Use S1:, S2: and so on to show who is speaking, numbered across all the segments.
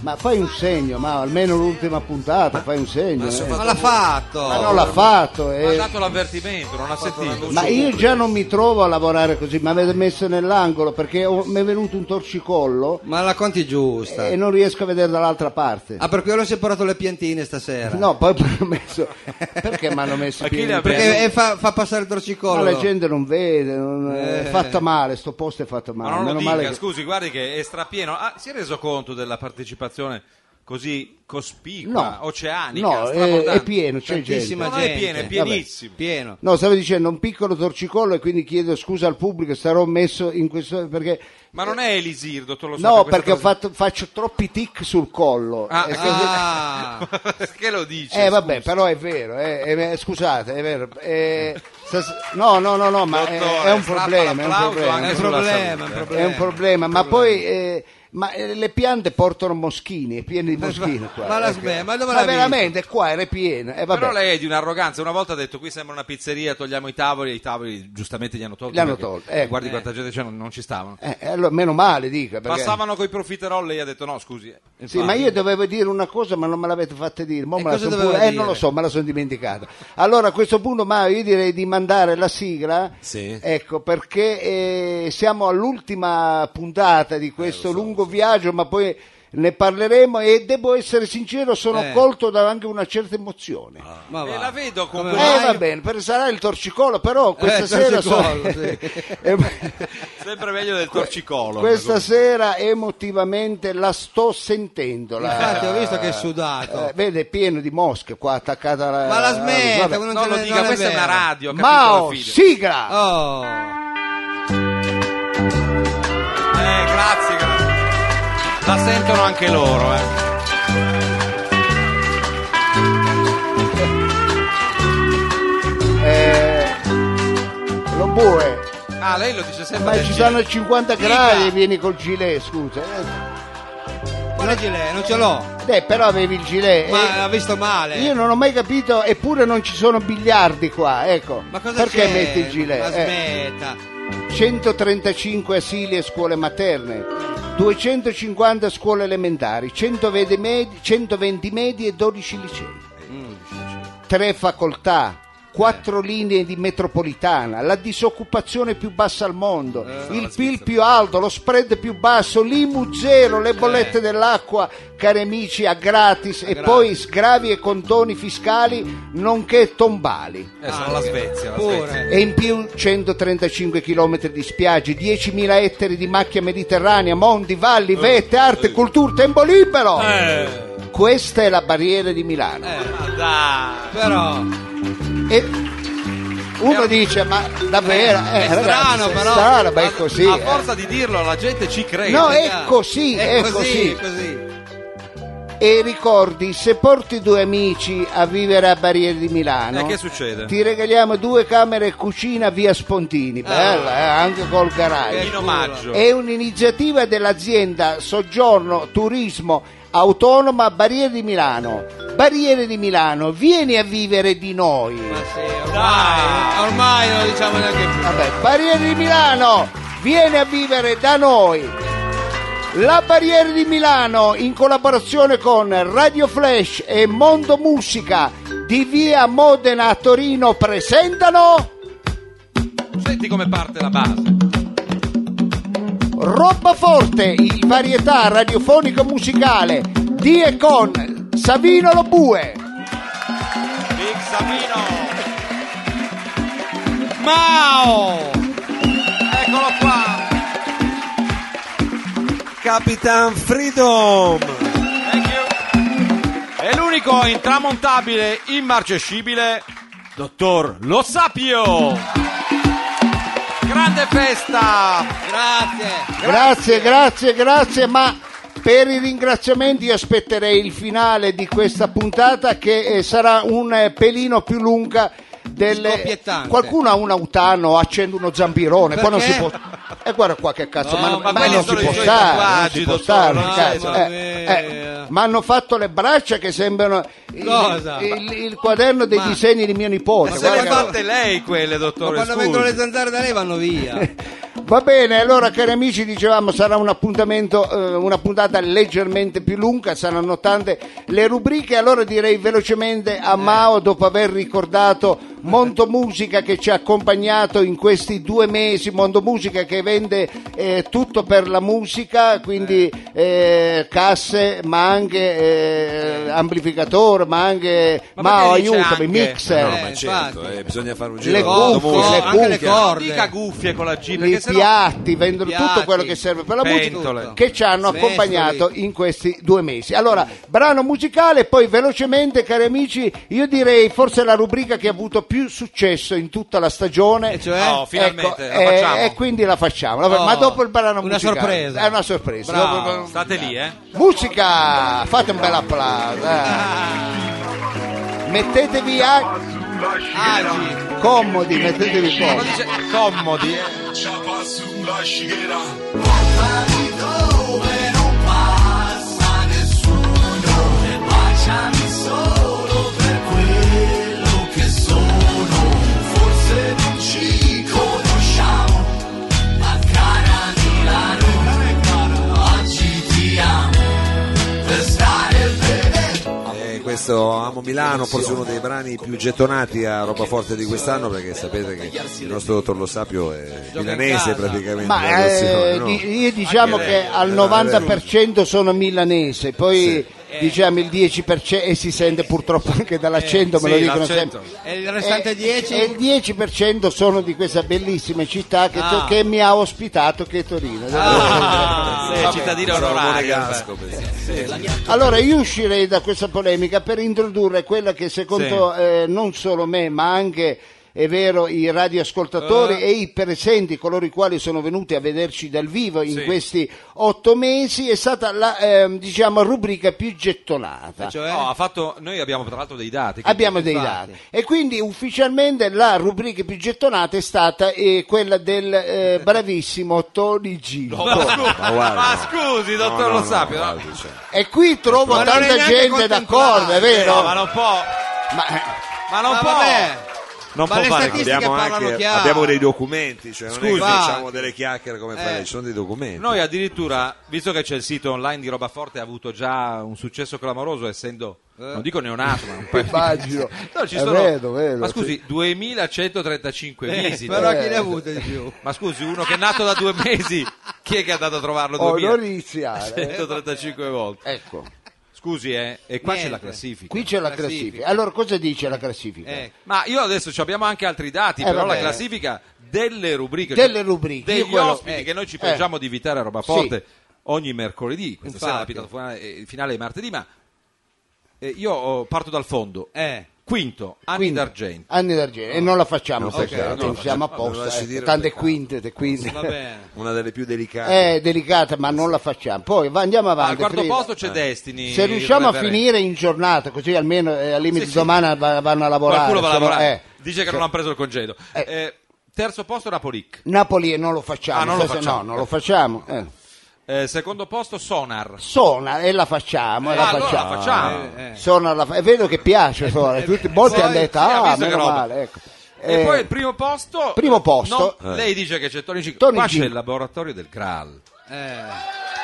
S1: Ma fai un segno, ma almeno l'ultima puntata, fai un segno. eh.
S2: Ma
S1: Ma,
S2: l'ha fatto!
S1: non l'ha fatto,
S3: Ma ha
S1: eh.
S3: dato l'avvertimento, non ha sentito.
S1: Ma io già non mi trovo a lavorare così, mi avete messo nell'angolo perché ho- mi è venuto un torcicollo
S2: Ma la conti
S3: Eh.
S2: giusta.
S1: e non riesco a vedere dall'altra parte.
S2: Ah, per quello ho separato le piantine stasera.
S1: No, poi mi hanno messo. Perché mi hanno messo
S3: Ma
S1: i
S3: chi
S1: piedi?
S3: le ha
S1: Perché
S2: Perché eh, fa, fa passare il torcicollo.
S1: la gente non vede, non-
S2: Eh.
S1: è fatta male, sto posto è fatto
S3: Ma
S1: male.
S3: non lo
S1: Meno
S3: dica,
S1: male che-
S3: scusi, guardi che è strapieno. Ah, si è reso conto della partecipazione così cospicua,
S1: No,
S3: oceanica?
S1: no è,
S3: strabordante?
S1: è pieno, c'è gente.
S2: Tantissima
S3: No, no, è
S2: gente.
S3: pieno, è
S2: Vabbè.
S3: pienissimo.
S2: Pieno.
S1: No, stavo dicendo un piccolo torcicollo e quindi chiedo scusa al pubblico, sarò messo in questo perché
S3: Ma non è Elisir, dottor Lo
S1: no,
S3: Sapio, Ecco, questa
S1: perché ho
S3: cosa-
S1: fatto- faccio troppi tic sul collo.
S3: Ah,
S1: E così-
S2: Ah,
S3: Perché lo dici?
S1: eh vabbè, però è vero, eh, eh, eh, scusate, è vero. eh, stas- no, no, no, no, ma è,
S3: Dottore,
S1: è un
S3: strappa
S1: problema, è un
S3: l'applauso
S1: problema.
S2: è
S3: anche
S2: un
S3: sulla
S2: problema, è un
S3: salute, eh.
S1: È
S2: problema.
S1: un problema, ma poi eh, ma, eh, le piante portano moschini, è pieno di moschini qua.
S2: ma la
S1: ecco.
S2: sbe- ma dove
S1: Ma
S2: l'ha visto?
S1: veramente qua era pieno. Eh, vabbè.
S3: Però lei è di un'arroganza. Una volta ha detto: Qui sembra una pizzeria, togliamo i tavoli. E i tavoli giustamente gli hanno tolto.
S1: Li hanno
S3: perché
S1: tolti, eh.
S3: Guardi quanta gente c'è, non, non ci stavano.
S1: Eh, eh, allora, meno male, dica. Perché...
S3: Passavano coi profiterol. Lei ha detto: No, scusi. eh,
S1: Sì,
S3: infatti.
S1: ma io dovevo dire una cosa, ma non me l'avete fatta dire. Mo
S2: E
S1: me la
S2: cosa
S1: son
S2: doveva
S1: pure- eh,
S2: dire?
S1: non lo so, me la sono dimenticata. Allora, a questo punto, Mario, io direi di mandare la sigla.
S4: Sì.
S1: Ecco, perché eh, siamo all'ultima puntata di questo lungo viaggio, ma poi ne parleremo e devo essere sincero, sono
S2: Eh.
S1: colto da anche una certa emozione.
S2: Ma
S3: E
S2: va.
S3: la vedo con
S2: Come
S3: quel-
S1: Eh,
S2: mai?
S1: va bene, per- sarà il torcicollo, però questa
S2: Eh, il
S1: sera
S2: torcicollo,
S1: sono-
S2: sì.
S1: Eh,
S3: Sempre meglio del torcicolo.
S1: Questa sera emotivamente la sto sentendo. la-
S2: Infatti, ho visto che è sudato.
S1: Eh, vede, è pieno di mosche qua attaccata alla. Ah,
S2: Ma la smetta,
S1: vabbè.
S2: non
S3: No,
S2: ce
S3: lo
S2: ne-
S3: dica,
S2: non è
S3: questa è una
S2: vero.
S3: radio. capito,
S1: Mao,
S3: la fine.
S1: sigla!
S2: Oh.
S3: Eh, grazie, grazie. La sentono anche loro, eh.
S2: Oh.
S1: Eh, lo bue,
S3: Ah, lei lo dice sempre.
S1: ma
S3: del
S1: ci
S3: giro.
S1: stanno 50
S3: Sigla!
S1: gradi e vieni col gilet, scusa. Eh,
S2: Guarda chi lei, non ce l'ho.
S1: eh, però avevi il gilet.
S2: Ma
S1: eh,
S2: l'ha visto male.
S1: io non ho mai capito, eppure non ci sono biliardi qua, ecco.
S2: Ma cosa
S1: Perché
S2: c'è?
S1: metti il
S2: Ma
S1: gilet? Eh.
S2: smetta.
S1: 135 asili e scuole materne, 250 scuole elementari, 120 medi, 120 medi e 12 licei, 3 facoltà, 4 linee di metropolitana, la disoccupazione più bassa al mondo, il PIL più alto, lo spread più basso, l'IMU zero, le bollette dell'acqua, cari amici, a gratis e
S2: gratis.
S1: poi sgravi e condoni fiscali nonché tombali.
S3: Eh, sono la Svezia, la
S2: Pure.
S3: Svezia.
S1: E in più 135 km di spiagge, 10.000 ettari di macchia mediterranea, monti, valli, vette, arte, cultura, tempo libero.
S3: Eh.
S1: Eh. Questa è la barriera di Milano.
S3: Ma dai.
S2: Però
S1: E uno dice, ma davvero?
S2: Eh,
S1: eh,
S2: è
S1: ragazzi,
S2: strano,
S1: è
S2: però.
S1: strano, ma è
S3: Ma-
S1: così.
S3: A
S1: eh.
S3: forza di dirlo, la gente ci crede.
S1: No,
S3: eh,
S1: è così, è così.
S2: così.
S1: E ricordi, se porti due amici a vivere a Barriere di Milano...
S3: Eh, che succede?
S1: Ti regaliamo due camere e cucina via Spontini, bella, eh, anche col garage.
S3: In omaggio.
S1: È un'iniziativa dell'azienda Soggiorno Turismo Autonoma Barriere di Milano. Barriere di Milano, vieni a vivere di noi.
S2: Ma sì, ormai, ormai non lo diciamo neanche più.
S1: Vabbè, Barriere di Milano, vieni a vivere da noi. La Barriere di Milano in collaborazione con Radio Flash e Mondo Musica di Via Modena a Torino presentano
S3: Senti come parte la base.
S1: Roba Forte, il varietà radiofonico musicale di e con Savino Lobue.
S3: Big Savino.
S2: Mao!
S3: Eccolo qua.
S4: Capitan Freedom!
S3: Thank you. È l'unico intramontabile, immarcescibile, dottor Lo Sapio. Grande festa.
S2: Grazie.
S1: Grazie, grazie, grazie, ma per i ringraziamenti io aspetterei il finale di questa puntata che eh, sarà un eh, pelino più lunga delle...
S2: Scoppiettante.
S1: Qualcuno ha un autano, accende uno zampirone, qua non si
S2: Perché?
S1: può... E guarda qua che cazzo,
S2: No,
S1: ma,
S2: ma
S1: ma
S2: quelli
S1: non si
S2: sono i
S1: può
S2: suoi
S1: stare, non
S2: tatuaggi,
S1: si può
S2: dottore,
S1: stare,
S2: no,
S1: cazzo.
S2: mamma
S1: Eh,
S2: mia.
S1: eh, ma hanno fatto le braccia che sembrano il,
S2: Cosa?
S1: il- il quaderno dei disegni di mio nipote.
S3: Ma se
S1: guarda
S3: le
S1: che-
S3: fatte lei quelle,
S2: Ma
S3: dottore?
S2: quando
S3: scusi.
S2: vengono le zanzare da lei vanno via.
S1: Eh, Va bene, allora cari amici, dicevamo sarà un appuntamento, eh, una puntata leggermente più lunga, saranno tante le rubriche, allora direi velocemente a Mao dopo aver ricordato Mondo Musica che ci ha accompagnato in questi due mesi, Mondo Musica che vende eh, tutto per la musica, quindi eh, casse, ma anche eh, amplificatore, ma anche
S3: Ma
S1: Mao
S3: perché dice
S1: aiutami,
S3: anche?
S1: mixer.
S4: No, ma
S2: Eh,
S4: certo,
S2: infatti.
S4: eh, bisogna fare un giro.
S1: Le
S4: di mondo
S1: cuffie,
S4: musica.
S1: le
S2: anche le
S1: cuffie.
S3: Non
S2: corde.
S3: dica cuffie con la G,
S1: i
S3: perché sennò...
S1: piatti, vendono tutto
S2: piatti,
S1: quello che serve per la
S3: pentole.
S2: Certo.
S1: musica che ci hanno
S2: Svestoli.
S1: accompagnato in questi due mesi. Allora, brano musicale, poi velocemente, cari amici, io direi forse la rubrica che ha avuto più successo in tutta la stagione.
S2: E cioè?
S3: No, finalmente,
S1: Ecco,
S3: la
S1: eh,
S3: facciamo.
S1: e, quindi la facciamo. La fa-
S2: Oh,
S1: Ma dopo il brano
S2: una
S1: musicale.
S2: sorpresa.
S1: È una sorpresa.
S2: Bravo.
S1: Dopo-
S3: State lì, eh.
S1: Musica! Fate un bel applauso. Ah, eh. Mettetevi a
S2: Ah, Agi.
S1: comodi, mettetevi
S3: Ma
S1: comodi.
S3: dice- Comodi, eh.
S5: Ciapa sulla scighera
S4: Eh, questo Amo Milano, forse uno dei brani più gettonati a roba forte di quest'anno, perché sapete che il nostro dottor Lo Sapio è milanese
S2: in casa.
S4: praticamente.
S1: Ma
S4: ragazzi,
S1: eh,
S4: no?
S1: di- io diciamo
S3: Anche
S1: che al 90% sono milanese, poi diciamo il 10% e si sente purtroppo anche dall'accento, me lo
S3: sì,
S1: dicono
S3: l'accento.
S1: sempre.
S2: E il restante
S1: Eh,
S2: 10?
S1: e il 10% sono di questa bellissima città che,
S2: Ah.
S1: che mi ha ospitato che è Torino.
S2: Ah,
S3: Sei cittadino
S4: Sarà un
S3: onorario.
S2: cioè.
S4: monegasco, pensate.
S1: Allora io uscirei da questa polemica per introdurre quella che secondo eh, non solo me ma anche è vero i radioascoltatori e i presenti, coloro i quali sono venuti a vederci dal vivo in
S3: Sì.
S1: questi otto mesi, è stata la ehm, diciamo, rubrica più gettonata.
S2: Cioè?
S3: No, ha fatto... Noi abbiamo tra l'altro dei dati. quindi-
S1: Abbiamo dei
S2: infatti.
S1: dati e quindi ufficialmente la rubrica più gettonata è stata eh, quella del eh, bravissimo Tony Gino.
S3: Ma, scusi,
S4: Ma guarda,
S3: ma
S4: no.
S3: scusi, dottor
S4: No, no,
S3: Lo
S4: no,
S3: Sapio. no?
S4: guardi, cioè.
S1: E qui trovo
S2: Ma non è
S1: tanta
S2: neanche
S1: gente d'accordo, è
S2: contemporanea.
S1: vero?
S3: No, Eh, ma non può...
S1: Ma- eh,
S3: Ma non
S2: Ma
S3: può...
S2: Ah, vabbè.
S3: Non
S2: Ma
S3: può
S2: le
S3: fare
S2: statistiche-
S3: così.
S4: abbiamo,
S2: parlano
S4: anche,
S2: chiaro.
S4: abbiamo dei documenti, cioè non è che
S2: Scusi.
S4: facciamo
S2: Va.
S4: delle chiacchiere come fa
S2: Eh.
S4: lei, ci sono dei documenti.
S3: Noi addirittura, visto che c'è il sito online di Robaforte, ha avuto già un successo clamoroso, essendo, non dico neonato, ma un paio di-
S1: Immagino.
S3: No, ci
S1: Eh,
S3: sono,
S1: vedo, vedo,
S3: ma scusi, 2135
S2: Eh,
S3: visite.
S2: però chi ne ha avute di più?
S3: Ma scusi, uno che è nato da due mesi, chi è che è andato a trovarlo
S1: Oh,
S3: 2000?
S1: non iniziare.
S3: 135 volte.
S1: Ecco,
S3: Scusi, eh, e qua c'è la
S2: Niente.
S3: classifica.
S1: qui c'è la classifica. Allora, cosa dice la classifica?
S2: Eh,
S3: Ma io adesso ci abbiamo anche altri dati,
S1: Eh,
S3: però
S1: vabbè.
S3: la classifica delle rubriche, cioè
S1: Delle rubriche,
S3: degli
S1: io quello-
S3: ospiti
S1: eh,
S3: che noi ci
S1: eh.
S3: piaciamo di invitare a roba forte ogni mercoledì, questa sera la
S2: Infatti.
S3: pitata finale, eh, il finale è martedì, ma eh, io oh, parto dal fondo.
S2: eh.
S3: Quinto, anni
S1: Quindi,
S3: d'argento.
S1: Anni d'argento. E non la facciamo,
S4: Ok,
S1: stasera,
S4: non la
S1: non siamo
S4: facciamo.
S1: apposta.
S4: Non lasci
S1: ecco,
S4: dire
S1: tante
S4: peccato.
S1: quinte, quinte.
S2: Va bene.
S4: Una delle più delicate.
S1: È delicata, ma non la facciamo. Poi va- andiamo avanti.
S3: Al quarto
S1: Frida.
S3: posto c'è Destiny.
S1: Se riusciamo a
S3: reverendo.
S1: finire in giornata, così almeno eh, al limite
S3: Sì, sì.
S1: domani va- vanno a lavorare.
S3: qualcuno va a
S1: se no,
S3: lavorare.
S1: eh.
S3: Dice che non hanno preso il congedo.
S1: Eh.
S3: Eh, terzo posto Napolic.
S1: Napoli eh, non lo facciamo.
S3: Ah, non lo
S1: stasera-
S3: facciamo.
S1: No, non lo facciamo. eh.
S3: Eh, secondo posto Sonar.
S1: Sona e la facciamo. e
S3: Ah,
S1: la
S3: allora
S1: facciamo.
S3: la facciamo. Eh,
S2: Eh, eh.
S1: Sono alla fa- e vedo che piace Sora, tutti, molti
S2: poi-
S1: hanno detto
S3: sì, ha
S1: ah
S3: visto che
S1: meno
S3: roba."
S1: male ecco.
S3: E
S1: Eh,
S3: poi il primo posto.
S1: primo posto. Eh.
S3: No, Lei dice che c'è Tony G.
S1: Tony
S3: Qua
S1: G.
S3: c'è il laboratorio del Graal.
S2: Eh.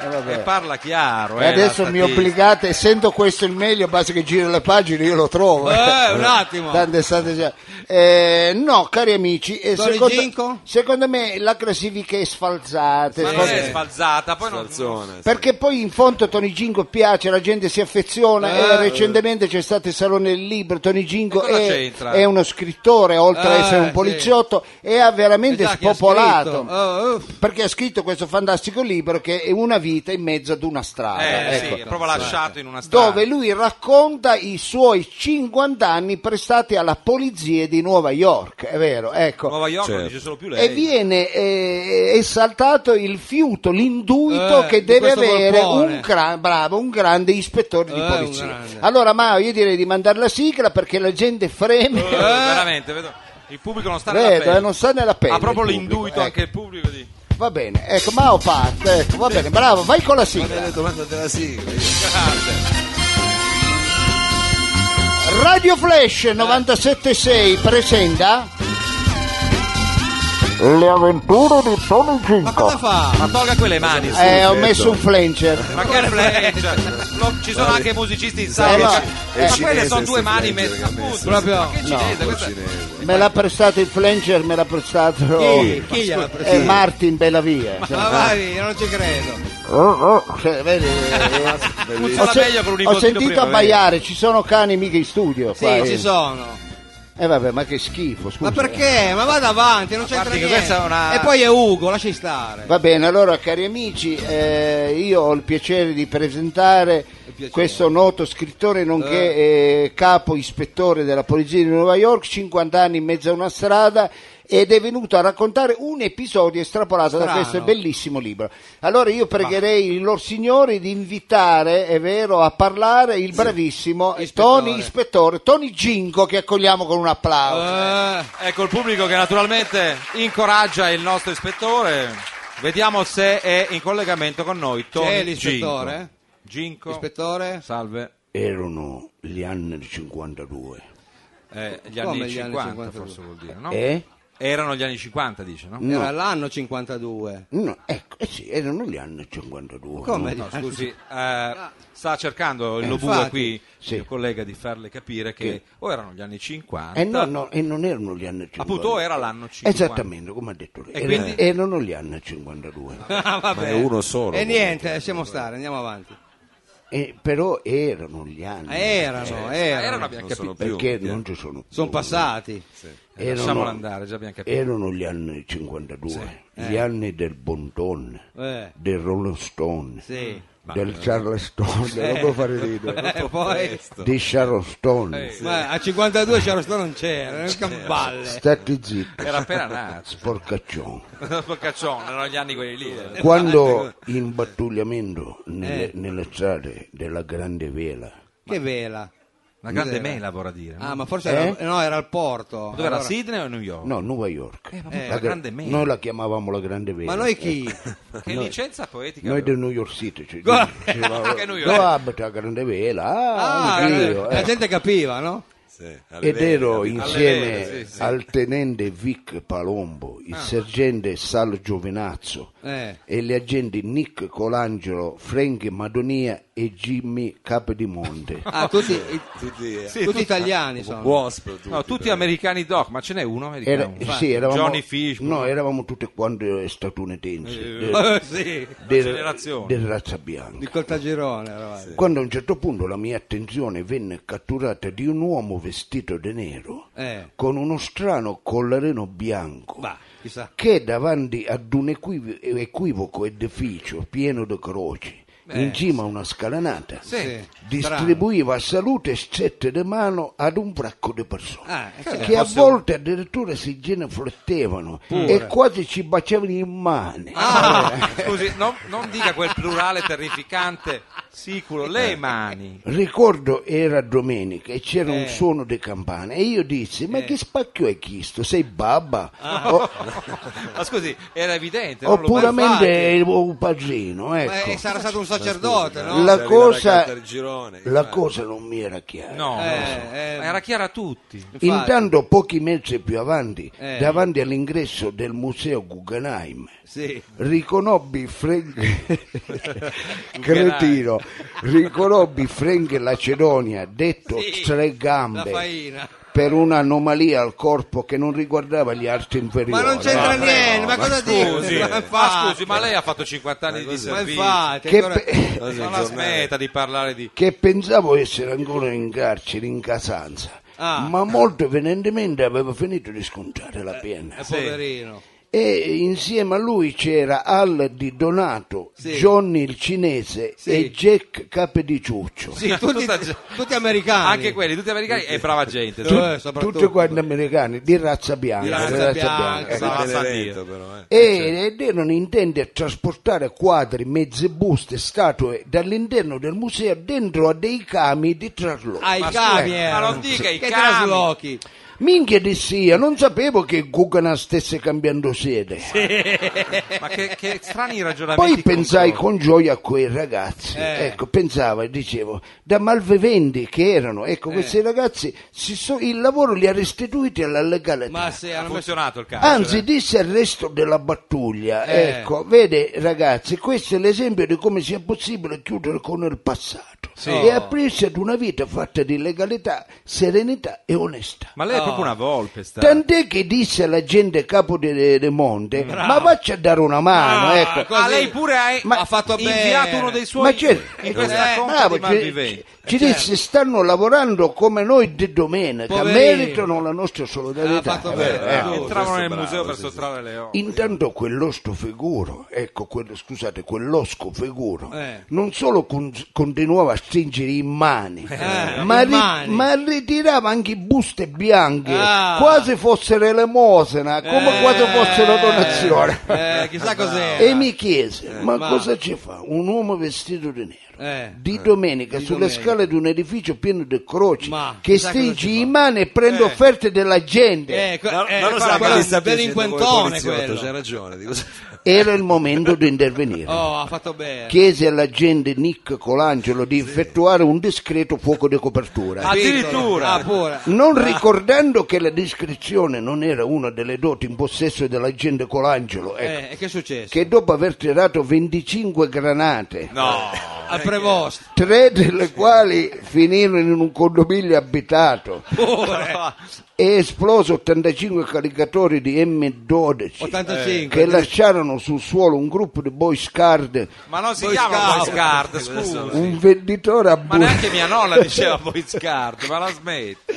S1: eh, vabbè.
S3: E parla chiaro.
S1: E
S3: eh,
S1: adesso
S3: la
S1: mi
S3: statistica.
S1: obbligate, essendo questo il meglio, basta che giro le pagine, io lo trovo.
S2: Eh, un attimo.
S1: Tanto è stato già- Eh, no, cari amici, eh,
S2: Tony
S1: secondo,
S2: Ginko?
S1: secondo me la classifica è sfalzata.
S3: Ma
S1: è
S3: non
S1: sfalsata.
S3: è sfalzata. Poi non-
S4: Sfalzone, sì.
S1: Perché poi in fondo Tony Ginko piace, la gente si affeziona e recentemente c'è stato il Salone del Libro, Tony Ginko
S3: E cosa
S1: è,
S3: c'entra?
S1: è uno scrittore oltre a
S2: Eh,
S1: essere un
S2: sì.
S1: poliziotto e ha veramente
S2: Già, chi ha
S1: spopolato.
S2: scritto? Oh, uff.
S1: Perché ha scritto questo fantastico libro che è Una vita in mezzo ad una strada.
S3: Eh,
S1: ecco.
S3: sì, è proprio lasciato in una strada.
S1: Dove lui racconta i suoi 50 anni prestati alla polizia di Nuova York, è vero, ecco.
S3: Nuova York
S4: Certo.
S3: lo dice solo più lei.
S1: E viene eh, esaltato il fiuto, l'induito
S2: Eh,
S1: che
S2: di
S1: deve
S2: questo
S1: avere
S2: golpone.
S1: un, gra- bravo, un grande ispettore di
S2: Eh, un
S1: polizia.
S2: grande. Eh,
S1: Allora, Mao, io direi di mandare la sigla perché la gente freme.
S3: Eh, veramente. vedo- Il pubblico non sta nella
S1: Vedo,
S3: pelle.
S1: eh, non sta nella pelle.
S3: ha proprio
S1: il pubblico,
S3: l'induito
S1: ecco.
S3: anche il pubblico di...
S1: Va bene, ecco, Mao Pat, ecco, va bene, bravo, vai con la sigla.
S4: Le domande della sigla.
S1: Radio Flash
S2: Eh.
S1: 976 presenta Le avventure di Tony
S2: Ma cosa
S1: Ginko.
S2: fa?
S3: Ma tolga quelle mani. su.
S1: Eh, ho
S2: certo.
S1: messo un flanger.
S3: Ma che fleccia. Lo- Ci sono anche musicisti in sala.
S1: Eh, ma-
S3: che-
S4: eh,
S3: ma
S4: cinese
S3: quelle sono due
S4: sto
S3: mani
S4: fleccia,
S3: messe.
S4: ragazzi.
S3: Appunto,
S2: Proprio-
S3: Ma che cinese?
S4: No,
S3: questa-
S4: cinese.
S1: Me l'ha prestato il flanger, me l'ha prestato
S2: Chi? Chi gliela
S1: eh, Martin Bellavia.
S2: Ma vai, non ci credo.
S1: Cioè, vedi, eh,
S3: Funziona
S1: se-
S3: meglio con un
S1: ho
S3: impostino
S1: sentito
S3: primavera.
S1: abbaiare, ci sono cani mica in studio.
S2: Sì,
S1: qua, eh.
S2: ci sono.
S1: Eh vabbè, ma che schifo, scusa.
S2: Ma perché? Ma vada avanti, non c'entra
S3: parte che
S2: niente.
S3: questa è una-
S2: E poi è Ugo, lasci stare.
S1: Va bene, allora cari amici, eh, io ho il piacere di presentare
S2: piacere.
S1: questo noto scrittore nonché eh, capo ispettore della Polizia di New York, 50 anni in mezzo a una strada ed è venuto a raccontare un episodio estrapolato da
S2: Strano.
S1: questo bellissimo libro. Allora io pregherei i loro signori di invitare, è vero, a parlare il bravissimo
S2: Ispettore.
S1: Tony Ispettore, Tony Ginco che accogliamo con un applauso.
S2: Eh,
S3: Ecco il pubblico che naturalmente incoraggia il nostro ispettore. Vediamo se è in collegamento con noi. Tony
S2: C'è l'ispettore?
S3: Ginco. Ginco.
S2: ispettore?
S3: Salve.
S1: Erano gli anni 52.
S3: Eh, gli
S2: Come
S3: anni
S2: gli anni
S3: 50
S2: 52?
S3: forse vuol dire, no?
S1: Eh?
S3: Erano gli anni 50, dice, no?
S1: No.
S2: Era l'anno 52.
S1: No, ecco, eh sì, erano gli anni 52.
S2: Come?
S1: no?
S3: No, scusi, eh, sta cercando il
S2: infatti.
S3: Lobue qui,
S1: Sì.
S3: il mio collega, di farle capire che o erano gli anni 50,
S1: Eh, no, no, e non erano gli anni 52.
S3: appunto o era l'anno 50.
S1: Esattamente, come ha detto lei.
S3: E
S1: Era-
S3: quindi?
S1: Erano gli anni 52.
S2: Ah, vabbè.
S4: Ma è uno solo.
S2: E niente, lasciamo stare, andiamo avanti.
S1: Eh, però erano gli anni.
S2: Erano,
S3: Ah, Eh, erano,
S2: erano.
S3: abbiamo
S4: Non sono
S3: capito.
S4: più.
S1: Perché non ci sono più.
S2: Sono passati.
S3: Eh, Lasciamolo andare, eh. già abbiamo capito.
S1: Erano gli anni 52. Gli anni del Bonton,
S2: Eh,
S1: del Rolling Stone,
S2: sì.
S1: del
S3: eh.
S1: Charleston, non lo fare ridere.
S2: E Eh,
S1: eh,
S2: poi...
S1: Di Charleston.
S2: Ma a 52 c'era sto non c'era, erano camballe.
S1: Stati zitti.
S3: Era appena nato.
S1: eh, Sporcaccione.
S3: Caccione, erano gli anni quelli lì. eh.
S1: Quando in pattugliamento nelle, nelle strade della Grande Vela,
S2: Che vela.
S3: La grande
S2: Cos'era?
S3: mela vorrà dire. no?
S2: Ah, ma forse
S1: Eh?
S2: era, no, era al porto.
S3: Dove era
S2: Allora-
S3: Sydney o New York?
S1: no, Nuova York,
S3: ma proprio
S1: La
S3: la
S1: gra-
S3: Grande Mela.
S1: noi la chiamavamo la Grande Vela.
S2: Ma noi chi?
S3: Che licenza poetica.
S1: Noi
S3: aveva?
S1: del New York City, cioè,
S2: Guarda,
S1: dicevamo,
S3: che New York.
S1: dove abita la Grande Vela? Ah,
S2: Ah,
S1: anch'io,
S2: la
S1: eh.
S2: gente capiva, no?
S4: Sì, alle
S1: Ed
S4: vele,
S1: ero
S4: capito?
S1: insieme
S3: vele, sì, sì.
S1: al tenente Vic Palombo, il sergente Sal Giovinazzo
S2: Eh.
S1: e gli agenti Nick Colangelo, Frank Madonia e Jimmy Capodimonte.
S2: Ah, tutti, i-
S4: Tutti, eh,
S2: tutti italiani sono.
S4: Wasp, tutti,
S3: No, tutti
S4: però.
S3: americani doc, ma ce n'è uno
S1: Era-
S3: americano?
S1: sì, eravamo,
S3: Johnny Fish. eh,
S1: no, eravamo tutte quante statunitensi de-
S2: Eh, sì,
S1: de-
S3: generazione.
S1: de razza bianca.
S2: di Coltagirone. eravate.
S1: Quando a un certo punto la mia attenzione venne catturata di un uomo vestito di nero
S2: Eh,
S1: con uno strano collarino bianco
S2: va, chissà.
S1: che davanti ad un equiv- equivoco edificio pieno di croci in cima a una scalinata
S2: Sì.
S1: distribuiva salute e strette di mano ad un bracco di persone
S2: Ah, eh, sì.
S1: che a volte addirittura si genuflettevano e quasi ci baciavano in mano.
S3: Ah, scusi, non, non dica quel plurale terrificante, sicuro, le mani.
S1: Ricordo era domenica e c'era un suono di campane e io dissi ma che spacchio è questo? Sei babba? O-
S3: Ma scusi, era evidente. non Ah, lo-
S1: Oh. oppure
S2: ma infatti-
S1: è un padrino?
S2: Ma
S1: Ecco.
S2: eh, sarà stato un sacerdote, no?
S1: la
S4: Se arriva
S1: cosa,
S4: raccolta il girone,
S1: la
S4: infatti.
S1: cosa non mi era chiara.
S3: No,
S2: Eh, eh.
S3: ma era chiaro a tutti.
S2: Infatti.
S1: Intanto pochi mesi più avanti,
S2: Eh.
S1: davanti all'ingresso del museo Guggenheim,
S2: Sì.
S1: riconobbi Frank Cretino, riconobbi Frank Lacedonia, detto
S2: Sì,
S1: tre
S2: La
S1: gambe,
S2: faina.
S1: per un'anomalia al corpo che non riguardava gli arti
S2: Ma
S1: inferiori. Ah.
S2: non c'entra
S4: no,
S2: niente,
S4: no,
S2: ma
S4: ma
S2: cosa
S3: Scusi,
S2: dici? Ma
S3: ma
S2: infatti,
S3: scusi, ma lei ha fatto 50 anni di
S2: ma
S3: servizio.
S2: infatti,
S1: Che,
S2: ancora-
S1: pe-
S4: Cosa
S3: Non
S4: il
S3: la
S4: giornale?
S3: smetta di parlare di...
S1: che pensavo essere ancora in carcere, in casanza,
S2: Ah.
S1: ma molto evidentemente aveva finito di scontare la pena.
S2: eh, poverino.
S1: e insieme a lui c'era Al Di Donato,
S2: Sì.
S1: Johnny il cinese
S2: Sì.
S1: e Jack Capediciuccio.
S2: Sì, tutti,
S3: Tutta-
S2: tutti americani.
S3: Anche quelli, tutti americani e brava gente.
S2: Tu-
S3: cioè,
S2: eh, soprattutto.
S1: Tutti quanti americani di razza bianca,
S2: Di razza
S1: di razza
S2: bianca,
S1: bianca.
S3: sa-
S4: Del
S3: sa
S4: Benevento,
S3: dire.
S4: però, eh.
S2: certo.
S1: E, ed erano intenti a trasportare quadri, mezze buste, statue dall'interno del museo dentro a dei cami di trasloco.
S2: Ai
S3: Ma
S2: cami
S3: scusi,
S2: erano.
S3: ma non dica i
S2: che
S3: cami.
S2: traslochi.
S1: Minchia di sia, non sapevo che Guggenheim stesse cambiando sede.
S3: Ma che, che strani ragionamenti.
S1: Poi pensai
S3: contro-
S1: con gioia a quei ragazzi,
S2: Eh.
S1: ecco, pensavo e dicevo, da malviventi che erano,
S2: Eh.
S1: ecco, questi ragazzi, si so- il lavoro li ha restituiti alla legalità.
S2: Ma se
S3: Ha
S2: hanno messo...
S3: funzionato il eh. carcere.
S1: Anzi, disse al resto della battaglia,
S2: Eh.
S1: ecco, vede ragazzi, questo è l'esempio di come sia possibile chiudere con il passato
S3: Sì.
S1: e aprirsi ad una vita fatta di legalità, serenità e onestà.
S3: Ma lei è
S2: No.
S3: proprio una volpe, sta.
S1: Tant'è che disse alla gente capo del Monte, ma faccia a dare una mano, ecco.
S2: così.
S3: Ah, lei pure ha,
S1: Ma-
S3: ha fatto
S2: bene.
S3: inviato uno dei suoi
S1: Ma certo,
S3: in questa
S2: eh,
S3: conta
S1: bravo,
S3: di
S1: ci,
S3: malviventi.
S1: ci- ci disse stanno lavorando come noi di domenica,
S2: Poverino.
S1: meritano la nostra
S2: Ha
S1: solidarietà.
S2: fatto
S1: Eh,
S2: bene.
S1: eh.
S2: giusto.
S3: Entravano nel
S4: bravo,
S3: museo per
S4: sì, sì.
S3: sottrarre le ore.
S1: Intanto quell'osto Ecco, figuro, ecco, quello, scusate, quell'osco figuro,
S2: Eh.
S1: non solo con- continuava a stringere in mani,
S2: Eh,
S1: ma,
S2: in
S1: ri-
S2: mani.
S1: ma ritirava anche buste bianche,
S2: Ah.
S1: quasi fossero elemosina, come
S2: Eh,
S1: quasi fossero donazioni.
S2: Eh, chissà cos'era.
S1: E mi chiese, ma,
S2: ma-
S1: cosa ci fa un uomo vestito di nero?
S2: Eh.
S1: Di domenica sulle
S2: domenica.
S1: scale di un edificio pieno di croci
S2: Ma,
S1: che
S2: sai cosa ci
S1: stringi
S2: fa?
S1: in mano e prende offerte della gente.
S3: Ecco,
S2: Eh, co-
S4: Non-
S2: eh,
S4: non lo
S2: guarda,
S4: sa, ma
S2: quello
S4: li
S2: è un
S4: sta piacendo come
S2: delinquentone
S4: poliziotto, cioè. C'ha
S2: quello.
S4: ragione. dico-
S1: Era il momento di intervenire.
S2: Oh, ha fatto bene.
S1: Chiese all'agente Nick Colangelo di effettuare un discreto fuoco di copertura.
S3: Addirittura.
S2: Ah, pure.
S1: Non ricordando che la discrezione non era una delle doti in possesso dell'agente Colangelo, ecco,
S2: Eh, e che è successo?
S1: che dopo aver tirato 25 granate,
S3: No.
S2: eh,
S4: eh,
S2: Al prevosto.
S1: tre delle quali finirono in un condominio abitato
S2: Pure.
S1: e esploso 85 caricatori di M12
S2: 85.
S1: che lasciarono sul suolo un gruppo di boy scout,
S3: Ma non si
S2: Boy
S3: chiama Boy
S2: Scout.
S3: Scout, scusi.
S1: un venditore a
S3: Ma
S1: bu-
S3: neanche mia nonna diceva Boy Scout, ma la smetti.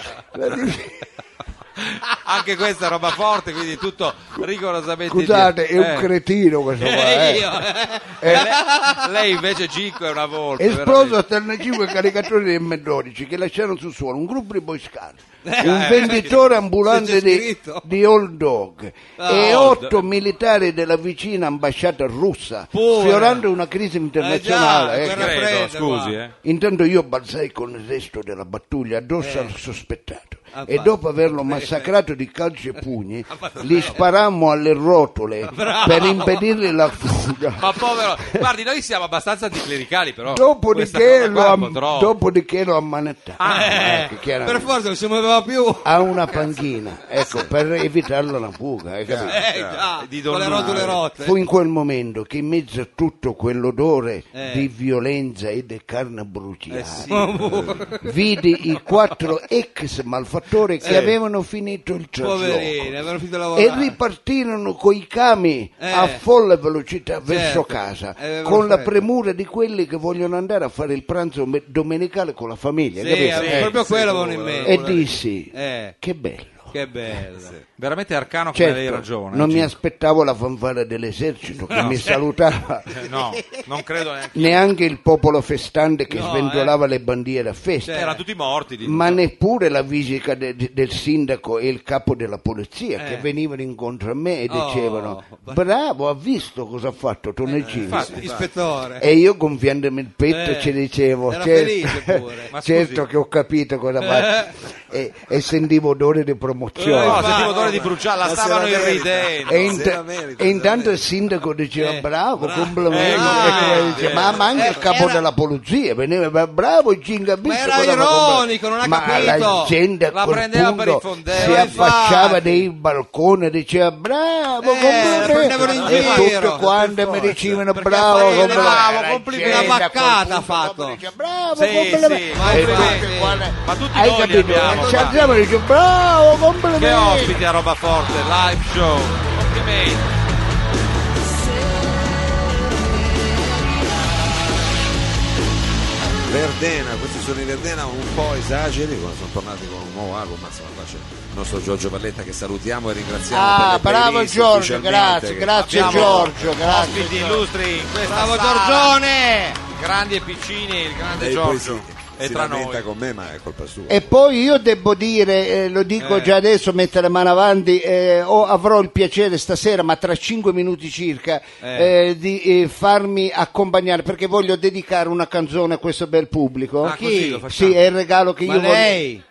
S3: Anche questa è roba forte, quindi tutto rigorosamente...
S1: Scusate, è
S3: dietro.
S1: un
S3: Eh.
S1: cretino questo qua.
S2: Eh,
S1: eh.
S2: io.
S1: Eh,
S3: Lei, lei invece Gicco è una volpe.
S1: Esploso
S3: veramente.
S1: a 35 caricatori di M12 che lasciarono sul suolo un gruppo di boy scout,
S2: Eh,
S1: un
S2: eh,
S1: venditore
S2: c'è
S1: ambulante di,
S2: scritto.
S1: di Old Dog
S2: Ah,
S1: e
S3: Old.
S1: otto militari della vicina ambasciata russa,
S2: Pure.
S1: sfiorando una crisi internazionale.
S2: Eh,
S1: ecco.
S2: guerra
S3: Credo,
S2: fredda,
S3: scusi,
S2: qua.
S3: eh.
S1: Intanto io balzai con il resto della battaglia addosso al sospettato
S2: Eh. Ah,
S1: e
S2: va.
S1: dopo averlo massacrato di calci e pugni gli sparammo alle rotole per impedirgli la fuga.
S3: Ma povero, guardi, noi siamo abbastanza anticlericali, però. Oh, questa
S1: Dopodiché
S3: cosa
S1: lo,
S3: qua è un
S1: am-
S3: po' troppo.
S1: dopodiché lo ammanettato
S3: Ah,
S2: Eh,
S1: ecco, chiaramente.
S2: per forza non si muoveva più.
S1: a una panchina ecco, per evitarla la fuga hai capito?
S2: Eh, già,
S3: Di
S2: con le
S3: Don
S2: rotule
S3: Mario.
S2: rotte.
S1: fu in quel momento che in mezzo a tutto quell'odore
S2: Eh.
S1: di violenza e di carne bruciata
S3: Eh, Oh, boh.
S2: Poverina,
S1: vidi i quattro ex malfattori
S3: Eh.
S1: che avevano finito il trasloco
S2: avevano finito di
S1: e
S2: lavorare.
S1: ripartirono coi cami
S2: Eh.
S1: a folle velocità verso casa
S2: Eh, avevano
S1: con la
S2: fretta.
S1: premura di quelli che vogliono andare a fare il pranzo me- domenicale con la famiglia
S2: Sì,
S1: capito?
S2: eh,
S1: Eh.
S2: proprio quello avevano in
S1: e
S2: mente.
S1: dissi
S2: Eh,
S1: che bello
S2: che bello.
S3: Veramente arcano come
S1: Certo,
S3: lei ragione.
S1: non mi
S3: Gicco.
S1: aspettavo la fanfara dell'esercito che mi
S2: certo.
S1: salutava
S3: Eh, No, non credo neanche.
S1: neanche il popolo festante che
S2: No, eh.
S1: sventolava le bandiere a festa
S3: Erano tutti morti. lì.
S1: Eh, ma neppure la visita de- de- del sindaco e il capo della polizia
S2: Eh.
S1: che venivano incontro a me e
S2: Oh,
S1: dicevano
S2: va-
S1: bravo ha visto cosa ha fatto Toneggini
S3: infatti.
S2: Ispettore.
S1: e io gonfiandomi il petto
S2: Eh,
S1: ci dicevo
S2: era
S1: certo,
S2: felice pure."
S3: Ma
S1: certo
S3: scusi.
S1: che ho capito cosa ha fatto e, e sentivo odore di promozione
S3: No,
S2: Eh,
S3: sentivo
S2: ma-
S3: odore di bruciare, la
S4: ma se la
S3: stavano
S4: merita.
S3: irridendo.
S1: E,
S4: Ah, No,
S1: int-
S4: se la merita,
S1: e intanto
S4: se la
S1: il sindaco diceva
S2: Eh,
S1: bravo,
S2: bravo.
S1: complimenti,
S3: Ecco,
S1: ecco,
S3: eh,
S1: dice,
S3: eh.
S1: ma, ma anche il capo
S2: Era-
S1: della polizia veniva "Ma bravo Gingabis.
S2: Ma era ironico, non ha
S1: ma la
S2: capito.
S1: gente a
S3: La
S1: quel
S3: prendeva
S1: punto
S3: per i fondelli.
S1: si
S2: Eh,
S1: affacciava
S2: infatti.
S1: dei balconi e diceva bravo,
S2: Eh, la prendevano in
S1: complimenti. E
S2: giro,
S1: tutte quante mi dicevano bravo,
S2: fare-
S1: complimenti.
S2: bravo,
S1: La
S2: complimenti.
S1: gente
S2: Una
S1: a quel
S2: vaccata
S1: punto
S2: ha
S1: dopo
S2: fatto.
S1: dice, Bravo,
S3: Sì,
S1: complimenti.
S3: sì, ma
S1: E
S3: infatti.
S1: tutte quante-
S3: Ma tutti
S1: Eh, Hai
S3: noi li
S1: capito?
S3: abbiamo,
S1: Ci
S3: ma-
S1: alziamo e dice bravo, complimenti.
S3: Che ospiti a roba forte, live show. Complimenti.
S4: Verdena, questi sono i Verdena un po' esageri quando sono tornati con un nuovo album, ma insomma qua c'è il nostro Giorgio Valletta che salutiamo e ringraziamo
S1: Ah,
S4: per le
S1: bravo
S4: playlist
S1: Giorgio,
S4: ufficialmente
S1: grazie,
S4: che-
S1: grazie
S3: abbiamo-
S1: Giorgio,
S2: Ah,
S1: grazie.
S3: Ospiti illustri in questa
S2: Bravo
S3: sala.
S2: Giorgione!
S3: Grandi e piccini, il grande
S4: Lei poi
S3: Giorgio.
S4: si-
S3: è
S4: si
S3: tra
S4: lamenta
S3: noi.
S4: con me, ma è colpa sua.
S1: E poi io devo dire, eh, lo dico già adesso, mettere mano avanti, eh, ho- avrò il piacere stasera, ma tra cinque minuti circa, eh, di eh, farmi accompagnare, perché voglio dedicare una canzone a questo bel pubblico.
S3: Ah, così lo facciamo.
S1: Sì, è il regalo che
S2: Ma
S1: io voglio.
S2: lei?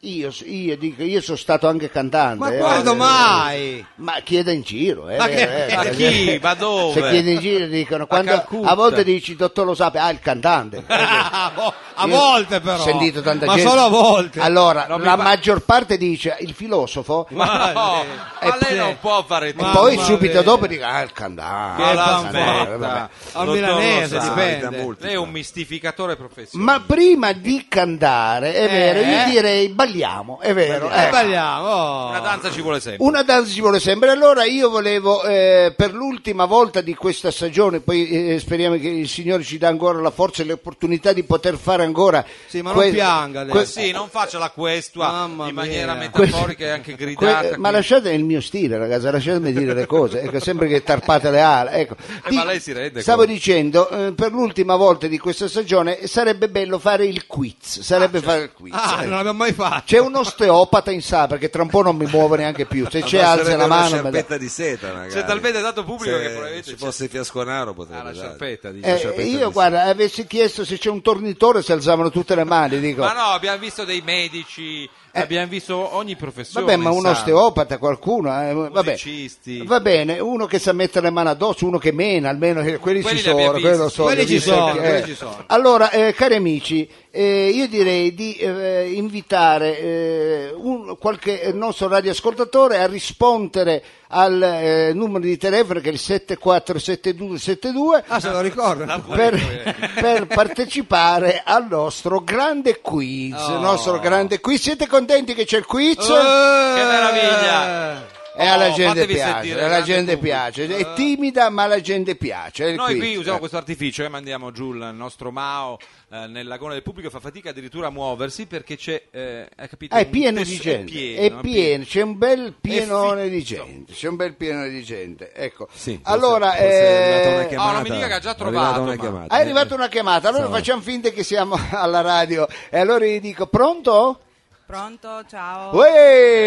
S1: Io, io dico, io sono stato anche cantante.
S2: Ma
S1: eh.
S2: quando mai?
S1: Ma chiede in giro, eh,
S3: Ma
S1: vero,
S3: che-
S1: eh,
S3: ma
S1: perché-
S3: chi? Ma dove?
S1: Se chiede in giro dicono, quando-
S3: Calcutta.
S1: a volte dici, dottor lo sape, ah il cantante.
S2: A vo- a
S1: Io
S2: volte però.
S1: Ho sentito tanta
S2: Ma
S1: gente.
S2: solo a volte.
S1: Allora,
S3: No, mi
S1: la
S3: pa-
S1: maggior parte dice il filosofo
S3: Ma, no,
S1: Eh,
S3: ma lei
S1: sì.
S3: non può fare
S1: e
S2: Ma-
S3: tutto.
S1: poi
S2: mamma
S1: subito
S2: mia.
S1: dopo dice ah il cantante.
S3: Ma
S2: Che
S1: il
S2: fanfetta.
S1: cantante, vabbè.
S2: Al
S3: Dottor
S2: milanese
S3: Rosario.
S4: Da
S2: dipende.
S4: molto.
S3: Lei è un mistificatore professionale.
S1: Ma prima di cantare, è
S2: Eh.
S1: vero, io direi balliamo, è vero.
S2: Eh,
S1: ecco.
S2: Sbagliamo. oh.
S3: Una danza ci vuole sempre.
S1: Una danza ci vuole sempre. Allora io volevo eh, per l'ultima volta di questa stagione, poi eh, speriamo che il Signore ci dà ancora la forza e l'opportunità di poter fare ancora.
S2: Sì, ma non pianga adesso.
S3: Ma sì, non faccia la questua
S2: Mamma
S3: in maniera
S2: mia.
S3: metaforica e anche
S1: que-
S3: gridata.
S1: ma
S3: quindi-
S1: lasciate il mio stile, ragazzi, lasciatemi dire le cose, ecco, sempre che tarpate le ali. Ecco.
S3: ma lei si rende
S1: Stavo
S3: conto.
S1: dicendo, eh, per l'ultima volta di questa stagione sarebbe bello fare il quiz, sarebbe fare il quiz. eh.
S2: Ah, non l'abbiamo mai fatto.
S1: C'è un osteopata in sala perché tra un po' non mi muove neanche più. Se c'è, alza
S4: Sarebbe
S1: la
S4: una
S1: mano. me la-
S4: sciarpetta di seta magari.
S3: C'è talmente tanto pubblico che probabilmente
S4: se
S3: c'è-
S4: ci fosse Fiasconaro potrebbe esatto.
S3: Ah, la
S4: dare.
S3: sciarpetta, dice.
S1: Eh,
S4: La sciarpetta
S1: io,
S4: di
S1: guarda, avessi chiesto se c'è un tornitore, si alzavano tutte le mani. Dico,
S3: Ma no, abbiamo visto dei medici, abbiamo visto ogni professione.
S1: Eh. vabbè, ma un
S3: sa.
S1: osteopata, qualcuno. eh, vabbè.
S3: Musicisti.
S1: Va bene, uno che sa mettere le mani addosso, uno che mena, almeno eh, quelli,
S3: Quelli
S1: ci
S3: li
S1: sono.
S3: abbiamo visti.
S1: quello so,
S2: Quelli
S1: li ho
S2: ci
S1: visti
S2: sono,
S1: anche-
S2: quelli
S1: eh.
S2: ci sono.
S1: Allora, eh, cari amici, eh, io direi di eh, invitare eh, un- qualche nostro radioascoltatore a rispondere al eh, numero di telefono che è il 747272.
S2: Ah, se lo ricordo.
S1: per, per partecipare al nostro grande quiz.
S2: Oh.
S1: Nostro grande quiz. Siete contenti che c'è il quiz?
S3: Che meraviglia!
S1: E Eh, alla
S3: Oh,
S1: gente
S3: fatevi
S1: piace,
S3: sentire,
S1: alla
S3: grande
S1: gente
S3: pubblico.
S1: piace, è timida ma la gente piace. è Eh. il
S3: Noi
S1: quiz.
S3: qui usiamo questo artificio e mandiamo giù il nostro Mao eh, nel lagone del pubblico, fa fatica addirittura a muoversi perché c'è, eh, hai capito?
S1: Ah, è
S3: un
S1: pieno
S3: tesso-
S1: di gente,
S3: è pieno,
S1: è pieno, c'è un bel
S3: È
S1: pienone di
S3: fitto.
S1: gente, c'è un bel pienone di gente, ecco.
S4: Sì, forse-
S1: allora,
S4: forse è arrivata una
S1: eh,
S4: chiamata.
S3: Oh,
S4: eh.
S3: non mi dica che ha già
S4: È arrivata
S3: trovato,
S4: una
S3: ma-
S4: chiamata.
S1: è arrivata una chiamata, allora
S4: Sì.
S1: facciamo finta che siamo alla radio e allora gli dico, pronto?
S6: Pronto, ciao.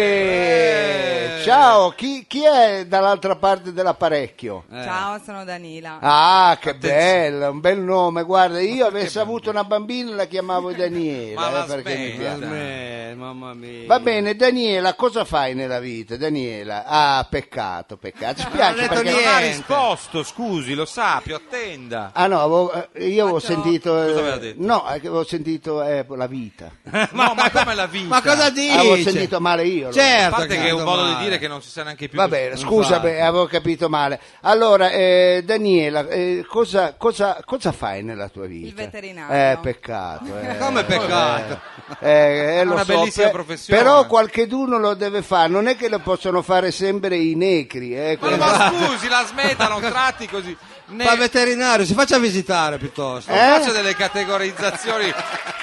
S3: Eh.
S1: Uè! Ciao, chi, chi è dall'altra parte dell'apparecchio?
S6: Ciao, sono Danila.
S1: Ah, che bello, un bel nome. Guarda, io avessi avuto una bambina la chiamavo Daniela.
S3: Ma la
S1: eh, perché mi
S3: smetta.
S1: piace.
S2: Eh, mamma mia.
S1: Va bene, Daniela, cosa fai nella vita? Daniela, ah, peccato, peccato. Ci piace
S2: detto
S1: perché...
S3: Non ha
S2: niente.
S3: risposto, scusi, lo sappio, attenda.
S1: Ah no, avevo- eh, io avevo
S6: Faccio-
S1: sentito... eh,
S3: Cosa aveva detto?
S1: no, eh, che avevo sentito eh, la vita.
S3: No, ma come la vinta?
S2: Ma cosa
S3: dici?
S2: dici?
S1: Ah, Avevo sentito male io. allora.
S2: Certo.
S3: A parte che è un modo di dire che non si sa neanche più.
S1: Va
S3: cosa-
S1: bene, scusa,
S2: Infatti.
S1: beh, avevo capito male. Allora, eh, Daniela, eh, cosa, cosa- cosa fai nella tua vita?
S6: Il veterinario.
S1: Eh, peccato. eh.
S2: Come peccato?
S1: Eh, eh, lo
S3: Una
S1: so,
S3: bellissima
S1: pe-
S3: professione.
S1: Però qualcheduno lo deve fare, non è che lo possono fare sempre i negri. eh,
S3: Ma,
S1: quindi-
S3: ma scusi, la smetta, non tratti così. Ne...
S2: Fa il veterinario, si faccia visitare piuttosto.
S1: Eh?
S3: Non faccio delle categorizzazioni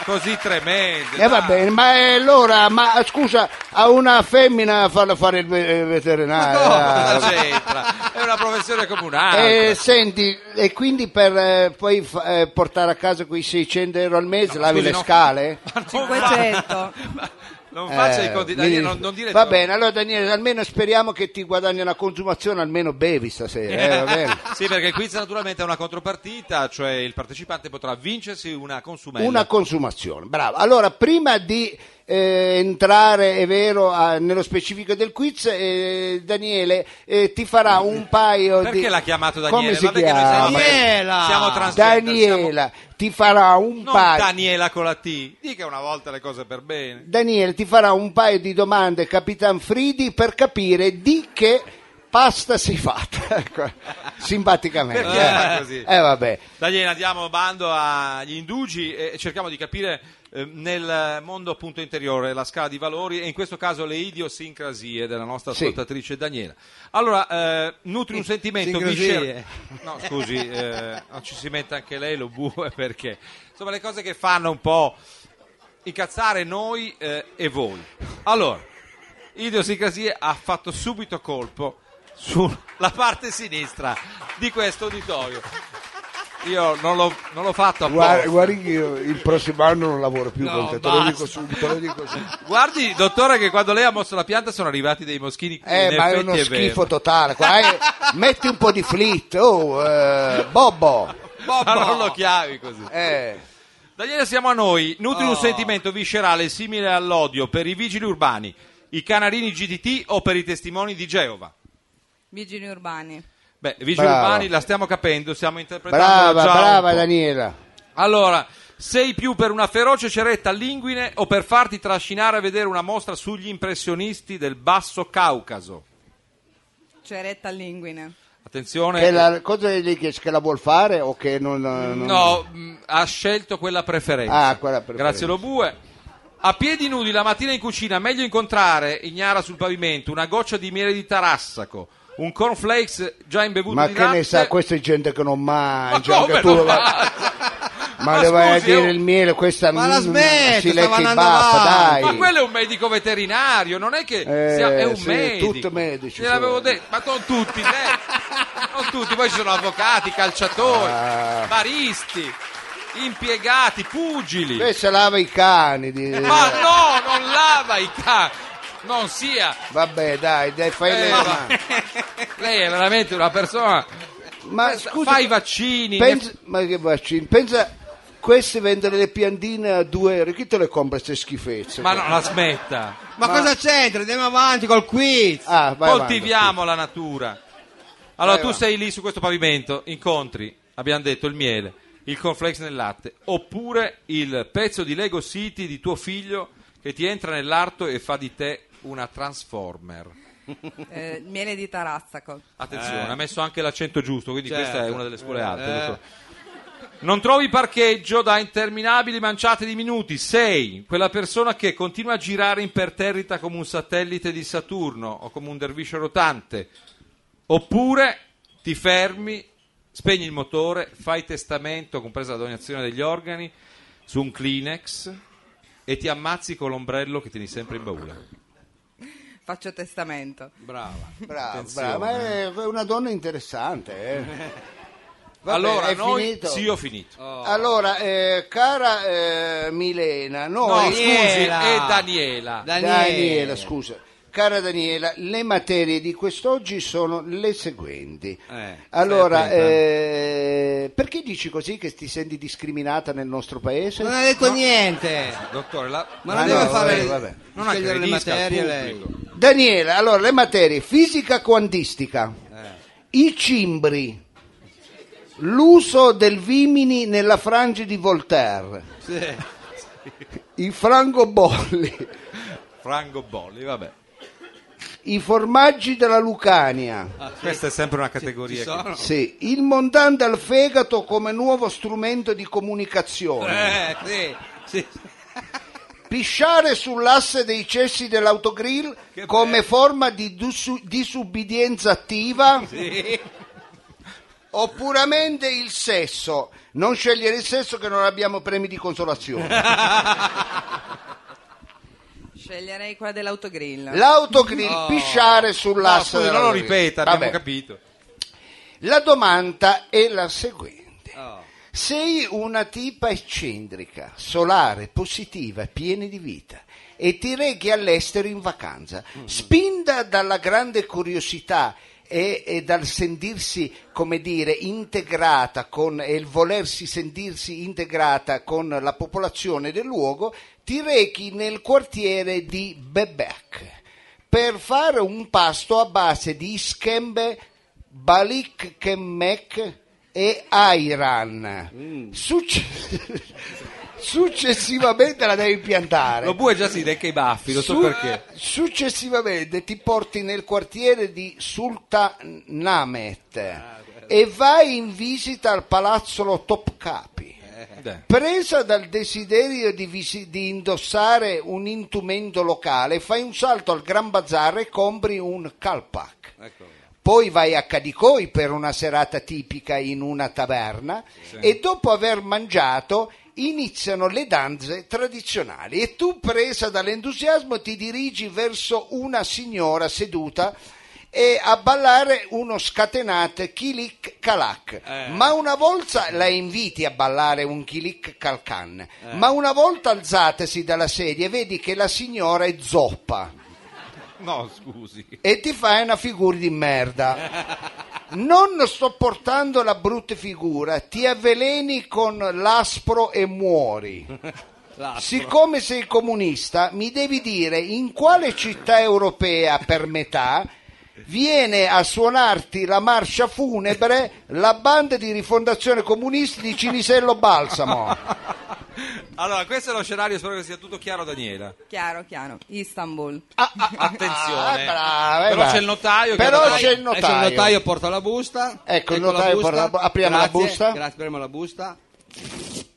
S3: così tremende.
S1: Eh, va
S3: dai.
S1: bene, ma eh, allora, ma scusa, a una femmina farlo fare il ve- eh, veterinario.
S3: Ma
S1: eh,
S3: cosa c'entra? È una professione comunale.
S1: Eh, senti, e quindi per eh, poi fa- eh, portare a casa quei 600 euro al mese lavi
S3: scusi,
S1: le
S3: no.
S1: scale?
S3: Ma non
S6: 500.
S3: fa- Non faccia
S1: Eh,
S3: i
S1: mi-
S3: conti, Daniele, non, non dire
S1: Va
S3: no.
S1: bene, allora Daniele, almeno speriamo che ti guadagni una consumazione, almeno bevi stasera, eh, va bene.
S3: Sì, perché il quiz naturalmente è una contropartita, cioè il partecipante potrà vincersi una consumella.
S1: Una consumazione, bravo. Allora, prima di eh, entrare, è vero, a- nello specifico del quiz, eh, Daniele eh, ti farà un paio di...
S3: Perché l'ha chiamato Daniele?
S1: Come si
S3: Vabbè che noi
S1: chiama?
S3: siamo-
S2: Daniela!
S3: Siamo transgender, siamo-
S1: Daniela, ti farà un
S3: Non
S1: paio...
S3: Daniela con la T. Dica una volta le cose per bene.
S1: Daniele ti farà un paio di domande, Capitan Fridi, per capire di che pasta si fatta. Ecco, Simpaticamente.
S3: Perché fa così?
S1: Eh, vabbè.
S3: Daniela, diamo bando agli indugi e cerchiamo di capire eh, nel mondo appunto interiore la scala di valori e in questo caso le idiosincrasie della nostra
S1: Sì.
S3: ascoltatrice Daniela. Allora, eh, nutri un sentimento
S2: Sincrasie.
S3: viscer- No, scusi, eh, non ci si mette anche lei lo bue perché insomma le cose che fanno un po' incazzare noi eh, e voi. Allora, idiosincrasie ha fatto subito colpo sulla parte sinistra di questo uditorio. Io non l'ho, non l'ho fatto apposta.
S1: Guarda, guardi che io il prossimo anno non lavoro più
S2: No,
S1: con te, te lo dico
S2: basta.
S1: subito, te lo dico subito.
S3: Guardi, dottore, che quando lei ha mosso la pianta sono arrivati dei moschini.
S1: Eh,
S3: in
S1: ma è
S3: effetti
S1: uno
S3: vero.
S1: schifo totale. qua, eh. metti un po' di flit, oh, eh, Bobbo.
S3: Ma non lo chiami così.
S1: Eh.
S3: Da ieri siamo a noi. Nutri
S1: Oh.
S3: un sentimento viscerale simile all'odio per i vigili urbani, i canarini GTT o per i testimoni di Geova.
S6: Vigili urbani.
S3: Beh, vigili
S1: Brava.
S3: urbani la stiamo capendo, stiamo interpretando
S1: Brava,
S3: già un
S1: brava
S3: po'.
S1: Daniela.
S3: Allora, sei più per una feroce ceretta all'inguine o per farti trascinare a vedere una mostra sugli impressionisti del Basso Caucaso?
S6: Ceretta all'inguine.
S3: Attenzione.
S1: Che la, cosa gli dici? Che la vuol fare o che non... non-
S3: No, mh, ha scelto quella preferenza.
S1: Ah, quella preferenza.
S3: Grazie Lobue. A piedi nudi la mattina in cucina, meglio incontrare, ignara sul pavimento, una goccia di miele di tarassaco, un cornflakes già imbevuto
S1: Ma
S3: di
S1: che ne
S3: latte.
S1: sa, questa è gente che non
S3: Ma
S1: mangia,
S3: come
S1: che tu
S3: non
S1: vai-
S3: fa?
S1: ma le vai a
S3: scusi, oh. è un-
S1: dire il miele, questa
S2: Ma la
S1: mm,
S2: smetta,
S1: si
S2: stava
S1: lecca i
S2: andando
S1: baffa,
S2: avanti.
S1: dai.
S3: Ma quello è un medico veterinario, non è che
S1: Eh,
S3: sia, è un
S1: sì,
S3: medico.
S1: tutto medici
S3: Gliel'avevo
S1: sono.
S3: detto, ma non tutti, eh. non tutti, poi ci sono avvocati, calciatori,
S1: Ah.
S3: baristi, impiegati, pugili.
S1: Questa lava i cani. di-
S3: Ma no, non lava i cani, non sia.
S1: Vabbè, dai, dai, fai
S3: Eh,
S1: le
S3: va-
S1: mani.
S3: Lei è veramente una persona.
S1: Ma
S3: Pensa-
S1: scusa,
S3: fa i vaccini.
S1: pensa- ma che vaccini? Pensa, queste vendere le piantine a due euro, chi te le compra queste schifezze?
S3: Ma no, la smetta.
S2: Ma, cosa c'entra? Andiamo avanti col quiz.
S1: Ah, vai avanti.
S3: Coltiviamo la natura. Allora,
S1: Vai
S3: tu
S1: avanti.
S3: sei lì su questo pavimento, incontri, abbiamo detto, il miele, il cornflakes nel latte, oppure il pezzo di Lego City di tuo figlio che ti entra nell'arto e fa di te una Transformer.
S6: Eh, miele di Tarassaco.
S1: Eh.
S3: Attenzione, ha messo anche l'accento giusto, quindi
S2: Certo.
S3: questa è una delle scuole alte.
S2: Eh.
S3: dottore. Non trovi parcheggio da interminabili manciate di minuti. Sei quella persona che continua a girare imperterrita come un satellite di Saturno o come un derviscio rotante. Oppure ti fermi, spegni il motore, fai testamento, compresa la donazione degli organi, su un Kleenex e ti ammazzi con l'ombrello che tieni sempre in baule.
S6: Faccio testamento.
S2: Brava.
S1: Brava, brava, ma è una donna interessante. eh. Vabbè,
S3: allora,
S1: è
S3: noi...
S1: finito?
S3: Sì, ho finito.
S1: Allora, eh, cara eh, Milena,
S3: No,
S1: noi...
S3: scusi,
S2: Daniela.
S3: è Daniela.
S2: Daniele.
S1: Daniela, scusa. Cara Daniela, le materie di quest'oggi sono le seguenti.
S2: Eh,
S1: allora,
S2: stai attenta.
S1: eh, perché dici così che ti senti discriminata nel nostro paese?
S3: Eh,
S2: Non ha detto niente.
S3: Dottore, la...
S2: Ma
S1: Ah,
S2: non
S1: no,
S2: deve
S1: vabbè,
S2: fare.
S1: vabbè.
S2: Non scegliere le
S3: aggredisca il
S2: materie lei.
S3: pubblico.
S1: Daniela, allora, le materie fisica quantistica, i cimbri, l'uso del vimini nella frange di Voltaire, i frangobolli,
S3: Frango Bolli, vabbè.
S1: i formaggi della Lucania.
S3: Questa è sempre una categoria.
S2: Ci sono?
S1: Sì, il montante al fegato come nuovo strumento di comunicazione.
S2: Eh, sì, sì.
S1: Pisciare sull'asse dei cessi dell'autogrill come forma di dusu- disubbidienza attiva. Oppuramente il sesso. Non scegliere il sesso che non abbiamo premi di consolazione.
S6: Sceglierei quella dell'autogrill.
S1: L'autogrill, pisciare
S3: No,
S1: sull'asse.
S3: scusi, non lo
S1: dell'autogrill.
S3: ripeta, abbiamo
S1: Vabbè.
S3: capito.
S1: La domanda è la seguente.
S2: Oh.
S1: Sei una tipa eccentrica, solare, positiva, piena di vita e ti rechi all'estero in vacanza, spinta dalla grande curiosità e, e dal sentirsi, come dire, integrata con, e il volersi sentirsi integrata con la popolazione del luogo, ti rechi nel quartiere di Bebec per fare un pasto a base di ischembe, balik kemek e Airan.
S3: Mm.
S1: Succe- successivamente la devi piantare.
S3: Lo bue già si decca i baffi, lo so
S1: Su-
S3: perché.
S1: Successivamente ti porti nel quartiere di Sultanamet
S3: Ah,
S1: e vai in visita al palazzo Topkapi.
S3: Dai.
S1: Presa dal desiderio di, visi- di indossare un intumento locale, fai un salto al Gran Bazar e compri un calpac. Poi vai a Cadicoi per una serata tipica in una taverna e dopo aver mangiato iniziano le danze tradizionali e tu presa dall'entusiasmo ti dirigi verso una signora seduta e a ballare uno scatenate kilik kalak ma una volta la inviti a ballare un kilik kalkan ma una volta alzatesi dalla sedia vedi che la signora è zoppa
S3: No, scusi.
S1: e ti fai una figura di merda. Non sopportando la brutta figura, ti avveleni con l'aspro e muori. Siccome sei comunista, mi devi dire in quale città europea per metà viene a suonarti la marcia funebre la banda di rifondazione comunista di Cinisello Balsamo.
S3: Allora, questo è lo scenario, spero che sia tutto chiaro Daniela.
S6: Chiaro, chiaro. Istanbul.
S1: Ah,
S3: Attenzione.
S1: brava,
S3: Però
S1: brava.
S3: c'è il notaio che
S1: Però
S3: dovrà-
S1: c'è il
S2: Adesso il
S1: notaio.
S2: notaio porta la busta.
S1: Ecco, il notaio porta la bu- apriamo la
S2: Grazie,
S1: busta.
S2: Grazie, apriamo la busta.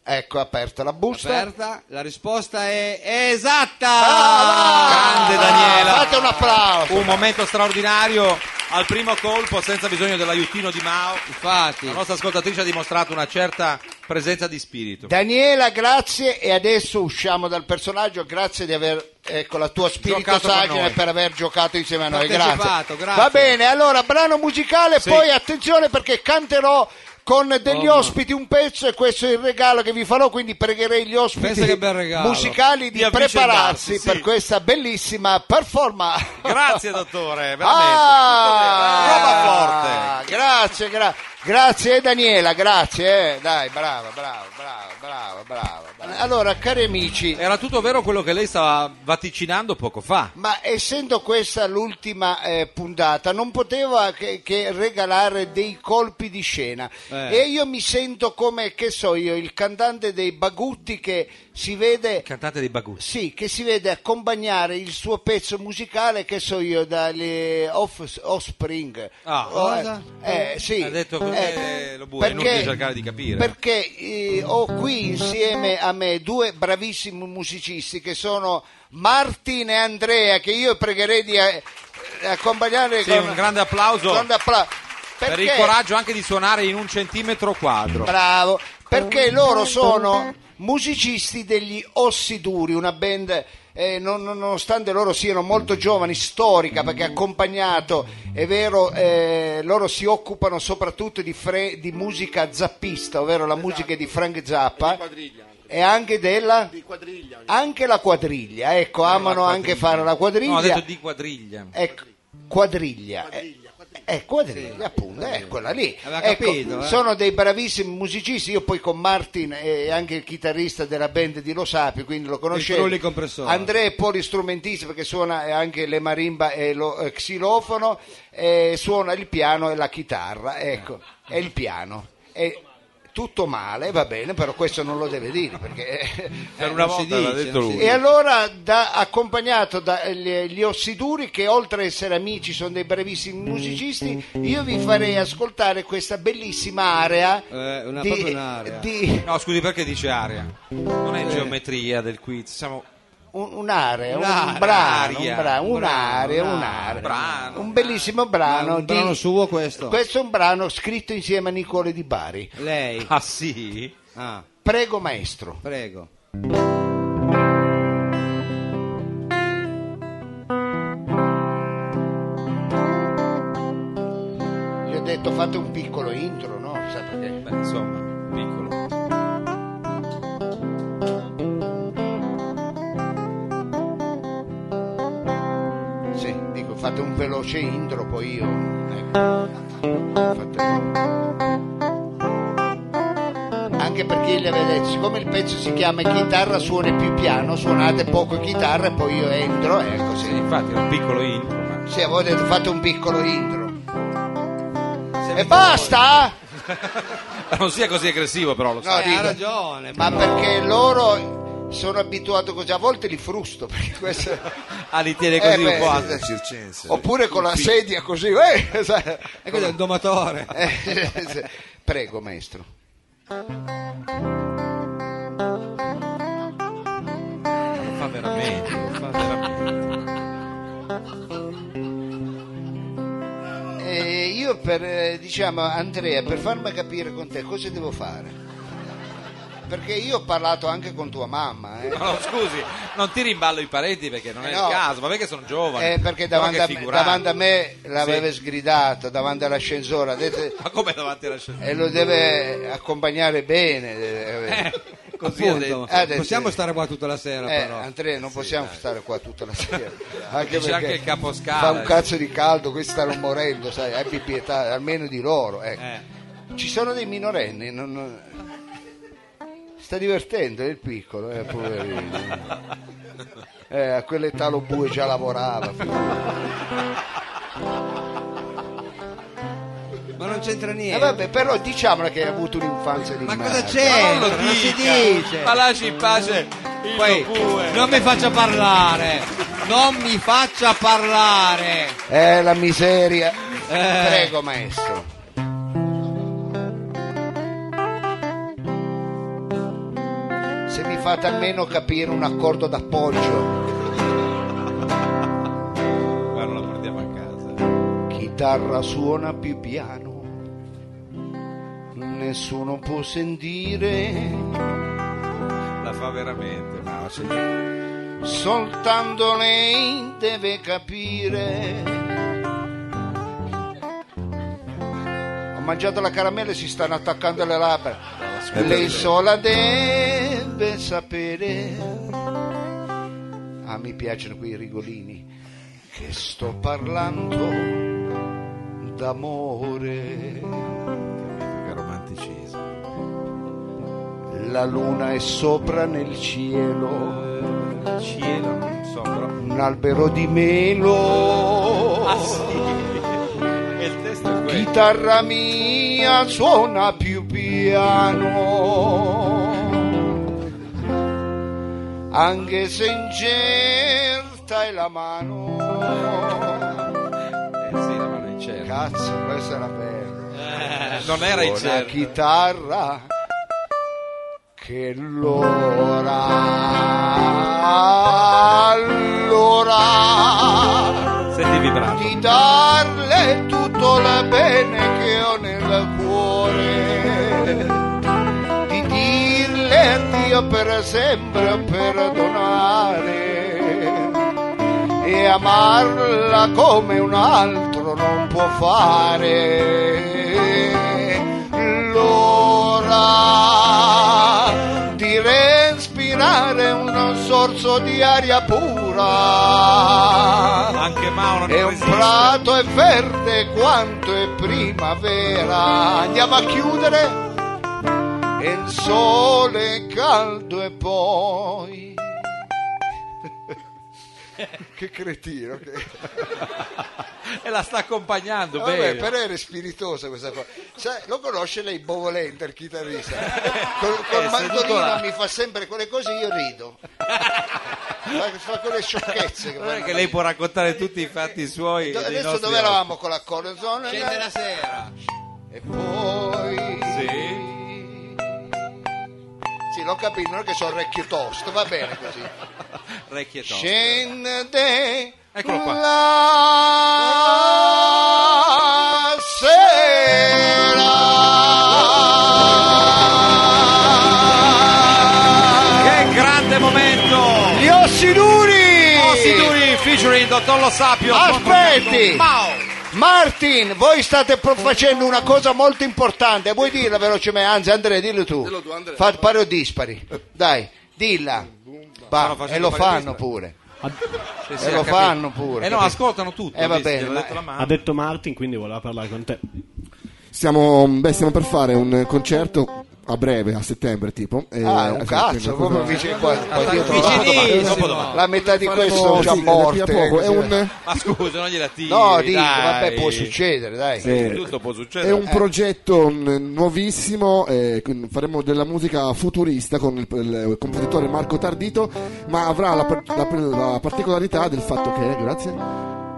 S1: Ecco, aperta la busta.
S2: Aperta. La risposta è esatta.
S1: Ah!
S3: Grande Daniela.
S1: Fate un applauso.
S3: Un momento straordinario al primo colpo senza bisogno dell'aiutino di Mao.
S2: Infatti.
S3: La nostra ascoltatrice ha dimostrato una certa presenza di spirito.
S1: Daniela, grazie e adesso usciamo dal personaggio. Grazie di aver ecco la tua
S3: Giocato con
S1: spiritosagine
S3: noi.
S1: per aver giocato insieme a noi. Grazie.
S2: Partecipato, grazie.
S1: Va bene, allora brano musicale,
S3: Sì.
S1: poi attenzione perché canterò con degli
S2: Oh, no.
S1: ospiti un pezzo e questo è il regalo che vi farò, quindi pregherei gli
S2: Pensa
S1: ospiti
S2: che bel regalo.
S1: musicali di,
S3: Di avvicendarsi,
S1: prepararsi
S3: sì.
S1: per questa bellissima performance.
S3: Grazie dottore, veramente.
S1: Ah,
S3: Roba forte.
S1: Grazie, gra- grazie Daniela, grazie. eh. Dai, brava, brava, brava, brava, brava, brava. Allora, cari amici,
S3: Era tutto vero quello che lei stava vaticinando poco fa.
S1: ma essendo questa l'ultima eh, puntata, non poteva che, che regalare dei colpi di scena.
S2: Eh.
S1: E io mi sento come, che so io, il cantante dei Bagutti che si vede...
S3: Il cantante dei Bagus.
S1: Sì, che si vede accompagnare il suo pezzo musicale, che so io, dalle Off- Offspring.
S3: Ah.
S1: Oh, eh,
S2: Cosa?
S1: eh, sì.
S3: Ha detto così, eh, lo bue, è inutile cercare di capire.
S1: Perché eh, ho qui insieme a me due bravissimi musicisti che sono Martin e Andrea, che io pregherei di eh, accompagnare
S3: Sì,
S1: con
S3: un grande applauso
S1: grande appla-
S3: per il
S1: Perché-
S3: coraggio anche di suonare in un centimetro quadro.
S1: Bravo, perché loro sono musicisti degli Ossiduri, una band eh, non- non- nonostante loro siano molto giovani, storica, perché accompagnato, è vero, eh, loro si occupano soprattutto di, fre- di musica zappista, ovvero la musica di Frank Zappa. E anche della? Anche la quadriglia, ecco, amano anche fare la quadriglia.
S3: Eh, No, ha detto di quadriglia.
S1: Ecco, quadriglia. Eh, eh, quadriglia, appunto, è quella lì.
S2: Aveva
S1: Ecco,
S2: capito, eh.
S1: Sono dei bravissimi musicisti. Io poi con Martin e anche il chitarrista della band di Lo Sapio, quindi lo conoscevo.
S2: Trulli Compressore.
S1: Andrea è polistrumentista perché suona eh, anche le marimba e lo eh, xilofono, eh, suona il piano e la chitarra. Ecco, è il piano. È tutto male, va bene, però questo non lo deve dire perché eh,
S3: Per una
S2: non si
S3: volta
S2: dice,
S3: l'ha detto
S2: non si
S3: lui.
S1: e allora, da- accompagnato eh, dagli Ossiduri, che oltre ad essere amici sono dei
S2: Mm,
S1: bravissimi musicisti, io vi farei ascoltare questa bellissima area.
S2: Eh, una-
S1: di,
S2: proprio un'area.
S1: di-
S3: No, scusi, perché dice aria? Non è geometria del quiz, siamo
S1: un- un'area, un
S2: Un'area,
S1: brano, un
S3: aria.
S1: brano, un'area,
S2: Brano,
S1: un'area.
S3: brano.
S1: un bellissimo brano.
S2: Ma un brano
S1: di-
S2: suo questo?
S1: Questo è un brano scritto insieme a Nicole Di Bari.
S2: Lei.
S3: Ah sì?
S2: Ah,
S1: Prego, maestro.
S2: prego.
S1: Gli ho detto, fate un piccolo intro, no? Sa perché?
S3: Beh, insomma, piccolo.
S1: Sì, dico, fate un veloce intro, poi io. ecco. Fate- Anche perché gli avevo detto, siccome il pezzo si chiama chitarra suona più piano, suonate poco chitarra e poi io entro, ecco
S3: Sì,
S1: sì.
S3: infatti era un piccolo intro, ma
S1: Sì, avevo detto fate un piccolo intro.
S2: Se
S1: E
S2: mi-
S1: basta!
S3: non sia così aggressivo però, lo
S1: No,
S3: sai.
S2: Eh,
S1: dico,
S2: ha ragione.
S1: Ma
S2: però.
S1: perché loro sono abituato così, a volte li frusto, perché questo...
S3: Ah, li tiene così
S1: Eh, beh,
S3: un po' alti.
S1: sì, sì.
S4: Circense.
S1: Oppure con la sedia così, eh, sai.
S2: E quello è un domatore.
S1: Eh, Prego, maestro.
S3: Lo fa veramente, lo fa veramente.
S1: Eh, io per, eh, diciamo, Andrea, per farmi capire con te cosa devo fare? Perché io ho parlato anche con tua mamma, eh.
S3: No, scusi, non ti rimballo i parenti perché non
S1: Eh,
S3: è
S1: no.
S3: il caso, ma perché sono giovani.
S1: Eh, perché
S3: Però
S1: davanti
S3: che
S1: a, me,
S3: figurati.
S1: davanti a me l'aveva
S3: Sì.
S1: sgridato, davanti all'ascensore, ha detto- eh,
S3: Ma come davanti alla scena?
S1: e lo deve accompagnare bene. eh,
S3: Eh,
S2: Così ha
S1: Appunto.
S2: detto.
S1: Ha detto-
S2: Possiamo stare qua tutta la sera,
S1: Eh,
S2: però.
S1: Andrea, non possiamo stare qua tutta la sera. anche
S3: Dice anche
S1: perché
S3: il caposcala.
S1: Fa un cazzo di caldo, questi stanno morendo, sai, abbi pietà, almeno di loro. ecco.
S2: Eh.
S1: Ci sono dei minorenni, non- non- sta divertendo, è il piccolo, eh, poverino. Eh, a quell'età lo bue già lavorava.
S2: Ma non c'entra
S1: Eh,
S2: niente.
S1: vabbè, però diciamola che hai avuto un'infanzia di
S2: Ma cosa
S1: merda.
S2: c'entra?
S3: Ma non lo
S2: non si
S3: dica.
S2: dice.
S3: Ma lasci in pace il
S2: Poi,
S3: pure.
S2: non mi faccia parlare. Non mi faccia parlare.
S1: Eh, la miseria. Prego, maestro. Se mi fate almeno capire un accordo d'appoggio,
S3: Guarda, la portiamo a casa.
S1: chitarra suona più piano, nessuno può sentire,
S3: La fa veramente. Ma
S1: soltanto lei deve capire. Ho mangiato la caramella e si stanno attaccando le labbra.
S4: Eh,
S1: Lei
S4: per-
S1: sola deve sapere. Ah, mi piacciono quei rigolini. Che sto parlando d'amore.
S4: Che romanticismo.
S1: La luna è sopra nel cielo,
S3: cielo, non so, però.
S1: un albero di melo.
S3: E il testo è quello.
S1: Chitarra mia suona più piano, anche se incerta è la mano.
S3: Eh, sì, la mano in cielo.
S1: Cazzo, questa era bella.
S3: Non era in
S1: Una
S3: cielo.
S1: chitarra che l'ora, allora
S3: Senti vibrato.
S1: di darle tutto il bene che ho nel cuore, di dirle Dio per sempre perdonare e amarla come un altro non può fare. L'ora di respirare uno sorso di aria pura.
S3: Anche Mauro
S1: E
S3: non
S1: un
S3: resiste.
S1: prato è verde quanto è primavera. Andiamo a chiudere. E il sole è caldo e poi. che cretino. Che...
S3: E la sta accompagnando
S1: Vabbè,
S3: bene.
S1: però era spiritosa questa cosa. Sai, lo conosce lei Bovolente, il chitarrista. Col, col
S3: Eh, seduto
S1: mandolino
S3: là.
S1: mi fa sempre quelle cose io rido. fa, fa quelle sciocchezze. che
S3: Non è
S1: fanno.
S3: che lei può raccontare tutti i fatti suoi. e
S1: Do-
S3: dei
S1: adesso
S3: nostri
S1: dove eravamo con l'accordo? Sono-
S2: Scende la sera.
S1: E poi...
S3: Sì.
S1: Sì, l'ho capito, non è che sono orecchio tosto, va bene così.
S3: ospiti. Recchie toste.
S1: Scende
S3: Eccolo qua.
S1: la sera.
S3: Che grande momento!
S1: Gli ossiduri!
S3: Ossiduri featuring Dottor Lo Sapio.
S1: Aspetti! Eh,
S3: Mau!
S1: Martin, voi state pro- facendo una cosa molto importante, vuoi dirla velocemente? Anzi, Andrea, dillo tu.
S7: Dillo tu, Andrea.
S1: Fa pari o dispari. Dai, dilla. Va,
S3: Stanno facendo
S1: e lo
S3: pari o
S1: fanno
S3: dispari.
S1: pure.
S3: Sì,
S1: E lo
S3: ha capito.
S1: fanno pure,
S3: Eh no,
S1: capito?
S3: ascoltano tutto.
S1: Eh, va
S3: visto,
S1: bene,
S3: gliel'ho
S1: ma-
S3: detto la mamma.
S8: Ha detto Martin, quindi voleva parlare con te.
S7: Stiamo, beh, stiamo per fare un concerto a breve, a settembre tipo. e-
S1: Ah, un
S7: eh,
S1: cazzo,
S7: una
S1: proprio
S7: cosa-
S1: vicino qua, qua
S3: Attacchi-
S1: dietro
S3: vicinissimo.
S1: l'auto, ma- La metà di questo sono
S7: Faremo-
S1: già
S7: sì, da qui a
S1: morti.
S7: poco. È
S1: eh,
S7: un,
S3: Ma scusa, non gliela tiri.
S1: No, dico,
S3: dai.
S1: vabbè, può succedere, dai.
S7: eh,
S3: Tutto può
S7: è
S3: succedere.
S7: un progetto mm, nuovissimo, eh, con- faremo della musica futurista con il, il compositore Marco Tardito, ma avrà la, par- la- la particolarità del fatto che, grazie,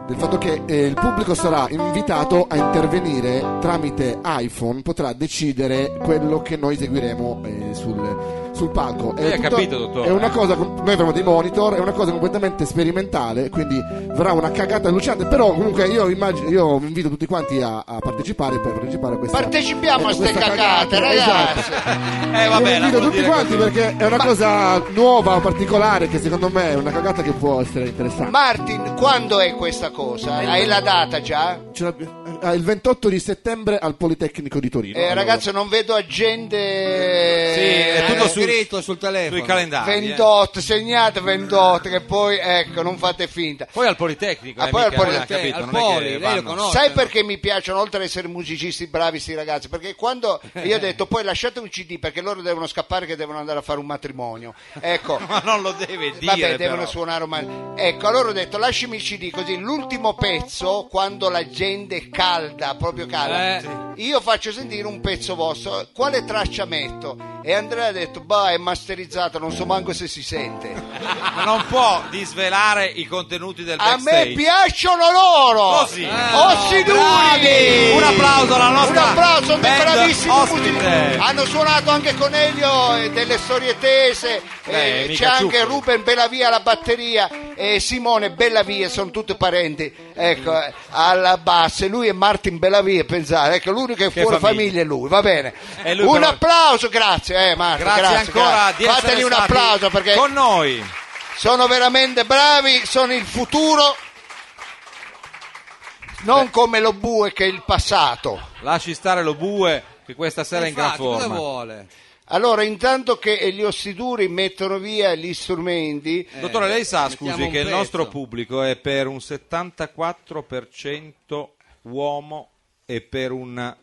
S7: del fatto che eh, il pubblico sarà invitato a intervenire tramite iPhone, potrà decidere quello che noi eseguiremo eh, sul, sul palco.
S3: Lei ha
S7: tutta-
S3: capito, dottore?
S7: È una cosa, com- noi avremo dei monitor, è una cosa completamente sperimentale, quindi verrà una cagata allucinante, però comunque io, immagino, io invito tutti quanti a, a partecipare per partecipare a questa
S1: Partecipiamo a
S7: questa
S1: ste cacate,
S7: Esatto.
S1: ragazzi.
S3: Eh, vabbè,
S7: Io
S3: la
S7: invito
S3: vuol
S7: tutti
S3: dire
S7: quanti
S3: così.
S7: perché è una cosa nuova, particolare, che secondo me è una cagata che può essere interessante.
S1: Martin, quando è questa cosa? Hai la data già?
S7: ce l'abbiamo- ah, il 28 di settembre al Politecnico di Torino.
S1: Eh,
S7: Allora,
S1: ragazzi, non vedo agende. eh,
S3: Sì, è tutto
S2: Eh, Hanno
S3: sul-
S2: scritto sul telefono.
S3: sui calendari. eh.
S1: 28, segnate 28, che poi ecco, non fate finta.
S3: Poi al Politecnico,
S1: Ah,
S3: eh,
S1: poi al
S3: mica, eh,
S1: Politecnico,
S3: capito,
S2: al
S3: non è che
S2: Poli, lei lo
S3: vanno-
S2: conosce. No,
S1: Sai
S2: no.
S1: perché mi piacciono, oltre ad essere musicisti bravi, sti ragazzi? Perché quando io ho detto poi lasciate un CD perché loro devono scappare che devono andare a fare un matrimonio. Ecco.
S3: Ma non lo deve dire.
S1: Vabbè, devono
S3: però.
S1: suonare un ma- Ecco, allora ho detto lasciami il CD così l'ultimo pezzo, quando la gente è calda, proprio calda,
S2: Eh, sì.
S1: io faccio sentire un pezzo vostro. Quale traccia metto? E Andrea ha detto, bah, è masterizzato, non so manco se si sente.
S3: Ma non può disvelare i contenuti del
S1: A
S3: backstage.
S1: me piacciono loro!
S3: Così. Ah,
S1: Ossiduri!
S3: Un applauso alla
S1: Un
S3: nostra
S1: applauso, sono dei
S3: band
S1: bravissimi
S3: ospite.
S1: musicisti. Hanno suonato anche con Elio eh, delle storie tese,
S3: Beh,
S1: eh, c'è
S3: mica
S1: anche
S3: ciuffoli.
S1: Ruben Bellavia alla batteria e Simone Bellavia, sono tutti parenti, ecco, eh, alla bassa. E Lui è Martin Bellavia, pensate, ecco, l'unico che è
S3: Che
S1: fuori famiglia.
S3: famiglia.
S1: è lui, va bene.
S3: E lui
S1: un
S3: però-
S1: applauso, grazie, eh, Martin,
S3: Grazie, ancora
S1: grazie.
S3: di essere
S1: Fateli un
S3: stati
S1: applauso perché
S3: con noi.
S1: sono veramente bravi, sono il futuro. Non come lo bue che è il passato.
S3: Lasci stare lo bue che questa sera è in gran
S2: Infatti, cosa
S3: forma.
S2: vuole?
S1: Allora, intanto che gli ossiduri mettono via gli strumenti,
S3: Dottore, lei sa,
S2: Eh, mettiamo
S3: scusi,
S2: un
S3: che il
S2: pezzo.
S3: nostro pubblico è per un 74% uomo e per un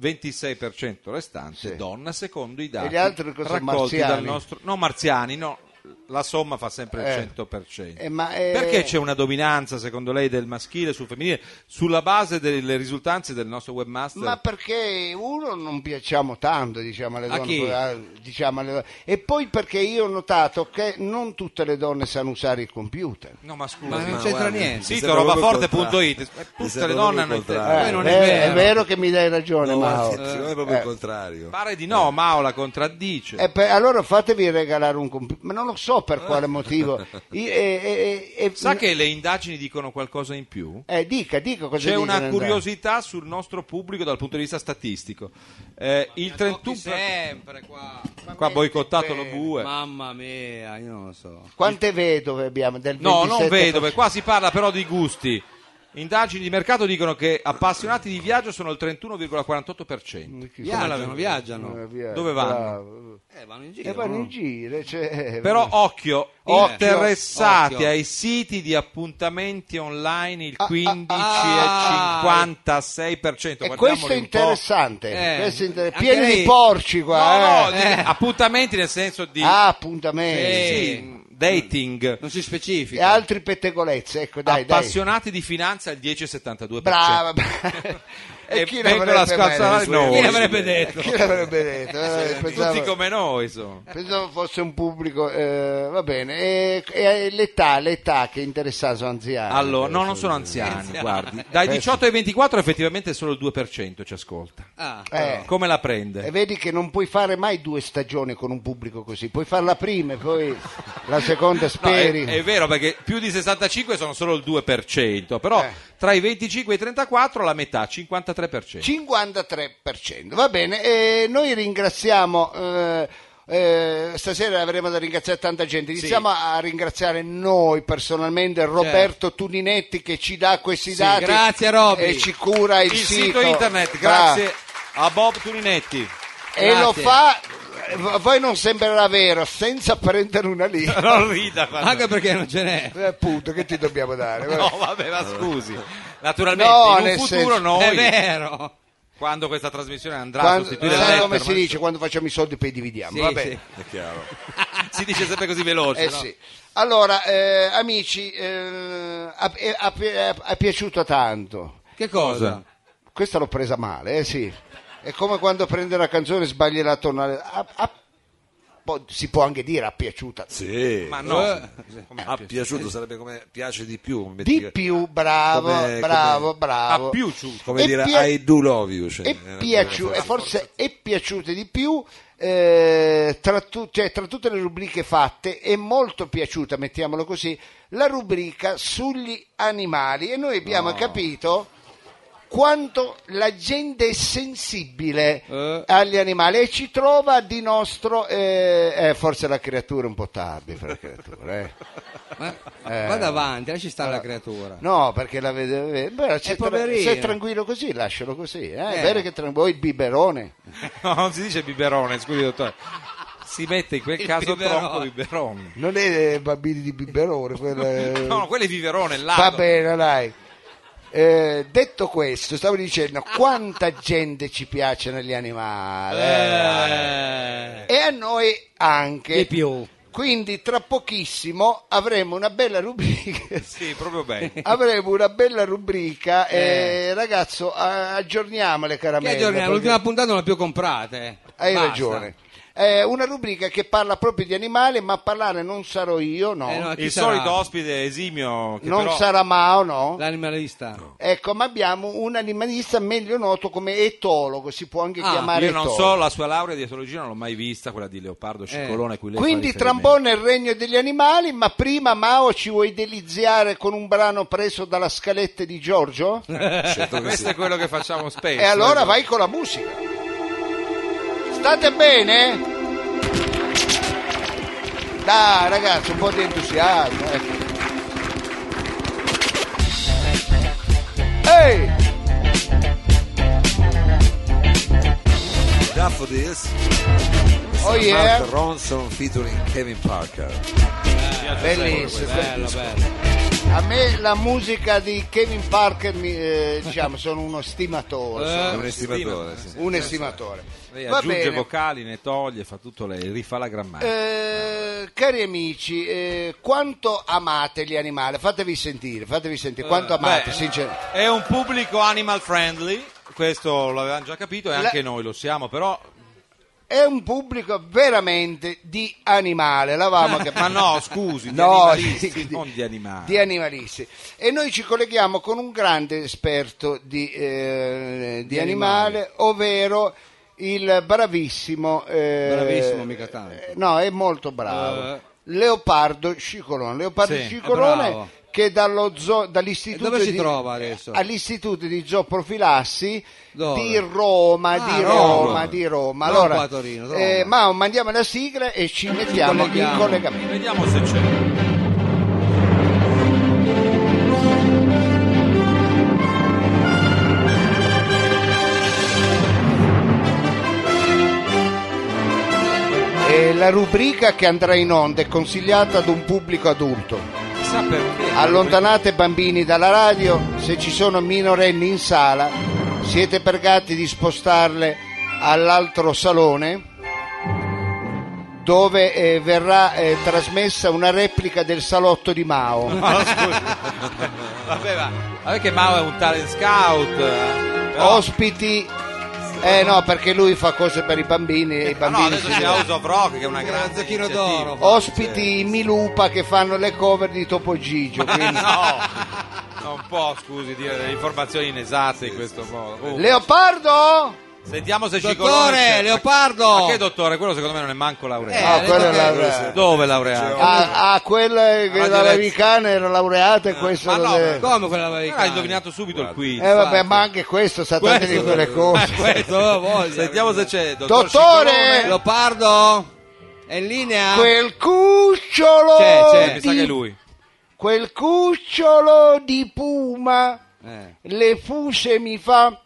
S3: 26% restante
S1: Sì.
S3: donna, secondo i dati
S1: E gli altri cosa,
S3: raccolti
S1: marziani?
S3: dal nostro... No, marziani, no. La somma fa sempre il 100%.
S1: Eh, ma, eh,
S3: Perché c'è una dominanza, secondo lei, del maschile sul femminile sulla base delle risultanze del nostro webmaster?
S1: ma perché uno non piacciamo tanto, diciamo, alle
S2: A
S1: donne,
S2: chi?
S1: ah, diciamo, alle donne. e poi perché io ho notato che non tutte le donne sanno usare il computer.
S3: No, ma scusa.
S2: Ma non
S3: ma-
S2: c'entra
S4: guarda,
S2: niente.
S4: mi
S3: Sito,
S4: sembra proprio il
S3: robaforte.it.
S4: contrario.
S3: Tutte
S4: Mi sembra
S3: le donne
S4: proprio
S3: hanno il
S4: il
S3: telefono.
S1: Eh,
S2: non
S1: eh,
S2: è vero.
S1: che mi dai ragione,
S4: No,
S1: Mao.
S4: guarda, secondo me è proprio
S1: Eh.
S4: il contrario.
S3: Pare di no, Mao la contraddice.
S1: Eh, per- allora fatevi regalare un computer, ma non lo so per quale motivo. I- e- e- e-
S3: Sa che le indagini dicono qualcosa in più?
S1: Eh, dica, dica cosa
S3: C'è
S1: dicono,
S3: una
S1: Andrea.
S3: curiosità sul nostro pubblico dal punto di vista statistico. Eh, il 31
S2: sempre qua.
S3: qua ha boicottato
S2: Eh,
S3: lo bue.
S2: Mamma mia, io non lo so.
S1: Quante vedove abbiamo? Del
S3: No, non
S1: 27%?
S3: vedove, qua si parla però di gusti. Indagini di mercato dicono che appassionati di viaggio sono il 31,48%.
S2: Viaggiano, viaggiano.
S1: Eh, via,
S3: Dove vanno?
S1: bravo.
S2: Eh, vanno in
S1: E
S2: giro.
S1: vanno
S2: no?
S1: in giro, cioè,
S3: Però occhio,
S1: Occhio,
S3: interessati
S2: occhio.
S3: ai siti di appuntamenti online
S1: ah,
S3: il 15,56%.
S2: ah.
S1: e questo
S3: Guardiamoli
S1: è
S3: un po'.
S1: interessante,
S2: Eh,
S1: questo è inter-
S2: anche
S1: pieni di
S2: lei-
S1: porci
S3: No,
S1: qua.
S3: no,
S1: eh.
S3: di- appuntamenti nel senso di
S1: Ah, appuntamenti
S2: Sì,
S1: sì.
S3: sì, dating.
S2: Non si
S1: e
S2: specifica.
S1: altri pettegolezze, ecco dai, dai.
S3: appassionati di finanza il 10,72%.
S1: Brava, brava.
S3: E,
S1: chi
S3: vengono a
S1: l'avrebbe mai
S3: scalzare
S1: detto?
S3: noi.
S2: Chi l'avrebbe detto?
S1: Chi l'avrebbe detto? Eh,
S3: Tutti
S1: pensavo,
S3: come noi, insomma.
S1: pensavo fosse un pubblico, eh, va bene. E, e l'età, l'età che è interessato sono anziani.
S3: Allora, no, non sono anziani, guardi. Dai 18 ai 24 effettivamente solo il 2% ci ascolta.
S2: Ah,
S1: Eh.
S3: Come la
S1: E
S3: prende?
S1: vedi che non puoi fare mai due stagioni con un pubblico così, puoi fare la prima e poi la seconda
S3: No, è,
S1: speri.
S3: è vero perché più di 65 sono solo il 2%, però
S1: Eh.
S3: tra i 25 e i 34 la metà, 53%.
S1: 53%. Va bene, e noi ringraziamo. eh, eh, stasera avremo da ringraziare tanta gente. Iniziamo a ringraziare noi personalmente Roberto Tuninetti che ci dà questi dati
S2: grazie, Roby.
S1: e ci cura il,
S3: il sito internet, grazie a Bob Tuninetti.
S1: Ah, E lo
S2: Grazie.
S1: fa, a voi non sembrerà vero, senza prendere una lì.
S3: Non rida quando-
S2: anche perché non ce n'è.
S1: Eh, Appunto, che ti dobbiamo dare? Vabbè.
S3: No, vabbè, ma scusi. Naturalmente,
S1: No,
S3: in
S1: nel
S3: un futuro
S1: senso-
S2: È
S3: noi,
S2: vero.
S3: quando questa trasmissione andrà a
S1: Quando-
S3: sostituire
S1: sai come
S3: Letterman,
S1: si dice quando facciamo i soldi poi dividiamo
S2: Sì,
S1: vabbè
S2: sì.
S4: È chiaro.
S3: si dice sempre così veloce,
S1: Eh
S3: Ecco, no?
S1: sì. allora eh, amici eh, ha- è- ha- è- è piaciuto tanto
S2: Che cosa?
S1: questa l'ho presa male eh sì è come quando prende una canzone e sbagli la tonalità Ha- ha- po- si può anche dire ha piaciuta
S4: Sì.
S3: Ma no,
S2: Eh.
S3: Come
S4: ha
S3: piace?
S4: piaciuto, sarebbe come piace di più. metti
S1: di
S4: che-
S1: più bravo
S4: Come-
S1: bravo
S4: come-
S1: bravo
S3: ha più ciucco.
S4: Come
S1: E
S4: dire,
S1: pia-
S4: I do love you. cioè,
S1: è
S4: era-
S1: piaciuto, forse è piaciuto di più eh, tra, tu- cioè, tra tutte le rubriche fatte è molto piaciuta, mettiamolo così, la rubrica sugli animali e noi abbiamo capito quanto la gente è sensibile
S2: Eh.
S1: agli animali e ci trova di nostro eh, eh, forse la creatura è un po' tardi per la creatura eh.
S2: Ma- Eh,
S3: Eh.
S2: Vada avanti, lasci stare la creatura.
S1: no perché la vede beh, se,
S2: Eh, poverino.
S1: se è tranquillo così lascialo così eh.
S2: Eh.
S1: è vero che tra voi il biberone
S3: No, non si dice biberone, scusi dottore. Si mette in quel
S2: Il
S3: caso
S2: biberone.
S3: troppo biberone.
S1: non è eh, bambini di biberone quello è-
S3: No, no, quello è biberone, il
S1: Va
S3: lato.
S1: bene, dai. Eh, detto questo, stavo dicendo quanta gente ci piacciono gli animali
S2: Eh,
S1: e a noi anche.
S2: Di più.
S1: Quindi tra pochissimo avremo una bella rubrica.
S3: Sì, proprio bene.
S1: avremo una bella rubrica. Eh, ragazzo, a- aggiorniamo le
S2: Che
S1: caramelle.
S2: aggiorniamo?
S1: perché-
S2: L'ultima puntata non l'ha più comprata. eh.
S1: Hai
S2: Basta.
S1: ragione. Eh, una rubrica che parla proprio di animali, ma a parlare non sarò io, no.
S2: Eh, no, chi
S3: Il
S2: sarà?
S3: solito ospite esimio che
S1: non
S3: però
S1: sarà Mao, no.
S2: L'animalista.
S1: Ecco, ma abbiamo un animalista meglio noto come etologo, si può anche
S2: Ah,
S1: chiamare
S3: io non
S1: etologo.
S3: so la sua laurea di etologia, non l'ho mai vista, quella di Leopardo Ciccolone. a cui lei fa
S1: Eh. Quindi
S3: riferimento.
S1: Trambone è il regno degli animali, ma prima Mao ci vuoi deliziare con un brano preso dalla scaletta di Giorgio?
S3: Eh,
S4: Certo che
S3: Questo
S4: sì.
S3: è quello che facciamo spesso.
S1: E allora vai con la musica. State bene? Dai ragazzi, un po' di entusiasmo. ecco. Ehi!
S4: Daffodils,
S1: Oh
S4: Mark
S1: yeah!
S4: Ronson featuring Kevin Parker.
S3: Eh,
S1: Bellissimo.
S2: Bello, bello.
S1: A me la musica di Kevin Parker, mi, eh, diciamo, sono uno stimatore.
S3: Eh,
S1: sono
S4: È un estimatore. sì.
S1: un estimatore.
S3: Lei
S1: Va
S3: eh, aggiunge
S1: bene.
S3: vocali, ne toglie, fa tutto lei, rifà la grammatica.
S1: Eh, cari amici, eh, quanto amate gli animali? Fatevi sentire, fatevi sentire. Quanto amate,
S3: Eh, beh,
S1: sincer-
S3: È un pubblico animal friendly, questo l'avevamo già capito e
S1: La-
S3: anche noi lo siamo, però
S1: È un pubblico veramente di animale. L'avamo capito.
S3: Eh, ma no, scusi, di
S1: No,
S3: animalisti,
S1: di- di-
S3: non di animali.
S1: di animalisti. E noi ci colleghiamo con un grande esperto di, eh, di animale, ovvero il bravissimo. eh,
S2: Bravissimo, mica tanto.
S1: eh, No, è molto bravo.
S2: Eh.
S1: Leopardo Scicolone. Leopardo
S3: Sì, è
S1: Scicolone
S2: bravo.
S1: che dallo zoo, dall'istituto
S2: E dove si
S1: di, Eh,
S2: trova adesso?
S1: all'istituto di zooprofilassi
S2: Dove?
S1: di Roma,
S2: Ah,
S1: di
S2: Roma.
S1: Roma, di Roma.
S2: Non
S1: Allora,
S2: qua a Torino, Roma.
S1: eh, Mao, mandiamo la sigla e ci mettiamo in
S2: colleghiamo.
S1: collegamento.
S3: Vediamo se c'è.
S1: È la rubrica che andrà in onda è consigliata ad un pubblico adulto.
S3: Chissà perché.
S1: Allontanate bambini dalla radio, se ci sono minorenni in sala, siete pregati di spostarle all'altro salone dove eh, verrà eh, trasmessa una replica del salotto di Mao.
S3: Ma scusi. Vabbè, ma vabbè che Mao è un talent scout. eh,
S1: Oh,
S3: però-
S1: Ospiti Eh no, perché lui fa cose per i bambini e i
S3: Ah, no,
S1: bambini
S3: adesso
S1: si
S3: c'è House of Rock che è una
S2: Era
S3: grande
S2: Zecchino
S3: iniziativa.
S2: d'Oro.
S1: Ospiti Milupa che fanno le cover di Topo Gigio, quindi
S3: No, non può, scusi, dire delle informazioni inesatte in questo modo. Oh,
S1: Leopardo?
S3: Sentiamo se ci
S2: Dottore, Leopardo!
S3: Ma che dottore? Quello secondo me non è manco
S1: Ah,
S2: Eh,
S3: laureato.
S2: le
S1: quello è
S2: cover-
S1: la-
S3: Dove è laureato?
S1: Ah, ah, quella che
S3: Radio
S1: era
S3: Lezzi.
S1: americana era laureata e questo
S3: ma no,
S1: non è-
S2: Come quella
S3: Però
S2: americana?
S3: hai indovinato subito il quiz.
S1: Eh vabbè, ma anche questo sa tante di quelle cose.
S2: Questo avevo voglia.
S3: Sentiamo se c'è dottor
S1: Dottore!
S2: Leopardo è in linea?
S1: Quel cucciolo
S2: C'è, c'è,
S3: Scicolone. Eh, Mi sa
S1: di-
S3: che è lui.
S1: Quel cucciolo di puma
S2: Eh.
S1: le fuse mi fa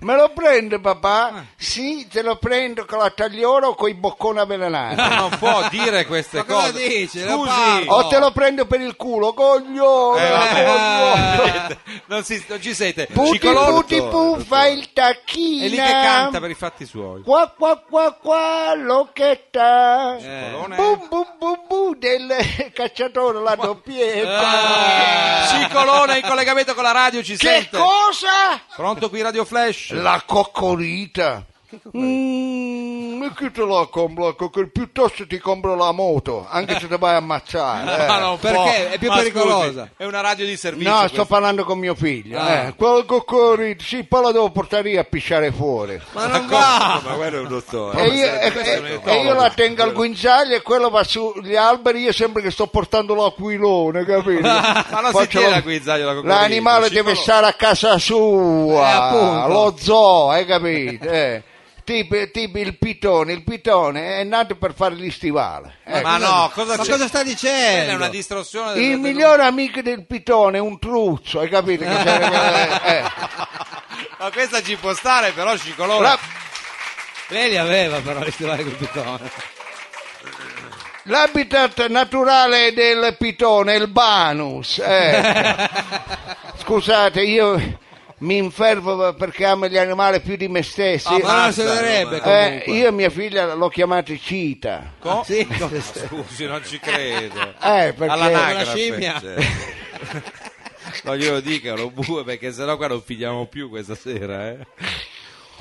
S1: Me lo prendo
S3: Ah.
S1: papà? Sì, te lo prendo con la tagliola o con i bocconi avvelenati.
S3: Ma non può dire queste
S2: Ma cosa
S3: cose.
S2: dici,
S3: Scusi, Oh,
S2: Leopardo?
S1: O te lo prendo per il culo, coglione,
S3: Eh, vabbè.
S1: coglione.
S3: non, si, non ci siete.
S1: Puti
S3: Cicolone-
S1: puti pu, fai il tacchino.
S3: È lì che canta per i fatti suoi.
S1: Qua qua qua qua, l'occhetta.
S3: Cicolone.
S1: Bum bum bum bum del cacciatore la
S3: Eh,
S1: doppietta.
S3: Cicolone in collegamento con la radio, ci
S1: Che
S3: sente.
S1: cosa?
S3: Pronto qui Radio Flash?
S1: La coccolita. Mm, perché te la compro? Che piuttosto ti compro la moto, anche se ti vai a ammazzare. eh.
S2: Ma non può.
S3: Perché?
S2: È più pericolosa.
S3: è una radio di servizio.
S1: No,
S3: questa.
S1: sto parlando con mio figlio.
S2: Ah.
S1: eh. Quello con cui sì, poi la devo portare io a pisciare fuori.
S2: Ma non va!
S4: Ma quello è un dottore.
S1: E io, e- e- e io la tengo al guinzaglio e quello va sugli alberi. Io sembra che sto portando l'aquilone, capito?
S3: Ma non si
S1: Faccio
S3: tiene
S1: la-
S3: a guinzaglio la coccodrillo,
S1: L'animale
S3: ci
S1: deve
S3: conosco.
S1: stare a casa
S2: Eh,
S1: sua,
S2: appunto.
S1: lo zoo, hai capito? Eh. Tipo, tipo il pitone, il pitone è nato per fare gli stivali. ecco.
S3: Ma no, cosa
S2: Ma
S3: c'è?
S2: cosa sta dicendo?
S3: Quella è una distorsione
S2: Eh,
S3: del-
S1: Il
S3: del-
S1: migliore amico del pitone è un truzzo, hai capito? Che c'era- eh, eh.
S3: Ma questa ci può stare, però Cicolone.
S1: La,
S2: Lei li aveva però gli stivali col pitone.
S1: L'habitat naturale del pitone è il banus. eh. Scusate, io mi infervo perché amo gli animali più di me stessi.
S2: Ah, ma non si dovrebbe
S1: Eh,
S2: comunque.
S1: io e mia figlia l'ho chiamata Cita.
S3: Co-
S2: Sì, cosa-
S3: Scusi, non ci credo.
S1: Eh, perché-
S3: All'anagrafe,
S2: Una scimmia.
S3: No, glielo dicano, bue, perché sennò qua non finiamo più questa sera, eh.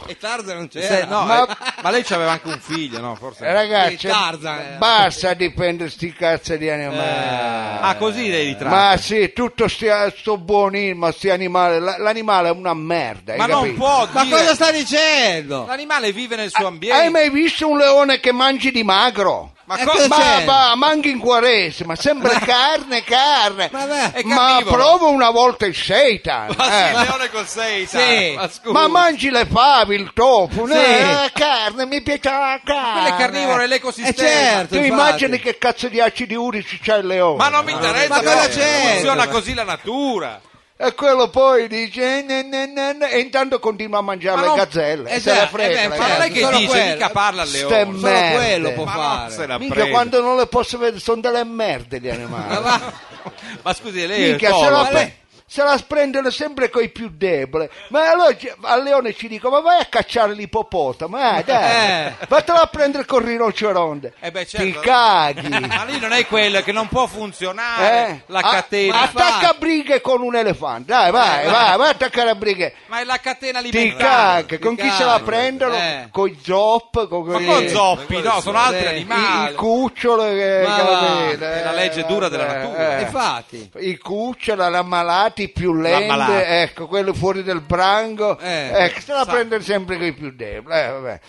S2: E Tarzan non c'era.
S3: Se- no, eh, ma...
S1: Ma-
S3: lei c'aveva anche un figlio, no? Forse.
S1: Eh, Ragazzi,
S2: Il Tarzan, eh.
S1: basta di prendere sti cazzo di animali.
S3: Ah, così lei li tratta.
S1: Ma sì, tutto stia- sto buonismo, sti animali. la- L'animale Ah, è una merda. hai
S3: Ma non
S1: capito?
S3: può
S2: Ma
S3: dire...
S2: cosa sta dicendo?
S3: L'animale vive nel suo
S1: Hai
S3: ambiente.
S1: mai visto un leone che mangi di magro?
S3: Ma
S2: Eh, cosa-
S3: cosa...
S1: Ma,
S2: c'è?
S1: ma mangi in quaresima, sembra carne, carne.
S2: Ma va,
S3: è
S1: ma
S3: carnivoro. Eh.
S1: prova una volta il seitan.
S3: Ma sì,
S1: eh.
S3: il leone col 6,
S2: Sì.
S3: ma scusi.
S1: Ma mangi le fave, il tofu, no?
S2: Sì.
S1: Eh, carne, mi piace la carne.
S3: Quello è carnivoro, è l'ecosistema.
S2: Eh, certo,
S1: Tu
S2: infatti.
S1: immagini che cazzo di acidi urici c'ha il leone.
S3: Ma non mi
S1: no?
S3: interessa,
S2: Ma
S3: però
S2: cosa c'è?
S3: funziona
S2: Ma-
S3: così la natura.
S1: E quello poi dice, "Ne, ne, ne, ne", e intanto continua a mangiare
S3: Ma
S1: le
S3: non-
S1: gazzelle.
S2: eh
S1: se
S2: già,
S1: la frega.
S2: eh beh,
S1: le
S3: Esatto. Ma non è
S1: gazzelle.
S3: che
S2: Solo
S3: dice,
S2: quello.
S3: mica parla al
S1: Ste
S3: leone.
S2: Solo
S1: merde.
S2: quello può
S3: Ma non se
S2: fare.
S3: la
S1: Minchia,
S3: prende.
S1: quando non le posso vedere, sono delle merde gli
S2: Ma
S1: animali.
S2: va-
S3: Ma scusi, lei
S1: Minchia,
S3: è
S1: se
S3: tolo,
S1: la, se la sprendono sempre coi più debole. Ma allora ci- a Leone ci dico: ma vai a cacciare l'ippopotamo, eh, dai,
S2: Eh.
S1: vattela a prendere col rinoceronte.
S3: Eh beh,
S1: Ti
S3: certo.
S1: caghi.
S3: Ma lì non è quello che non può funzionare
S1: eh.
S3: Ah, la
S1: A-
S3: catena.
S1: attacca brighe con un elefante, dai, vai, vai, vai a attaccare brighe.
S3: Ma è la catena
S1: Ti
S3: alimentare.
S1: caghi, con
S2: ti
S1: chi se la
S2: caghi.
S1: prendono?
S2: Eh.
S1: Coi zop, con
S3: Ma
S1: quelli-
S3: con zoppi, no, sono
S2: Eh,
S3: altri
S1: i,
S3: animali.
S1: i cucciole che,
S2: Ma
S1: che
S2: va,
S1: capite,
S3: è
S1: eh,
S3: la legge dura della
S1: vabbè,
S3: natura.
S1: eh.
S2: Infatti.
S1: i cucciola, l'ammalati, i più lenti,
S3: L'ammalati.
S1: ecco, quelli fuori del branco,
S2: Eh,
S1: ecco, se la prendere sempre con i più deboli, eh, vabbè.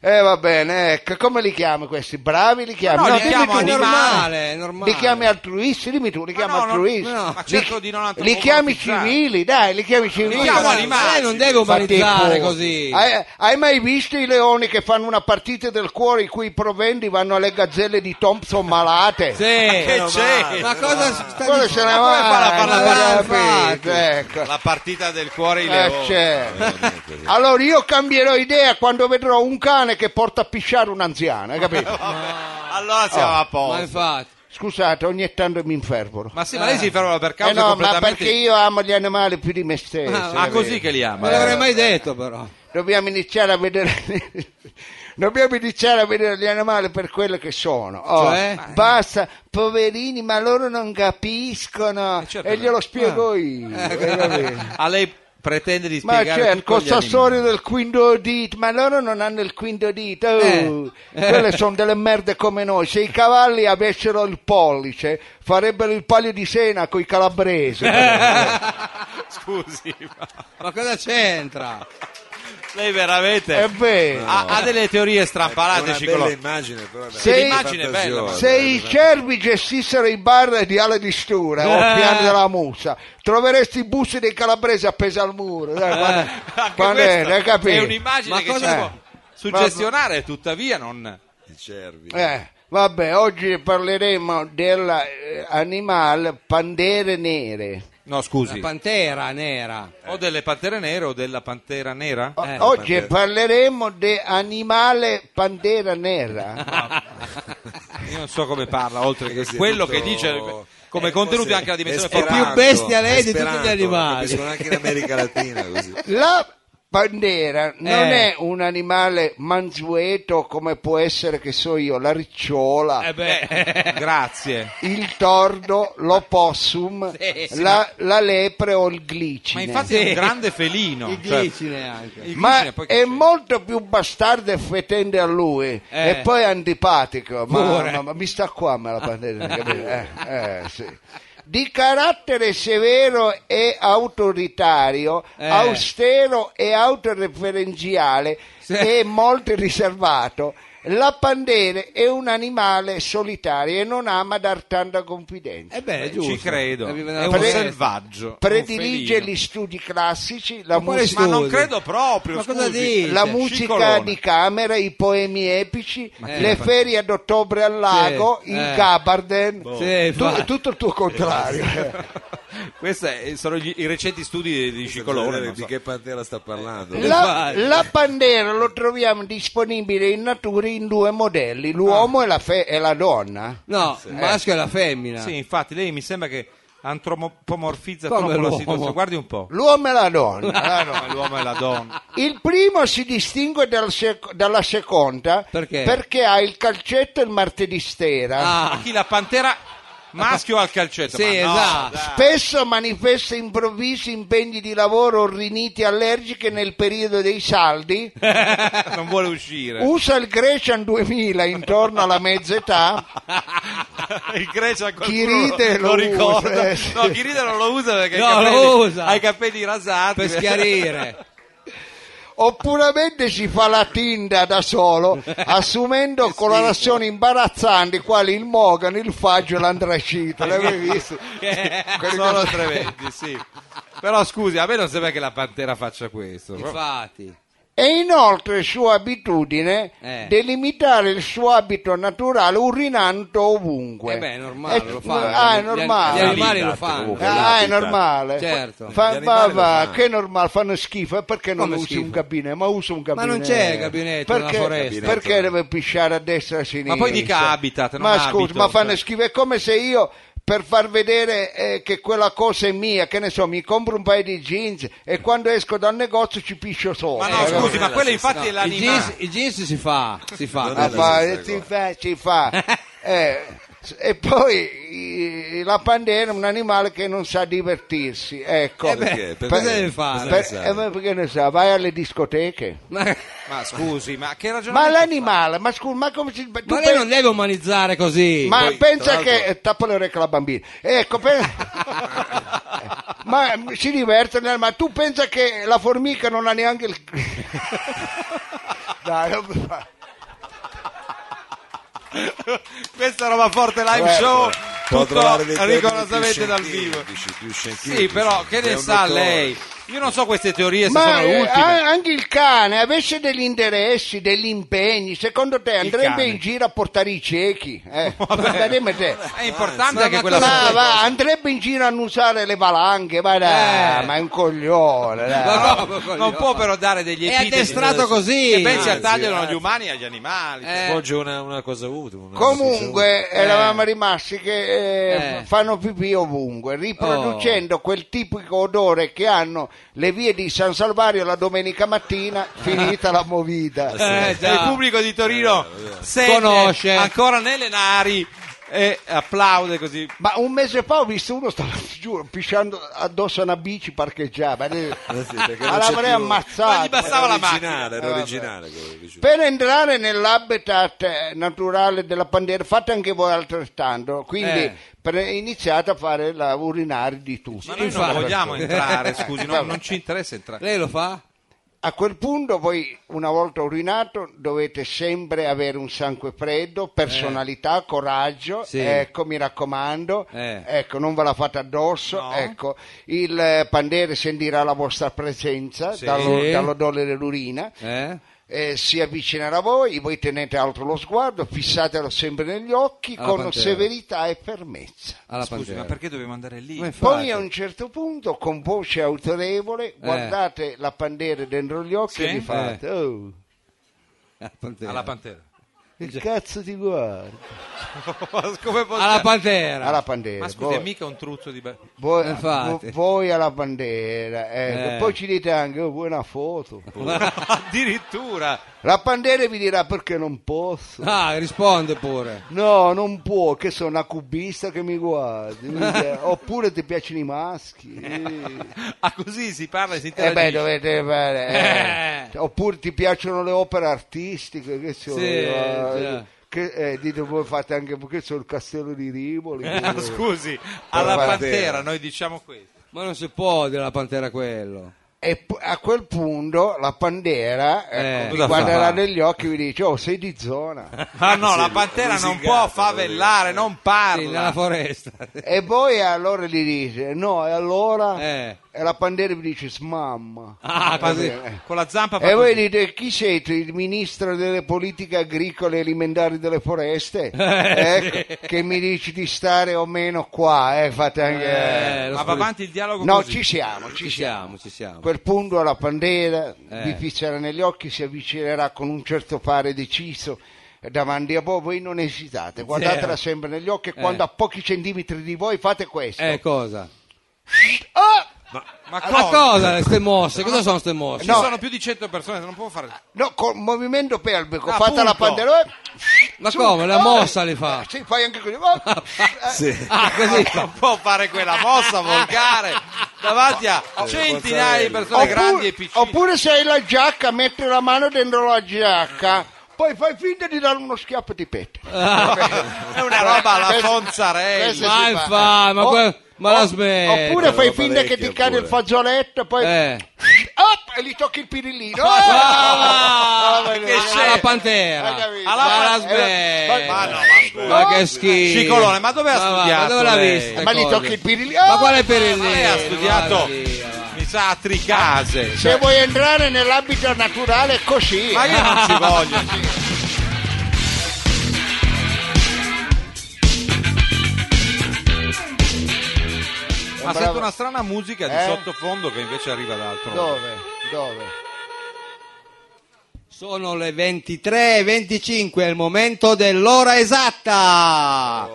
S1: Eh, va bene, ecco, come li chiami questi? Bravi li chiami?
S3: Ma no, li
S1: dimmi
S3: chiamo
S1: tu.
S2: È
S3: animali.
S2: normale, è normale.
S1: Li chiami altruisti? Dimmi tu, li chiami
S3: no, no,
S1: altruisti?
S2: no,
S3: ma
S1: Li-
S3: cerco di non
S1: Li chiami
S3: antropomorfizzare.
S1: civili, dai, li chiami civili.
S3: Li chiamo
S2: Ma
S3: animali.
S2: Lei non deve
S1: Fatti
S2: umanizzare
S1: i cuori.
S2: così.
S1: Hai, hai mai visto i leoni che fanno una partita del cuore i cui provendi vanno alle gazzelle di Thompson malate?
S2: Sì.
S3: che c'è?
S2: Ma cosa sta
S1: Quello se ne
S2: Ma come
S1: va,
S2: fa la
S1: eh,
S2: parlare?
S1: capito,
S2: Infatti.
S1: ecco.
S3: La partita del cuore in
S1: Eh, certo. Allora io cambierò idea quando vedrò un cane che porta a pisciare un anziano, hai capito?
S3: Allora siamo a
S2: Ma
S3: posto.
S2: infatti.
S1: Scusate, ogni tanto mi infervoro.
S3: Ma sì, ma lei si ferma per
S1: Eh
S3: cause
S1: no, ma
S3: completamente...
S1: perché io amo gli animali più di me stesso.
S2: Ah,
S3: Ah,
S1: capito?
S3: così che li ama.
S2: Non l'avrei mai detto però.
S1: Dobbiamo iniziare a vedere. Dobbiamo iniziare a vedere gli animali per quello che sono. Oh,
S2: Cioè?
S1: Basta, poverini, ma loro non capiscono.
S3: Eh, certo,
S1: e
S3: beh.
S1: glielo spiego io. eh, capito?
S3: A lei pretende di
S1: Ma
S3: spiegare
S1: certo,
S3: tutto
S1: con
S3: agli animali.
S1: Sassori del quinto dito, ma loro non hanno il quinto dito.
S3: Eh.
S1: oh. Quelle sono delle merde come noi. Se i cavalli avessero il pollice, farebbero il palio di Sena coi calabresi.
S3: Eh. Scusi, ma
S2: Ma cosa c'entra? Eh,
S3: lei veramente...
S1: È vero.
S3: ha, ha delle teorie strampalate,
S4: Una bella
S3: Cicolone.
S4: immagine, però. dai.
S1: Se-
S4: L'immagine è bella, ma-
S1: Se i cervi gestissero i bar di Ale di Stura o
S2: Eh.
S1: Piano della Musa, troveresti i busti dei calabresi appesi al muro. Dai, quando-
S3: Eh. Anche
S1: quando
S3: questa
S1: era, capito?
S3: è un'immagine
S2: Ma
S3: che
S2: cosa-
S3: ci può suggestionare, tuttavia non...
S4: I cervi.
S1: Eh, vabbè, oggi parleremo dell'animale pandere nere.
S3: No,
S2: La
S3: scusi.
S2: pantera nera.
S3: O delle pantere nere o della pantera nera?
S1: O-
S2: Eh,
S1: oggi
S4: pantera.
S1: parleremo di animale pandera nera.
S3: Io non so come parla, oltre che
S4: Questo è
S3: quello
S4: tutto-
S3: che dice come
S4: eh,
S3: contenuti
S4: forse
S3: anche la dimensione
S4: Esperanto,
S2: È più bestia lei di tutti gli
S4: Esperanto,
S2: animali.
S4: lo capiscono anche in America Latina così.
S1: La Bandera non
S2: Eh.
S1: è un animale mansueto come può essere, che so io, la ricciola,
S2: Eh beh,
S3: Grazie.
S1: il tordo, l'opossum,
S2: Sì, sì,
S1: la, la lepre o il
S3: Ma
S1: glicine.
S3: infatti è un grande felino.
S2: il
S3: cioè,
S2: glicine anche.
S3: il
S1: Ma
S3: glicine poi che
S1: è
S3: c'è?
S1: molto più bastardo e fetente a lui
S2: Eh.
S1: e poi antipatico. Ma,
S2: Pure.
S1: ma- ma mi sta qua me la bandera, capito? Eh, eh, sì. Di carattere severo e autoritario,
S2: Eh.
S1: austero e autoreferenziale e molto riservato. La pandere è un animale solitario e non ama dar tanta confidenza.
S2: Eh beh, è giusto.
S3: Ci credo.
S2: Eh, vive
S3: È
S2: nella
S3: un
S2: foresta.
S3: selvaggio.
S1: Predilige
S3: Eh, un felino.
S1: gli studi classici, la
S2: quale
S1: musica.
S3: Ma non
S2: Scusi.
S3: credo proprio.
S2: Ma cosa
S3: scusi.
S2: dici?
S1: la
S2: Sì,
S1: musica
S3: Ciccolone.
S1: di camera, i poemi epici,
S2: chi
S1: le
S2: la fa-
S1: ferie ad ottobre al lago,
S2: Sì,
S1: il
S2: eh.
S1: Gabarden,
S2: Sì, infatti.
S1: tutto il tuo contrario.
S3: Questi sono gli- i recenti studi di Scicolone. non
S4: Cioè, di
S3: so.
S4: che pantera sta parlando?
S1: La, la bandera lo troviamo disponibile in natura in due modelli,
S2: Ah.
S1: l'uomo e, la fe- e la donna.
S2: No, il maschio e la femmina.
S3: Sì, infatti, lei mi sembra che antropomorfizza
S2: Come
S3: troppo la
S2: l'uomo.
S3: situazione. Guardi un po'.
S1: L'uomo e la donna.
S3: Ah, no, è l'uomo e la donna.
S1: Il primo si distingue dal sec- dalla seconda
S2: Perché?
S1: ha il calcetto il martedì sera.
S3: Ma
S2: Ah,
S3: chi la pantera maschio al calcetto?
S2: sì,
S3: Ma no,
S2: esatto.
S3: dai.
S1: Spesso manifesta improvvisi impegni di lavoro o riniti allergiche nel periodo dei saldi.
S3: Eh. non vuole uscire.
S1: Usa il Grecian 2000 intorno alla mezza età.
S3: il greco a qualcuno
S1: Chi ride
S3: lo,
S1: lo
S3: ricorda.
S1: usa, eh, sì.
S3: No, chi ride non lo usa perché
S2: No,
S3: ha, i capelli,
S2: lo usa.
S3: ha i capelli rasati.
S2: per schiarire.
S1: Oppuramente si fa la tinda da solo, assumendo colorazioni imbarazzanti quali il mogano, il faggio e l'andracito. L'avevi visto?
S2: Eh,
S1: Quelli
S3: Sono
S1: che-
S3: tremendi, sì. Però scusi, a me non sembra che la pantera faccia questo.
S2: Infatti.
S1: È inoltre sua abitudine
S2: Eh.
S1: delimitare il suo abito naturale urinando ovunque.
S2: Eh beh, è normale,
S1: Eh,
S2: lo fanno.
S1: Ah, è
S2: Gli-
S1: normale.
S2: Gli animali
S4: Habitat,
S2: lo fanno. Eh,
S4: comunque.
S1: Ah, è
S4: L'habitat.
S1: normale. Fa-
S2: Certo.
S4: Gli
S1: va,
S4: animali lo
S1: va,
S4: fanno.
S1: che è normale, fanno schifo. E perché non
S2: Come
S1: usi
S2: schifo?
S1: un gabinetto? Ma usa un
S2: Ma
S1: gabinetto.
S2: non c'è il gabinetto nella
S1: perché,
S2: foresta.
S1: Perché deve pisciare a destra e a sinistra?
S3: Ma poi dica habitat, non
S1: Ma scusa,
S3: habito,
S1: ma fanno
S3: cioè.
S1: schifo. È come se io per far vedere eh, che quella cosa è mia, che ne so, mi compro un paio di jeans e quando esco dal negazio ci piscio sopra.
S3: Ma no,
S1: Eh,
S3: scusi, ma quello infatti è
S2: I jeans,
S3: l'animale.
S2: i jeans si fa, si fa.
S4: Non
S1: Ma eh,
S4: è la
S1: Ah, fa-
S4: stessa
S1: si
S4: cosa.
S1: fa, si fa. Eh, s- e poi i- la pandemia è un animale che non sa divertirsi, ecco.
S2: Eh beh,
S4: Perché? Perché?
S2: cosa deve
S1: Per-
S2: fare?
S4: ne sa?
S1: eh, ma perché ne sa? Vai alle discoteche.
S2: Ma,
S3: Ma scusi, ma che
S1: Ma
S3: ragionamento?
S1: l'animale, ma scusa, ma come si. tu
S2: ma lei
S1: pen-
S2: non deve umanizzare così.
S1: ma
S4: Poi,
S1: pensa
S4: tra l'altro-
S1: che. eh, Tappa le orecchie alla bambina. Ecco, pe- ma mm, si diverte, nel- ma tu pensa che la formica non ha neanche il. Dai, non mi fa-
S3: Questa roba forte live
S1: Eh,
S3: show,
S4: Può
S3: tutto
S4: trovare dei termini
S3: rigorosamente
S4: più
S3: dal vivo.
S4: scientifici, più scientifici.
S3: Sì, però che
S4: È
S3: ne
S4: un
S3: sa
S4: dottore.
S3: lei? Io non so queste teorie se
S1: Ma
S3: sono
S1: eh,
S3: ultime.
S1: a- anche il cane avesse degli interessi, degli impegni, secondo te andrebbe
S3: cane.
S1: in giro a portare i ciechi? Eh? Ma dimmi te.
S3: È importante
S2: ma
S3: anche quella
S2: tu-
S1: Ma
S3: parte.
S1: va, andrebbe in giro a annusare le valanghe, ma dai,
S2: Eh.
S1: ma è un coglione. dai.
S2: Ma no,
S3: Ah, Non
S2: coglione.
S3: può però dare degli
S2: È
S3: epiteti.
S2: addestrato così. Ah,
S3: E pensi a
S4: Anzi,
S3: tagliare
S4: anzi.
S3: agli umani e agli animali. cioè.
S2: Eh.
S4: Svolge una, una cosa utile. una
S1: Comunque
S2: Eh.
S1: eravamo rimasti che eh,
S2: Eh.
S1: fanno pipì ovunque, riproducendo
S3: Oh.
S1: quel tipico odore che hanno le vie di San Salvario la domenica mattina, finita la movita.
S2: Eh,
S3: Cioè, il
S2: già.
S3: pubblico di Torino
S4: Eh,
S3: se
S2: Conosce.
S3: ancora nelle nari e applaude così.
S1: Ma un mese fa ho visto uno stava giuro pisciando addosso a una bici parcheggiata. Ma,
S4: Eh sì, perché non
S1: ma l'avrei
S4: c'è più-
S3: Ma gli
S1: ammazzato.
S3: basta- Passava la
S4: Era originale,
S3: macchina.
S4: era originale Ah, quello che dicevo.
S1: Per entrare nell'habitat eh, naturale della pandemia fate anche voi altrettanto, quindi
S2: Eh.
S1: pre- iniziate a fare la urinare di tutti.
S3: Ma noi non
S2: Infatti.
S3: vogliamo entrare, scusi, no, non ci interessa entrare.
S2: Lei lo fa?
S1: A quel punto voi una volta urinato dovete sempre avere un sangue freddo, personalità, coraggio,
S2: Eh. Sì.
S1: ecco mi raccomando,
S2: Eh.
S1: ecco non ve la fate addosso,
S3: No.
S1: ecco il eh, pandere sentirà la vostra presenza
S3: Sì.
S1: dallo-
S2: Sì.
S1: dall'odore dell'urina,
S2: Eh?
S1: eh, si avvicinerà a voi, voi tenete alto lo sguardo, fissatelo sempre negli occhi
S2: Alla
S1: con
S2: pantera.
S1: severità e fermezza.
S2: Alla
S3: Scusi,
S2: pantera.
S3: ma perché dobbiamo andare lì?
S2: Ma infatti- Eh.
S1: Poi a un certo punto, con voce autorevole, guardate la pandere dentro gli occhi
S3: Sì.
S1: e vi fate... "Oh".
S2: Alla pantera.
S3: Alla pantera.
S1: Che cazzo ti guardi?
S3: Come possiamo-
S2: alla pantera.
S1: Alla bandera.
S2: eh,
S3: Ma scusa, è
S1: voi,
S3: mica un truzzo di... ba-
S1: voi-
S2: Infatti.
S1: voi alla bandera. ecco.
S2: Eh.
S1: Poi ci dite anche, oh, vuoi una foto?
S3: Addirittura!
S1: La bandera vi dirà perché non posso.
S2: Ah, risponde pure.
S1: No, non può, che sono una cubista che mi guardi. minchia. Oppure ti piacciono i maschi. Eh.
S3: Ah, così si parla e si
S1: Eh
S3: interagisce.
S1: beh, dovete fare. eh. Oppure ti piacciono le opere artistiche, che so
S2: Sì,
S1: io, eh,
S2: già.
S1: Che, eh, dite voi fate anche perché sono il castello di Rivoli.
S3: Ah,
S1: che-
S3: Scusi, alla
S4: Pantera.
S3: pantera noi diciamo questo.
S2: Ma non si può dire alla pantera quello.
S1: E p- a quel punto la pandera
S2: Eh,
S1: ecco, vi
S3: cosa
S1: guarderà
S3: fa?
S1: negli occhi e vi dice: Oh, sei di zona.
S3: Ah no, la pantera non
S4: lusingata,
S3: può favellare, non
S2: Sì, nella
S3: parla.
S2: foresta.
S1: e voi allora gli dite: No, e allora?
S2: Eh.
S1: E la pandera vi dice: Smamma. Eh.
S2: Ah, così.
S3: Con la zampa fa
S1: E voi
S3: così.
S1: dite chi sei tu? Il ministro delle politiche agricole e alimentari delle foreste? ecco, che mi dici di stare o meno qua, eh, fate anche...
S2: Eh, lo
S3: Ma va
S2: spavento.
S3: avanti il dialogo
S1: no,
S3: così.
S1: ci siamo, ci
S2: Ci
S1: siamo.
S2: siamo, ci siamo.
S1: A quel punto la pandera
S2: Eh.
S1: vi fisserà negli occhi, si avvicinerà con un certo fare deciso davanti a voi, voi non esitate, guardatela
S2: Zero.
S1: sempre negli occhi e
S2: Eh.
S1: quando a pochi centimetri di voi fate questo.
S2: Eh, cosa?
S1: Ah!
S3: Ma
S2: Ma
S3: cosa?
S2: cosa le ste mosse? Cosa sono ste mosse?
S3: Ci
S1: No.
S3: sono più di 100 persone, non può fare...
S1: No, col movimento pelvico,
S3: Ah,
S1: fate la
S3: punto.
S1: pandera... eh.
S2: Ma come? La
S1: Ah!
S2: mossa le fa?
S1: Sì, fai anche così. ah.
S4: Sì.
S2: Ah, così fa.
S3: Non può fare quella mossa volgare davanti a centinaia di persone grandi e piccine.
S1: Oppure se hai la giacca, metti la mano dentro la giacca, poi fai finta di dare uno schiaffo di petto.
S3: È una roba alla
S1: Questo-
S3: Fonzarelli.
S1: questo
S2: Ma
S1: si fa.
S2: infatti, ma
S1: O-
S2: que- ma la
S1: o-
S2: smetta.
S1: Oppure fai
S4: Roba
S1: finta che
S4: vecchia
S1: ti cade il
S4: pure.
S1: fazzoletto, poi
S2: Eh.
S1: Op, e gli tocchi il pirillino.
S2: Ah,
S1: Ah,
S3: che
S1: ah,
S3: c'è?
S2: alla
S1: Hai
S2: pantera.
S1: capito?
S2: Alla
S1: Ma-
S2: la
S1: eh,
S2: smetta.
S3: Ma no, ma scusa.
S2: Ma che schifo.
S3: Scicolone, ma dove ha
S2: va,
S3: studiato
S2: Ma dove l'ha
S3: lei?
S2: vista?
S1: Ma gli
S2: cosa?
S1: tocchi il pirillino.
S2: Ma quale per il
S3: Lei ha studiato, mi sa, a Tricase.
S1: Se vuoi entrare nell'ambito naturale è così.
S3: Ma io non ci voglio. Ma
S1: Sembrava-
S3: sento una strana musica di
S1: Eh?
S3: sottofondo che invece arriva da altro.
S1: Dove? Dove?
S2: Sono le 23.25, è il momento dell'ora esatta.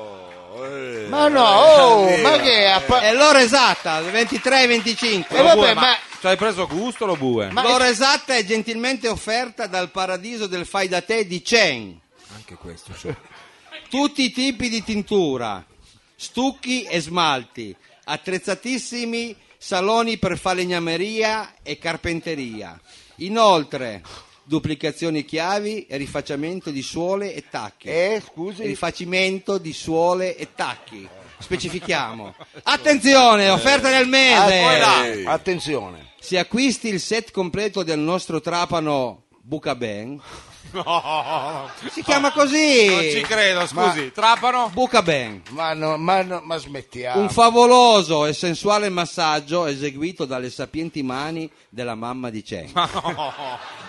S1: Ma no, oh, ma che è? Appa-
S2: È l'ora esatta, le
S1: Eh,
S2: 23.25.
S1: vabbè,
S3: Bue, ma...
S1: ma-
S3: Ci hai preso gusto lo bue?
S1: ma-
S2: L'ora esatta è gentilmente offerta dal paradiso del fai da te di Chen.
S4: Anche questo. cioè.
S2: Tutti i tipi di tintura, stucchi e smalti, attrezzatissimi saloni per falegnameria e carpenteria. Inoltre, duplicazioni chiavi e rifacciamento di suole e tacchi.
S1: Eh, scusi.
S2: Rifacimento di suole e tacchi. Specifichiamo. Attenzione, offerta del
S3: Ah,
S2: mese.
S4: Eh,
S1: Attenzione.
S2: Se acquisti il set completo del nostro Trapano Bucaben,
S3: No, Eh,
S2: si chiama
S3: non ci
S2: così.
S3: credo, scusi. Trapano?
S2: Bucaben.
S1: Ma, no, ma, no, ma smettiamo.
S2: Un favoloso e sensuale massaggio eseguito dalle sapienti mani della mamma di Chen.
S3: Ma no.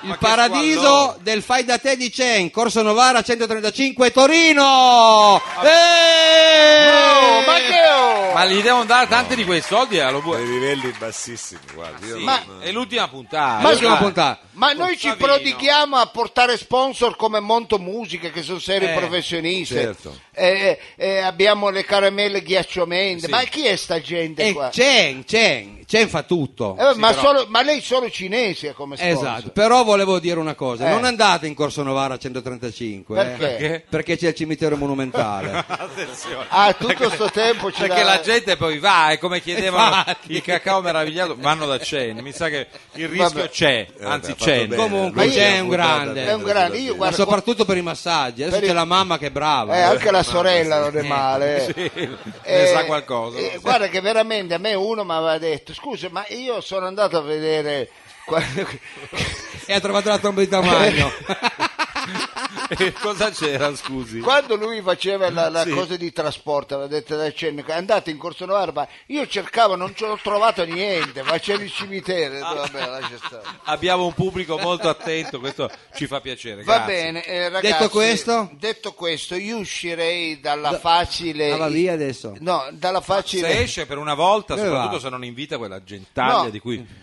S2: Il
S3: Ma che
S2: paradiso
S3: squallore.
S2: del fai da te di Chen, Corso Novara 135 Torino. Eh!
S1: Oh, ma che oh!
S3: Ma gli devono dare tanti di quei soldi a lo
S4: dei
S3: bue.
S4: livelli bassissimi, guarda. Io
S1: Ma-
S4: non-
S3: È l'ultima puntata.
S2: Ma
S3: Guarda.
S2: l'ultima puntata.
S1: Ma noi ci
S3: Savino.
S1: prodighiamo a portare sponsor come Monto Musica, che sono seri
S2: Eh,
S1: professionisti.
S4: certo.
S1: Eh, eh, abbiamo le caramelle ghiacciomende. Ma chi è sta gente
S2: E
S1: qua?
S2: Chen, Chen, Chen fa tutto.
S1: Eh, ma, solo- ma lei solo cinese è come sponsor.
S2: Esatto, però volevo dire una cosa,
S1: Eh.
S2: non andate in Corso Novara 135 eh,
S1: Perché?
S3: Perché?
S2: perché c'è il cimitero monumentale.
S3: Attenzione.
S1: Ah, tutto sto tempo ci
S3: Perché
S1: dà-
S3: la gente poi va e come chiedevano
S2: Infatti.
S3: il cacao meravigliato vanno da Chen. Mi sa che il rischio
S1: Vabbè.
S3: c'è,
S4: Eh, vabbè,
S3: anzi
S4: ha fatto
S3: c'è.
S4: bene.
S2: Comunque
S4: Lui
S2: c'è un
S4: l'ha buttata
S2: grande.
S4: dentro,
S1: È un grande,
S4: sulla
S1: io
S4: fine.
S2: Ma
S1: guarda-
S2: soprattutto per i massaggi, adesso
S1: Per i-
S2: c'è la mamma che è brava.
S1: Eh, anche la sorella non è
S2: Eh.
S1: male. eh.
S3: ne
S1: Eh,
S3: sa qualcosa.
S1: eh, guarda che veramente a me uno mi aveva detto, scusa, ma io sono andato a vedere... qua-
S2: e ha trovato la tromba di tamagno.
S3: E cosa c'era, scusi?
S1: Quando lui faceva la, la cosa di trasporto, aveva detto da Cennico, è andato in Corso Novara, ma io cercavo, non ci ho trovato niente, ma c'era il cimitero. Ho detto,
S2: Ah.
S1: Vabbè, lascia stare.
S3: Abbiamo un pubblico molto attento, questo ci fa piacere.
S1: Va
S3: grazie.
S1: bene, eh, ragazzi,
S2: Detto questo?
S1: detto questo, io uscirei dalla facile...
S2: Ah, va via adesso.
S1: No, dalla facile...
S3: Se esce per una volta,
S2: Dove
S3: soprattutto
S2: va?
S3: se non invita quella gentaglia
S1: Eh, No.
S3: di cui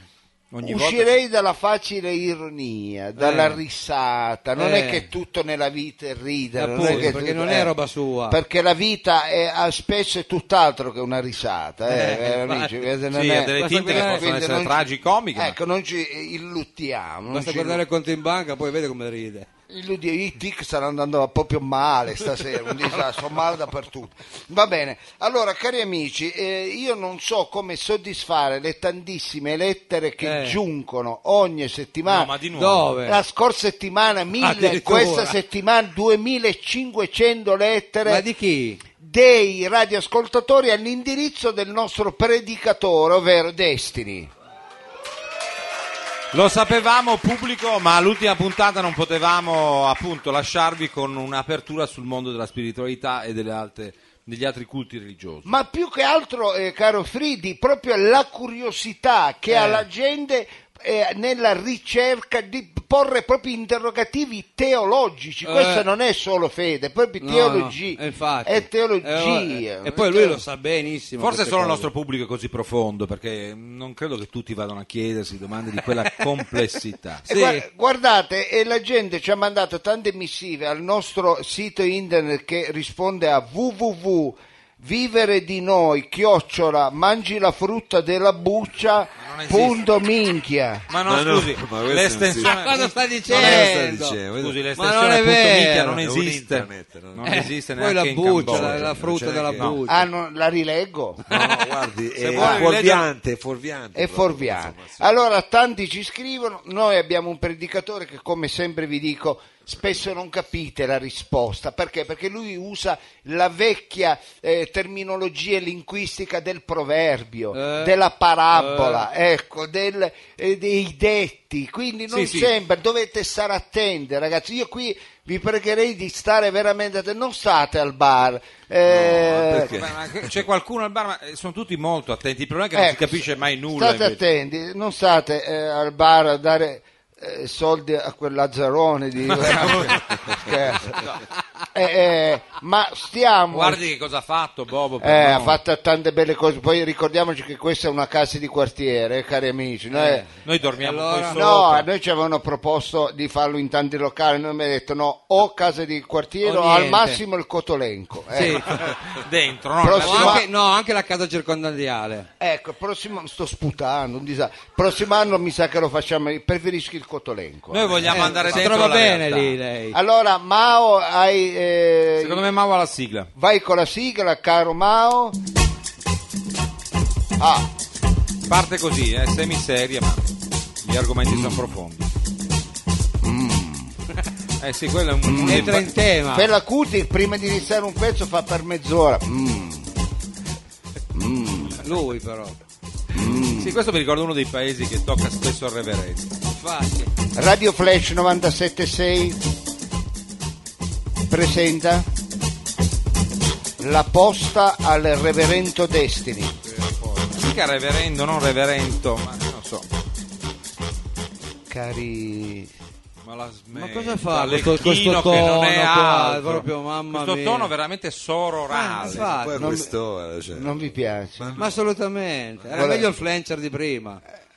S3: Ogni
S1: Uscirei dalla facile ironia, dalla
S2: Eh.
S1: risata, non
S2: Eh.
S1: è che tutto nella vita è ridere,
S2: Appunto,
S1: non è che
S2: perché
S1: tutto-
S2: non è
S1: eh,
S2: roba sua.
S1: Perché la vita è, ha spesso è tutt'altro che una risata, eh,
S2: Eh,
S1: eh, amici,
S3: volta.
S1: vedete, non
S3: Sì,
S1: è-
S3: ha delle
S2: Basta
S3: tinte che
S2: guardare-
S3: possono
S1: quindi
S3: essere
S1: non-
S3: tragicomiche. ma-
S1: Ecco, non ci illuttiamo. non
S2: Basta
S1: ci-
S2: guardare il conto in banca, poi vede come ride.
S1: Illudi- I tic stanno andando proprio male stasera, un disastro, male dappertutto. Va bene, allora cari amici, eh, io non so come soddisfare le tantissime lettere che
S2: Eh.
S1: giungono ogni settimana.
S3: No, ma di nuovo.
S2: Dove?
S1: La scorsa settimana 1000,
S2: Addirittura.
S1: questa settimana 2500 lettere
S2: Ma Eh, di chi?
S1: dei radioascoltatori all'indirizzo del nostro predicatore, ovvero Destini.
S3: Lo sapevamo pubblico, ma all'ultima puntata non potevamo appunto lasciarvi con un'apertura sul mondo della spiritualità e delle altre- degli altri culti religiosi.
S1: Ma più che altro, eh, caro Fridi, proprio la curiosità che ha la gente eh, nella ricerca di porre propri interrogativi teologici. Questa non è solo fede, è proprio
S2: Eh. No,
S1: teologia.
S2: no, infatti.
S1: È
S2: Eh,
S1: teologia.
S2: vabbè. e poi lui lo sa benissimo.
S3: Forse
S2: queste cose.
S3: solo il nostro pubblico è così profondo, perché non credo che tutti vadano a chiedersi domande di quella complessità.
S1: E
S2: Sì.
S1: guar- guardate, e la gente ci ha mandato tante missive al nostro sito internet che risponde a www vivere di noi chiocciola mangi la frutta della buccia
S3: non esiste.
S1: punto minchia
S3: Ma no,
S4: Ma no,
S3: scusi,
S4: ma questo non
S2: Ma
S3: l'estensione...
S2: cosa sta
S4: sta
S2: dicendo?
S4: dicendo?
S3: Scusi,
S2: Ma non
S3: l'estensione
S2: è
S3: punto
S2: vero.
S3: minchia non
S4: È un
S3: esiste.
S4: internet, no?
S3: Non
S2: Eh,
S3: esiste
S2: poi
S3: neanche
S2: la
S3: in
S2: buccia,
S3: Cambogia.
S2: la, la
S4: non
S2: frutta
S4: c'è
S2: della
S4: neanche- no.
S2: buccia.
S1: Ah, non- la rileggo?
S4: No, no, guardi, è
S3: vuole
S4: fuorviante, è fuorviante.
S1: È
S4: proprio,
S1: Forviano.
S4: insomma, sì.
S1: Allora, tanti ci scrivono, noi abbiamo un predicatore che come sempre vi dico, spesso non capite la risposta, perché? Perché lui usa la vecchia eh, terminologia linguistica del proverbio,
S2: Eh.
S1: della parabola, ecco, del- eh, dei detti, quindi non
S3: Sì, sì.
S1: sembra, dovete stare attenti ragazzi, io qui vi pregherei di stare veramente attenti, non state al bar. eh,
S4: perché?
S3: Ma- ma c'è qualcuno al bar, ma eh, sono tutti molto attenti. Il problema è che non si
S1: Ecco,
S3: capisce mai nulla.
S1: State
S3: invece.
S1: attenti, non state eh, al bar a dare eh, soldi a quell'azzarone di Eh, Scherzo. Eh, eh, ma stiamo
S3: Guardi che cosa ha fatto Bobo. per
S1: eh,
S3: noi.
S1: ha fatto tante belle cose. Poi ricordiamoci che questa è una casa di quartiere, eh, cari amici. Noi,
S3: Noi dormiamo
S2: Allora-
S3: poi
S1: no,
S3: sopra.
S1: a noi ci avevano proposto di farlo in tanti locali. Noi mi hanno detto no, o casa di quartiere
S2: O
S1: o, al
S2: niente.
S1: massimo il Cotolenco. Eh.
S2: Sì.
S3: dentro, no?
S2: O
S1: Prossimo-
S3: Allora-
S2: anche, no, anche la casa circondariale.
S1: Ecco, prossimo sto sputando, un disastro. Prossimo anno mi sa che lo facciamo, preferisco il Cotolenco.
S3: Noi vogliamo
S2: Eh,
S3: andare
S2: si
S3: dentro.
S2: trova
S3: la
S2: bene
S3: realtà.
S2: lì lei.
S1: Allora, Mao, hai, eh,
S3: Secondo me Mau ha la sigla.
S1: vai con la sigla, caro Mao. Ah,
S3: Parte così, è semiseria, ma gli argomenti sono profondi. Mm. Eh sì, quello è un... un-
S2: Entra in
S3: Ah.
S2: tema.
S1: per la Cuti, prima di iniziare un pezzo, fa per mezz'ora. Mm.
S2: Lui però.
S3: Mm. Sì, questo mi ricorda uno dei paesi che tocca spesso al reverendo.
S2: Infatti.
S1: Radio Flash 976 presenta la posta al reverendo Destini.
S3: Mica reverendo, non reverendo, ma non so.
S1: Cari
S3: Ma, la smetta,
S2: Ma cosa fa
S3: Lecchino
S2: questo- questo
S3: che non è
S2: tono qua,
S3: altro.
S2: proprio, mamma
S3: questo
S2: mia.
S3: tono veramente
S2: Ah,
S3: sororale.
S2: infatti.
S4: Poi a quest'ora, cioè.
S1: non vi piace?
S2: Ma assolutamente. Era
S1: Guarda-
S2: meglio il flancher di prima.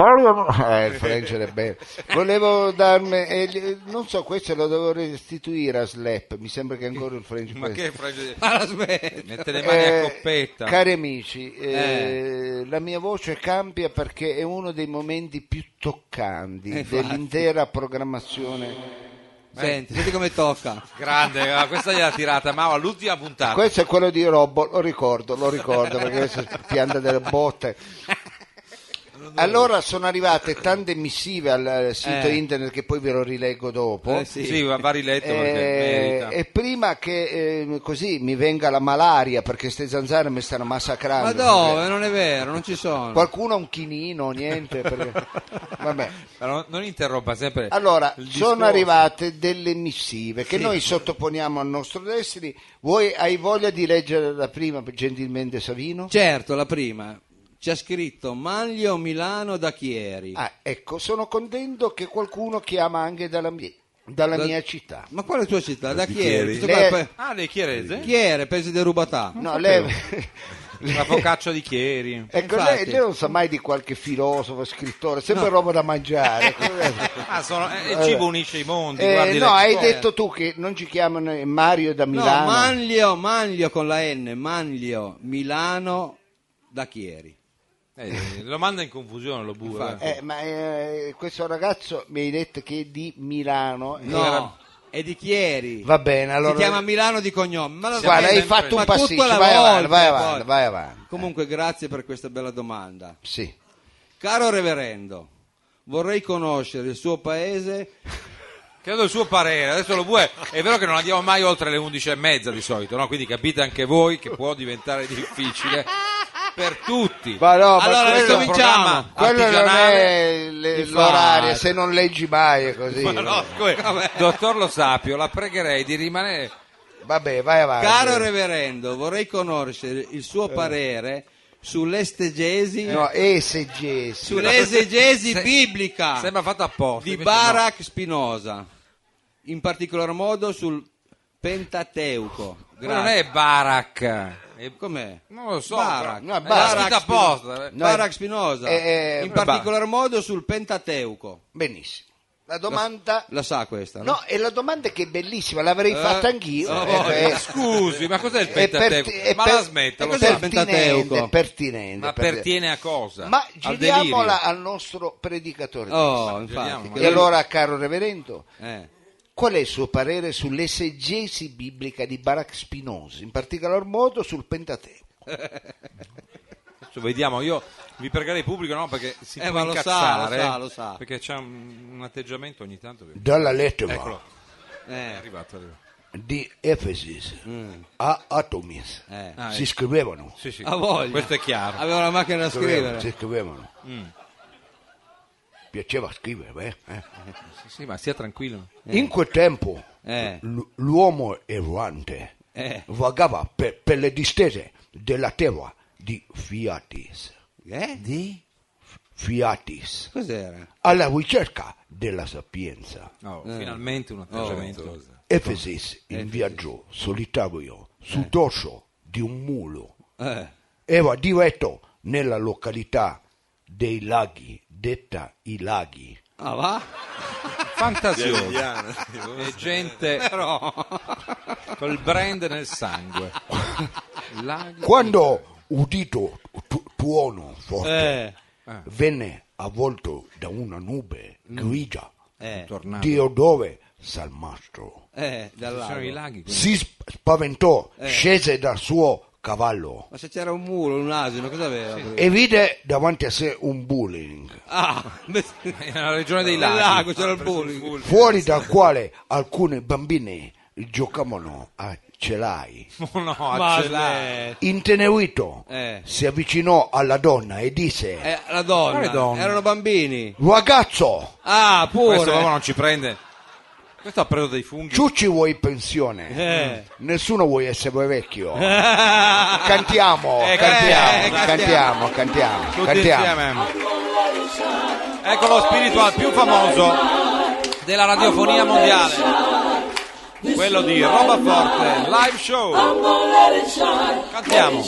S1: Eh, il Frencher è bello. Volevo darmi, eh, gli- non so, questo lo devo restituire a Slap. Mi sembra che ancora il French.
S3: ma che fragile.
S2: Ma la smetta.
S3: Mette le mani
S1: Eh,
S3: a coppetta.
S1: Cari amici, eh, la mia voce cambia perché è uno dei momenti più toccanti
S2: Eh, infatti.
S1: dell'intera programmazione.
S2: Senti, senti come tocca.
S3: Grande, ah, questa gliela tirata, ma all'ultima puntata.
S1: Questo è quello di Robbo, lo ricordo, lo ricordo perché adesso pianta delle botte. Allora sono arrivate tante missive al eh, sito
S2: Eh.
S1: internet che poi ve lo rileggo dopo.
S2: Eh, sì.
S3: sì. va, va riletto perché
S1: Eh,
S3: merita.
S1: e prima che eh, così mi venga la malaria perché queste zanzare mi stanno massacrando
S2: Ma dove? Non è vero, non ci sono.
S1: qualcuno ha un chinino niente perché- vabbè
S3: Ma non, non interrompa sempre.
S1: allora
S3: il
S1: sono
S3: discorso.
S1: arrivate delle missive che noi sottoponiamo al nostro destini voi hai voglia di leggere la prima gentilmente Savino?
S2: Certo, la prima. Ci ha scritto Manlio Milano da Chieri.
S1: Ah, ecco sono contento che qualcuno chiama anche dalla mia, dalla
S2: Da-
S1: mia città
S2: Ma quale tua città? Da
S4: Di
S2: Chieri.
S4: Chieri.
S2: Questo qua è
S1: Lei-
S2: pe-
S3: Ah, lei Chierese?
S2: Chiere, paese di Rubatà.
S1: no lei ecco,
S3: La focaccia di Chieri.
S9: Ecco,
S2: Infatti.
S9: lei, lei non sa mai di qualche filosofo, scrittore, sempre roba da mangiare.
S1: Ecco,
S3: Ah, sono- eh, il cibo unisce i mondi.
S9: Eh,
S3: guardi
S9: no,
S3: le-
S9: hai
S2: Eh.
S9: detto tu che non ci chiamano eh, Mario da
S2: No,
S9: Milano.
S2: Manlio, Manlio con la N, Manlio, Milano da Chieri.
S3: Eh, lo manda in confusione lo bue.
S2: Infatti.
S9: Eh, ma eh, questo ragazzo mi hai detto che è di Milano.
S2: No, è di Chieri.
S9: Va bene, allora.
S2: Si chiama Milano di cognome. Ma la-
S9: Guarda, hai
S3: sempre-
S9: fatto un
S2: ma tutto
S9: pasticcio, vai
S2: alla
S9: avanti,
S2: volta,
S9: vai
S2: poi.
S9: avanti, vai avanti.
S2: Comunque, grazie per questa bella domanda.
S9: Sì.
S2: Caro reverendo, vorrei conoscere il suo paese
S3: Chiedo il suo parere. Adesso lo bue è vero che non andiamo mai oltre le 11 e mezza di solito, no? quindi capite anche voi che può diventare difficile per tutti.
S9: Ma no, ma
S3: allora
S9: quello-
S3: ricominciamo.
S9: Quello non è le-
S3: Infatti.
S9: l'orario, se non leggi mai è così.
S3: Dottor Lo Sapio, la pregherei di rimanere.
S9: Vabbè, vai avanti.
S2: Caro Reverendo, vorrei conoscere il suo parere sull'estegesi,
S9: Eh. No, esegesi.
S2: sull'esegesi
S3: Se-
S2: biblica
S3: Sembra fatto apposta.
S2: Ah. di
S3: invece
S2: Barak Spinoza, in particolar modo sul Pentateuco.
S3: no. Ma Non è Barak. È-
S2: Com'è?
S3: Non lo so.
S2: Barak.
S3: però-
S9: No,
S3: È
S9: Barak.
S3: scritto apposta. eh.
S9: No,
S2: Barak
S9: è-
S2: Eh, Spinoza,
S9: eh, eh,
S2: in particolar modo sul Pentateuco.
S9: Benissimo. La domanda...
S2: La sa questa? no?
S9: No, e la domanda è che è bellissima, l'avrei fatta anch'io.
S2: oh,
S9: Eh,
S3: Eh,
S9: beh,
S3: scusi, ma cos'è il
S9: è
S3: pentateuco?
S9: perti- è
S3: ma
S9: per-
S3: la smetta,
S9: è
S3: lo
S2: cos'è il
S3: sa.
S9: pertinente,
S2: Pentateuco?
S9: pertinente.
S3: Ma
S9: pertinente.
S3: pertiene a cosa?
S9: Ma
S3: Al
S9: giriamola
S3: delirio.
S9: al nostro predicatore.
S2: Oh,
S3: vediamo,
S2: infatti. che
S9: e
S2: lui-
S9: allora, caro reverendo,
S2: eh.
S9: Qual è il suo parere sull'esegesi biblica di Barak Spinoza, in particolar modo sul Pentateuco?
S3: Adesso vediamo, io vi pregherei pubblico no perché si
S2: Eh,
S3: può
S2: ma lo sa,
S3: incazzare,
S2: lo sa, lo sa.
S3: Perché c'è un, un atteggiamento ogni tanto che
S9: Dalla lettera
S3: Eccolo.
S2: Eh.
S3: è arrivato, è arrivato.
S9: di Efesis a Atomis
S2: Mm. Eh.
S3: Ah,
S9: si
S3: eh.
S9: scrivevano.
S3: Sì, sì.
S2: Ha voglia. Ah.
S3: Questo è chiaro.
S2: Aveva la macchina da scrivere. Mm.
S9: Si scrivevano. Piaceva scrivere, eh? eh.
S3: Sì, sì, ma stia tranquillo.
S9: In quel tempo
S2: Eh.
S9: l'u- l'uomo errante
S2: Eh.
S9: vagava per, per le distese della terra di Fiatis,
S2: Eh? Di?
S9: Fiatis
S2: Cos'era?
S9: alla ricerca della sapienza.
S3: No, Finalmente un atteggiamento.
S9: Efesis
S2: Ecco.
S9: in viaggio solitario sul dorso di un mulo
S2: Eh.
S9: era diretto nella località dei laghi, detta i laghi.
S2: Ah, va?
S3: Fantasioso.
S4: Diana,
S3: E gente
S2: Però...
S3: col brand nel sangue. Laghi-
S9: Quando udito tu- tuono forte
S2: Eh.
S9: venne avvolto da una nube grigia
S2: Eh.
S3: Tornato.
S9: di odore salmastro.
S2: Eh, dal
S3: Ci sono
S2: lago.
S3: i laghi. quindi.
S9: Si sp- spaventò, scese dal suo cavallo
S2: Ma se c'era un mulo, un asino, cosa aveva?
S9: e vide davanti a sé un bullying.
S2: Ah, beh,
S3: È una regione dei
S2: il
S3: laghi.
S2: lago, c'era il bullying.
S9: fuori dal quale alcuni bambini giocavano a celai.
S3: No,
S2: Ma
S3: a ce l'ha.
S2: smetti.
S9: Intenerito
S2: Eh.
S9: si avvicinò alla donna e disse:
S2: Eh, la donna.
S3: Quale donna?
S2: Erano bambini.
S9: Ragazzo,
S2: Ah, pure.
S3: Questo proprio non ci prende. Questo ha preso dei funghi.
S9: ciù ci vuoi in pensione?
S2: Eh.
S9: Nessuno vuole essere vecchio. Cantiamo,
S3: Eh, eh,
S9: cantiamo, cantiamo, cantiamo, cantiamo.
S3: Tutti insieme. Ecco lo spiritual più famoso della radiofonia mondiale. Quello di Roba Forte, live show. Cantiamo.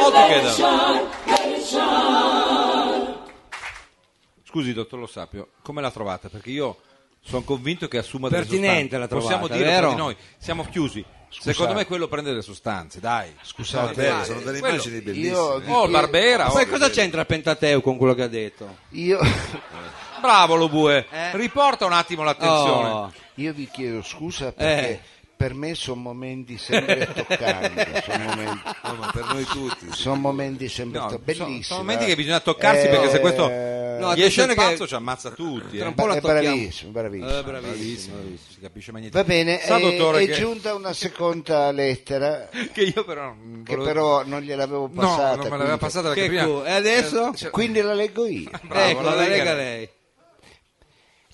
S3: All together. Scusi, dottor Lo Sapio, come la trovate? Perché io sono convinto che assuma delle sostanze.
S2: Pertinente la trovata,
S3: Possiamo dire
S2: vero?
S3: tra di noi, siamo chiusi. Secondo me quello prende delle sostanze, dai.
S4: sono belle, sono delle
S3: Quello-
S4: immagini
S9: io-
S4: bellissime.
S3: Oh, il Barbera.
S2: Ma
S3: oh.
S2: poi cosa c'entra il Pentateuco con quello che ha detto?
S9: Io,
S3: Bravo lo bue,
S2: Eh?
S3: riporta un attimo l'attenzione.
S2: Oh.
S9: io vi chiedo scusa perché
S2: Eh.
S9: per me sono momenti sempre toccanti. sono momenti,
S4: No, ma per noi tutti. sì.
S9: sono momenti sempre
S3: No,
S9: to-
S3: sono-
S9: bellissimi.
S3: sono momenti
S9: eh.
S3: che bisogna toccarsi
S9: Eh,
S3: perché se questo
S2: No,
S3: gli esce il
S2: attenzione
S3: pazzo
S2: che-
S3: ci ammazza tutti.
S2: Tra
S3: Eh.
S2: un po' la
S9: è
S2: tocchiamo.
S9: bravissimo, bravissimo.
S2: Eh, bravissimo.
S3: Non si capisce mai niente.
S9: Va bene,
S3: Sa,
S9: è,
S3: dottore,
S9: è
S3: che,
S9: giunta una seconda lettera che
S3: che io però... non volevo-
S9: però non gliel'avevo
S3: No,
S9: passata.
S3: non me l'aveva
S9: quindi,
S3: passata perché
S2: Che
S3: prima... Eh,
S2: cu- E adesso?
S9: quindi la leggo io.
S3: bravo,
S2: ecco,
S3: la
S2: la
S3: Lega
S2: lega lei.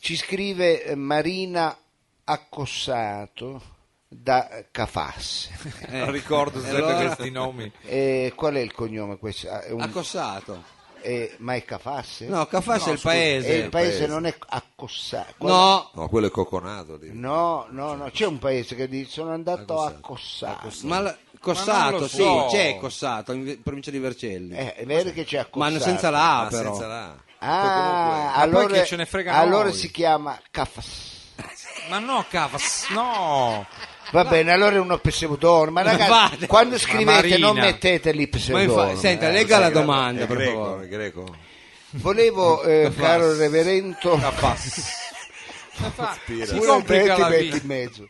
S9: Ci scrive eh, Marina Accossato da Cafasse.
S2: Eh.
S4: Ah,
S3: Non ricordo
S2: E
S3: sempre
S2: allora?
S3: questi nomi.
S9: Eh, qual è il cognome questo? Ah, è un-
S2: Accossato.
S1: Eh, ma è Cafasse?
S2: No, Cafasse è
S1: E
S2: il
S9: Eh,
S2: paese.
S1: il paese non è accossato.
S2: No,
S4: No, quello è Cocconato. lì.
S1: No, no, no, c'è un paese che dice sono andato a Cossano.
S2: ma la-
S3: Ma non
S2: Cossato,
S3: lo
S2: sì,
S3: so.
S2: c'è Cossato, in vi- provincia di Vercelli.
S1: Eh, è vero che c'è a
S2: ma
S1: Cossano.
S2: senza la A
S4: Ah,
S2: però.
S4: senza la A.
S1: Ah,
S3: Ma poi
S1: allora,
S3: che ce ne frega a
S1: allora
S3: noi?
S1: si chiama Cafas.
S3: Ma no, Cavas, no.
S1: Va bene, allora è uno pseudonimo. Ma ragazzi,
S2: vale.
S1: quando scrivete
S3: Marina.
S1: non mettete lì
S2: Ma infa-
S1: pseudonimo.
S2: senta,
S1: eh.
S2: legga la
S4: È
S2: domanda per
S4: greco,
S2: favore.
S4: è greco.
S1: Volevo, eh, caro reverendo,
S3: Cavas. Ma fa- Si
S1: pure
S3: complica
S1: metti,
S3: la
S1: metti
S3: vita.
S1: in mezzo.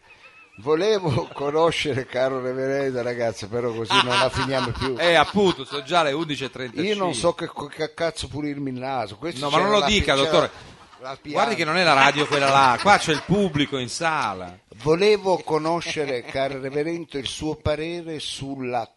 S1: Volevo conoscere, caro reverendo, ragazzi, però così non la finiamo più.
S3: Eh, appunto, sono già le 11.35.
S1: Io non so che, che cazzo pulirmi il naso. Questo
S3: No, ma
S1: c'era
S3: non lo
S1: la-
S3: dica,
S1: c'era
S3: dottore.
S1: la pianta.
S3: Guardi che non è la radio quella là, qua c'è il pubblico in sala.
S1: Volevo conoscere, caro Reverendo, il suo parere sulla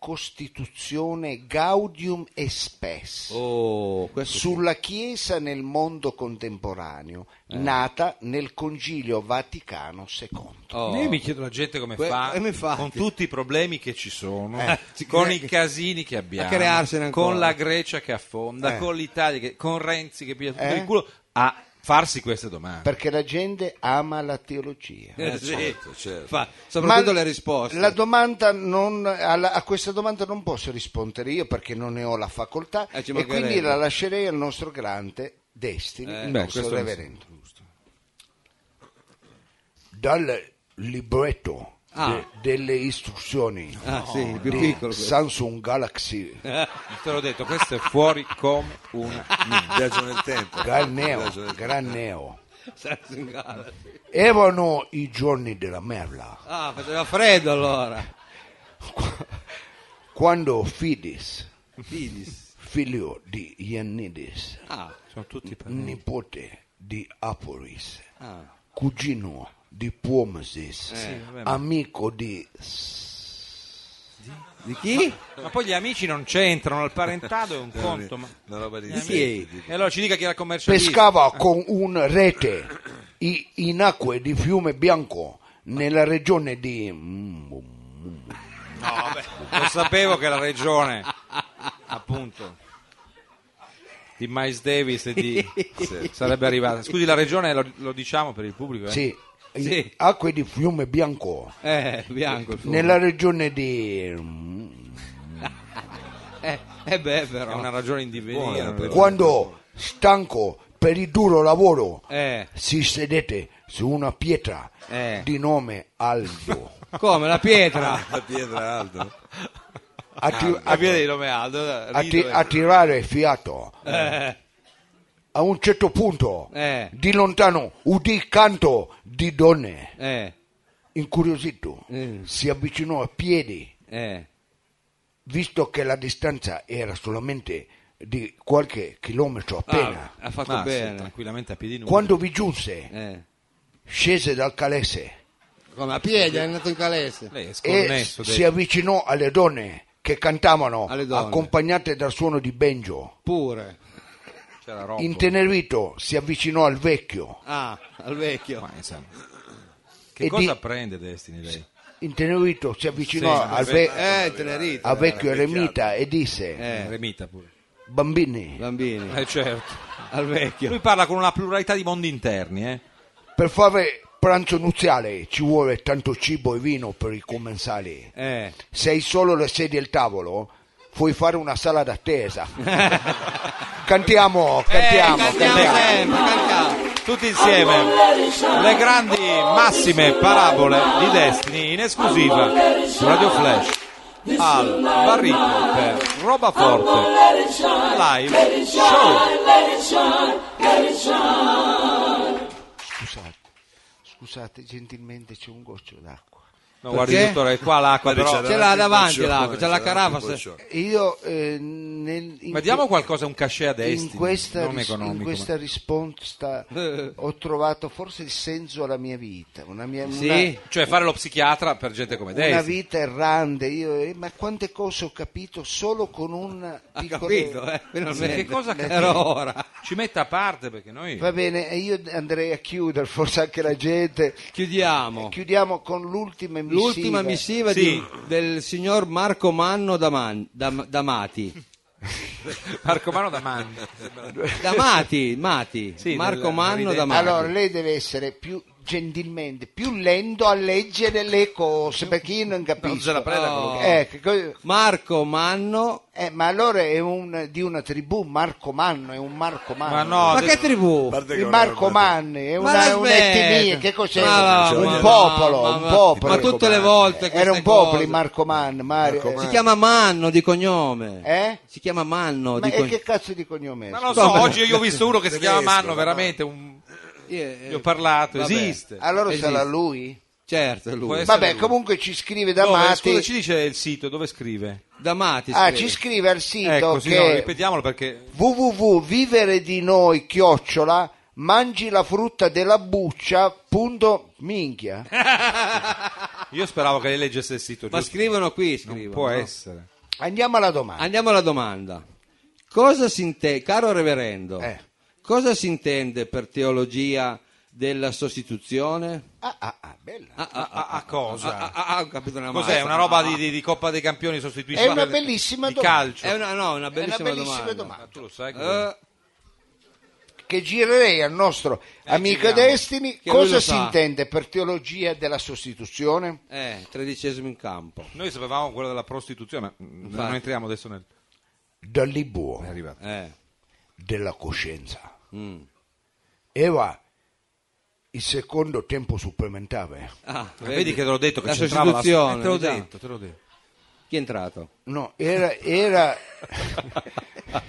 S1: Costituzione Gaudium e Spes,
S2: Oh, questo
S1: sulla Chiesa nel mondo contemporaneo,
S2: Eh.
S1: nata nel Concilio Vaticano II.
S2: oh.
S3: Io mi chiedo la gente come
S2: Que-
S3: fa
S2: eh, mi fa
S3: con
S2: anche.
S3: tutti i problemi che ci sono,
S2: ci
S3: con
S2: cre-
S3: i casini che abbiamo,
S2: A crearsene ancora. Eh.
S3: con la Grecia che affonda, con l'Italia, che, con Renzi che piglia tutto
S1: Eh?
S3: il culo, a farsi queste domande.
S1: Perché la gente ama la teologia.
S2: Eh, sì.
S4: certo.
S2: Fa- soprattutto
S1: Ma
S2: le risposte.
S1: La domanda non, alla- a questa domanda non posso rispondere io perché non ne ho la facoltà
S2: Eh, ci
S1: e
S2: mancherebbe.
S1: quindi la lascerei al nostro grande Destini,
S2: Eh,
S1: il
S3: beh,
S1: nostro
S3: questo mi
S1: reverendo. Dal libretto
S2: Ah.
S1: de- delle istruzioni
S2: Ah, sì, il più
S1: di
S2: piccolo. questo.
S1: Samsung Galaxy
S3: Te l'ho detto, questo è fuori come un
S4: Viaggio nel tempo.
S1: Gran Neo,
S4: Viaggio nel-
S1: Gran Neo.
S2: Samsung Galaxy.
S1: Erano i giorni della merla
S2: Ah, faceva freddo allora.
S1: quando Fidis,
S2: Fidis.
S1: figlio di Iannidis,
S2: Ah,
S3: sono tutti parenti.
S1: nipote di Aporis,
S2: ah. Eh,
S1: cugino di Puomesis,
S3: vabbè, ma-
S1: amico di... S-
S2: Di chi?
S3: Ma poi gli amici non c'entrano, il parentado è un conto, ma
S4: Una roba di
S3: Gli
S2: Sì.
S3: amici- E allora ci dica chi era commercialista.
S1: Pescava con un rete i- in acque di Fiume Bianco nella regione di... mm,
S3: Lo sapevo che la regione, appunto, di Miles Davis e di... sarebbe arrivata. Scusi, la regione lo, lo diciamo per il pubblico? eh?
S1: Sì, in
S2: Sì.
S1: acque di Fiume Bianco
S2: Eh, bianco il suo.
S1: nella regione di... mm,
S2: Eh, eh beh, però.
S3: È una ragione in divenire.
S4: Buona,
S1: Quando stanco per il duro lavoro
S2: Eh,
S1: si sedete su una pietra
S2: Eh.
S1: di nome Aldo.
S2: come la pietra.
S3: Ah,
S4: La pietra Aldo.
S1: A ti- a-
S3: La via ah, di Lomealdo.
S1: a ti- a tirare fiato.
S2: Eh,
S1: A un certo punto,
S2: Eh.
S1: di lontano, udì canto di donne.
S2: eh,
S1: Incuriosito,
S2: Mm.
S1: si avvicinò a piedi,
S2: eh.
S1: visto che la distanza era solamente di qualche chilometro appena.
S2: Ah, ha fatto bene.
S3: tranquillamente a piedi nudi.
S1: Quando vi giunse,
S2: Eh.
S1: scese dal calesse
S2: Come a piedi, è andato in calese.
S3: Lei è
S1: e
S3: sconnesso.
S1: si
S3: dei-
S1: avvicinò alle donne che cantavano
S2: Alle donne.
S1: accompagnate dal suono di banjo.
S2: Pure.
S3: C'era Rocco.
S1: Intenerito si avvicinò al vecchio.
S2: Ah, al vecchio.
S3: Ma, insomma, Che
S1: E
S3: cosa
S1: di-
S3: prende Destiny lei?
S1: Intenerito si avvicinò
S3: Sì,
S1: al ve-
S2: Eh, tenerito.
S1: a vecchio eremita e disse:
S2: Eh,
S3: Remita pure.
S1: Bambini,
S2: bambini.
S3: Eh certo.
S2: Al vecchio.
S3: Lui parla con una pluralità di mondi interni, eh.
S1: per fare pranzo nuziale ci vuole tanto cibo e vino per i commensali.
S2: Eh.
S1: Se hai solo le sedie e il tavolo, puoi fare una sala d'attesa. cantiamo, cantiamo,
S2: eh, cantiamo
S1: cantiamo.
S2: sempre, cantiamo.
S3: Tutti insieme le grandi massime parabole di Destiny in esclusiva su Radio Flash al barrito per roba forte live show.
S1: Scusate, scusate, gentilmente c'è un goccio d'acqua.
S3: No, guardi
S2: Perché?
S3: dottore, è qua l'acqua però.
S2: Ce l'ha davanti l'acqua, c'è la caraffa. se-
S1: Io eh, nel, in
S3: Ma diamo qualcosa, un cachet a
S1: in
S3: Destiny,
S1: questa,
S3: non
S1: ris-
S3: economico.
S1: in questa risposta
S2: Eh.
S1: ho trovato forse il senso alla mia vita, una, mia,
S2: Sì.
S3: ma- Cioè fare lo psichiatra per gente come
S1: una, una
S3: Destiny.
S1: vita errante. Io, eh, ma quante cose ho capito solo con un
S2: Ha
S1: piccolo.
S2: capito, eh? Finalmente.
S3: Che cosa
S2: Era ora.
S3: Ci metta a parte perché noi...
S1: Va bene, e io andrei a chiudere, forse anche la gente.
S2: Chiudiamo.
S1: Chiudiamo con l'ultima missiva.
S2: Oh. L'ultima missiva
S3: Sì.
S2: di- del signor Marco Manno Daman- Dam- Damati.
S3: Marco Mano da Manni. sembra.
S2: Da Mati, Mati.
S3: Sì,
S2: Marco
S3: nella
S2: Manno da
S3: ridente-
S2: Mati.
S9: Allora, lei deve essere più gentilmente, più lento a leggere le cose, perché io non capisco.
S3: Non se la prenda con
S2: Oh.
S3: quello
S9: Eh, che co-
S2: Marco Manno.
S9: eh, ma allora è un, di una tribù, Marco Manno, è un Marco Manno.
S3: Ma no,
S2: Ma
S3: adesso-
S2: che tribù?
S4: Guarda che
S9: Il
S4: non
S9: Marco
S4: era-
S9: Manni è
S2: Ma
S9: una-
S2: la smetta.
S9: un'etnia, che cos'è?
S2: Ma va,
S9: un
S2: ma va,
S9: popolo,
S2: ma
S9: un
S2: va.
S9: popolo.
S2: Ma tutte le volte
S9: Era
S2: queste
S9: un popolo
S2: cose.
S9: il Marco Manni, Mario.
S4: Marco
S2: Si
S4: Manni.
S2: chiama Manno di cognome.
S9: Eh?
S2: Si chiama Manno
S9: Ma
S2: di
S9: e
S2: cognome.
S9: che cazzo di cognome è?
S3: Ma non lo so, oggi io ho visto uno che si chiama
S4: Tedesco,
S3: Manno,
S4: no?
S3: veramente, un...
S2: Eh, eh,
S3: gli ho parlato,
S2: vabbè.
S3: esiste.
S9: Allora
S2: Esiste.
S9: sarà lui?
S2: Certo, è
S3: Può
S2: lui.
S3: essere-
S9: Vabbè,
S3: lui.
S9: comunque ci scrive da
S3: Dove,
S9: Mati.
S3: scusa, ci dice il sito, dove scrive?
S2: Da Mati.
S9: Ah,
S2: scrive.
S9: ci scrive al sito
S3: Ecco, così no,
S9: che
S3: ripetiamolo perché...
S9: www.vivere di noi chiocciola mangi la frutta della buccia punto minchia
S3: Io speravo che lei leggesse il sito
S2: Ma
S3: giusto.
S2: scrivono qui,
S3: Non
S2: scrivono.
S3: può
S2: no?
S3: essere.
S9: andiamo alla domanda
S2: Andiamo alla domanda. Cosa si intende, caro reverendo,
S9: Eh.
S2: cosa si intende per teologia della sostituzione?
S9: ah, ah, ah, bella.
S2: Ah, ah,
S3: A, a cosa?
S2: ah, ah, ah, ho capito una
S3: Cos'è?
S2: mazza.
S3: Una roba di, di- di Coppa dei Campioni sostituisce
S9: È
S3: la-
S9: una bellissima
S3: di
S9: domanda.
S3: calcio.
S2: È una, no, una
S9: È una
S2: bellissima,
S9: bellissima
S2: domanda.
S9: domanda.
S3: Ma tu lo sai che...
S2: Eh,
S9: che girerei al nostro amico
S3: giriamo.
S9: Destini
S2: Che lui
S9: cosa
S2: lo
S9: si
S2: sa.
S9: intende per teologia della sostituzione
S2: eh, tredicesimo in campo.
S3: Noi sapevamo quella della prostituzione, ma mm, non
S2: Infatti.
S3: entriamo adesso nel...
S9: dal
S3: È
S9: libro
S3: arrivato.
S2: Eh,
S9: della coscienza
S2: mm.
S9: Eva il secondo tempo supplementare
S2: Ah,
S3: Vedi, che te l'ho detto che
S2: la
S3: c'entrava la...
S2: sostituzione. diciamo.
S3: Eh, te l'ho
S2: già.
S3: detto, te l'ho detto.
S2: Chi è entrato?
S9: no era, era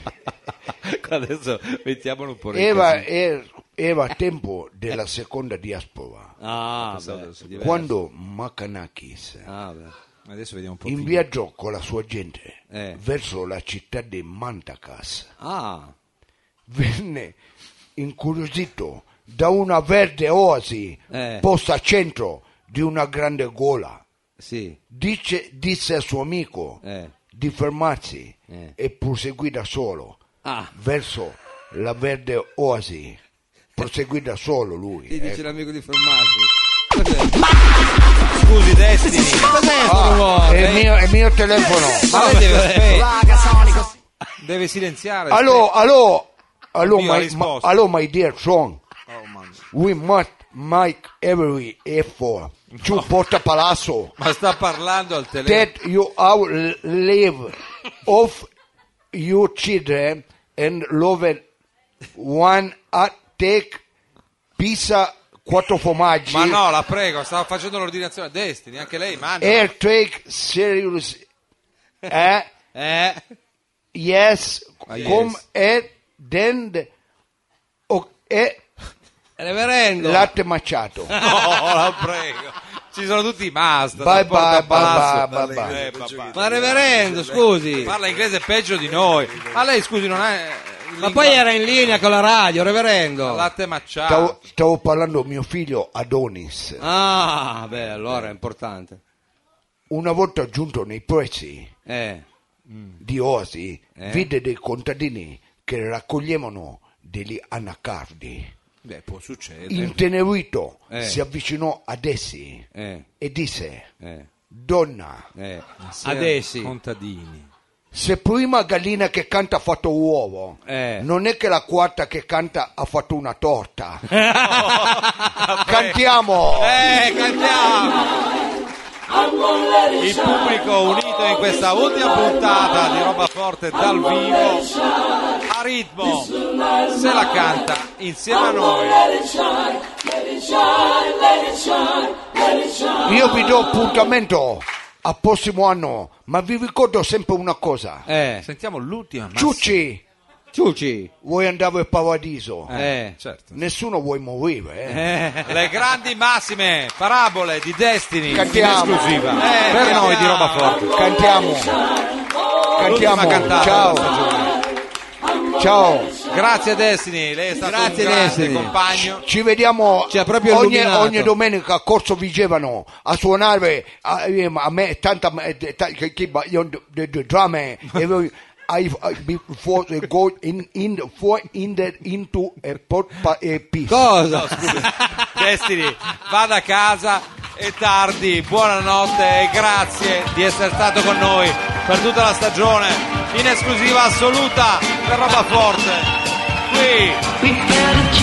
S3: Adesso mettiamolo un po' in
S9: Eva,
S3: casino.
S9: er- Eva tempo della seconda diaspora
S1: Eh.
S2: Ah, beh, diverso.
S9: quando Macanakis
S2: Ah, beh.
S3: Adesso vediamo un po'.
S9: in
S3: chi-
S9: viaggio con la sua gente
S2: Eh.
S9: verso la città di Mantacas
S2: Ah,
S9: venne incuriosito da una verde oasi
S2: Eh.
S9: posta a centro di una grande gola.
S2: sì.
S9: Dice- disse al suo amico
S2: Eh.
S9: di fermarsi
S2: Eh.
S9: e proseguì da solo
S2: Ah,
S9: verso la verde oasi. Proseguì da solo lui.
S2: ti
S9: eh.
S2: dice l'amico di fermarsi. Cos'è?
S3: Scusi, Destiny.
S2: Cos'è sto
S9: Ah,
S2: rumore?
S9: è il mio, è il mio telefono.
S3: Ma
S2: Ma
S3: no, deve,
S2: deve-
S3: aspe- deve silenziare.
S9: Allô, allô, allô,
S3: Viva la
S9: my, my,
S3: risposta.
S9: allô, my dear son.
S3: Oh,
S9: We must make every effort to Porta Palazzo.
S3: Ma sta parlando al telefono.
S9: that you are live of your children and love one a take pizza quattro formaggi
S3: Ma no, la prego, stava facendo l'ordinazione a Destiny, anche lei, mangia.
S9: air take serious eh,
S2: Eh,
S9: yes
S3: Ah, yes.
S9: come e then the- o- e
S2: reverendo.
S9: latte macciato
S3: No, la prego. Ci sono tutti i master. dal
S9: Bye,
S3: Porta
S9: bye,
S3: Palazzo.
S9: bye, bye, bye,
S3: Eh, papà.
S2: Ma reverendo, scusi.
S3: Parla inglese peggio di noi. Ma lei, scusi, non è... eh,
S2: Ma poi era in linea con la radio, reverendo.
S3: Latte macciato.
S9: stavo, stavo parlando a mio figlio Adonis
S2: Ah, beh, allora è importante.
S9: una volta giunto nei prezzi
S2: Eh,
S9: di Osi
S2: Eh?
S9: vide dei contadini che raccoglievano degli anacardi.
S3: Beh, può succedere.
S9: Intenerito
S2: Eh.
S9: si avvicinò ad essi
S2: eh,
S9: e disse:
S2: eh,
S9: Donna,
S2: eh. Adessi.
S3: Contadini.
S9: se prima gallina che canta ha fatto uovo,
S2: Eh.
S9: non è che la quarta che canta ha fatto una torta.
S3: Ah,
S9: Cantiamo!
S3: Eh, cantiamo! Il pubblico unito in questa ultima puntata di roba forte dal vivo a ritmo se la canta insieme a noi
S9: Io vi do appuntamento al prossimo anno, ma vi ricordo sempre una cosa.
S2: Eh,
S3: sentiamo l'ultima
S9: Ciucci,
S2: Ciucci.
S9: vuoi andare al paradiso?
S2: Eh,
S3: certo
S9: Nessuno vuoi morire, eh.
S2: eh.
S3: le grandi massime parabole di Destiny
S9: Cantiamo.
S3: in esclusiva
S2: Eh,
S3: per noi di
S2: cantiamo.
S3: roba forte
S9: Cantiamo.
S3: L'ultima
S9: Cantiamo.
S3: cantata della
S9: Ciao.
S3: stagione.
S9: Ciao.
S3: grazie Destiny lei è stato
S2: Grazie,
S3: un grande
S2: Destiny.
S3: compagno
S9: Ci vediamo
S2: Ci ha Cioè, proprio
S9: ogni,
S2: illuminato.
S9: ogni domenica a Corso Vigevano a suonare a, a me tanta eh, ta- che- che- io- the, the drum eh, e voi- I, I- before they eh, go in, in, for in the, into a pot pa- a piece.
S2: Cosa?
S3: Destiny vada a casa è tardi buonanotte e grazie di essere stato con noi per tutta la stagione in esclusiva assoluta per roba forte. Qui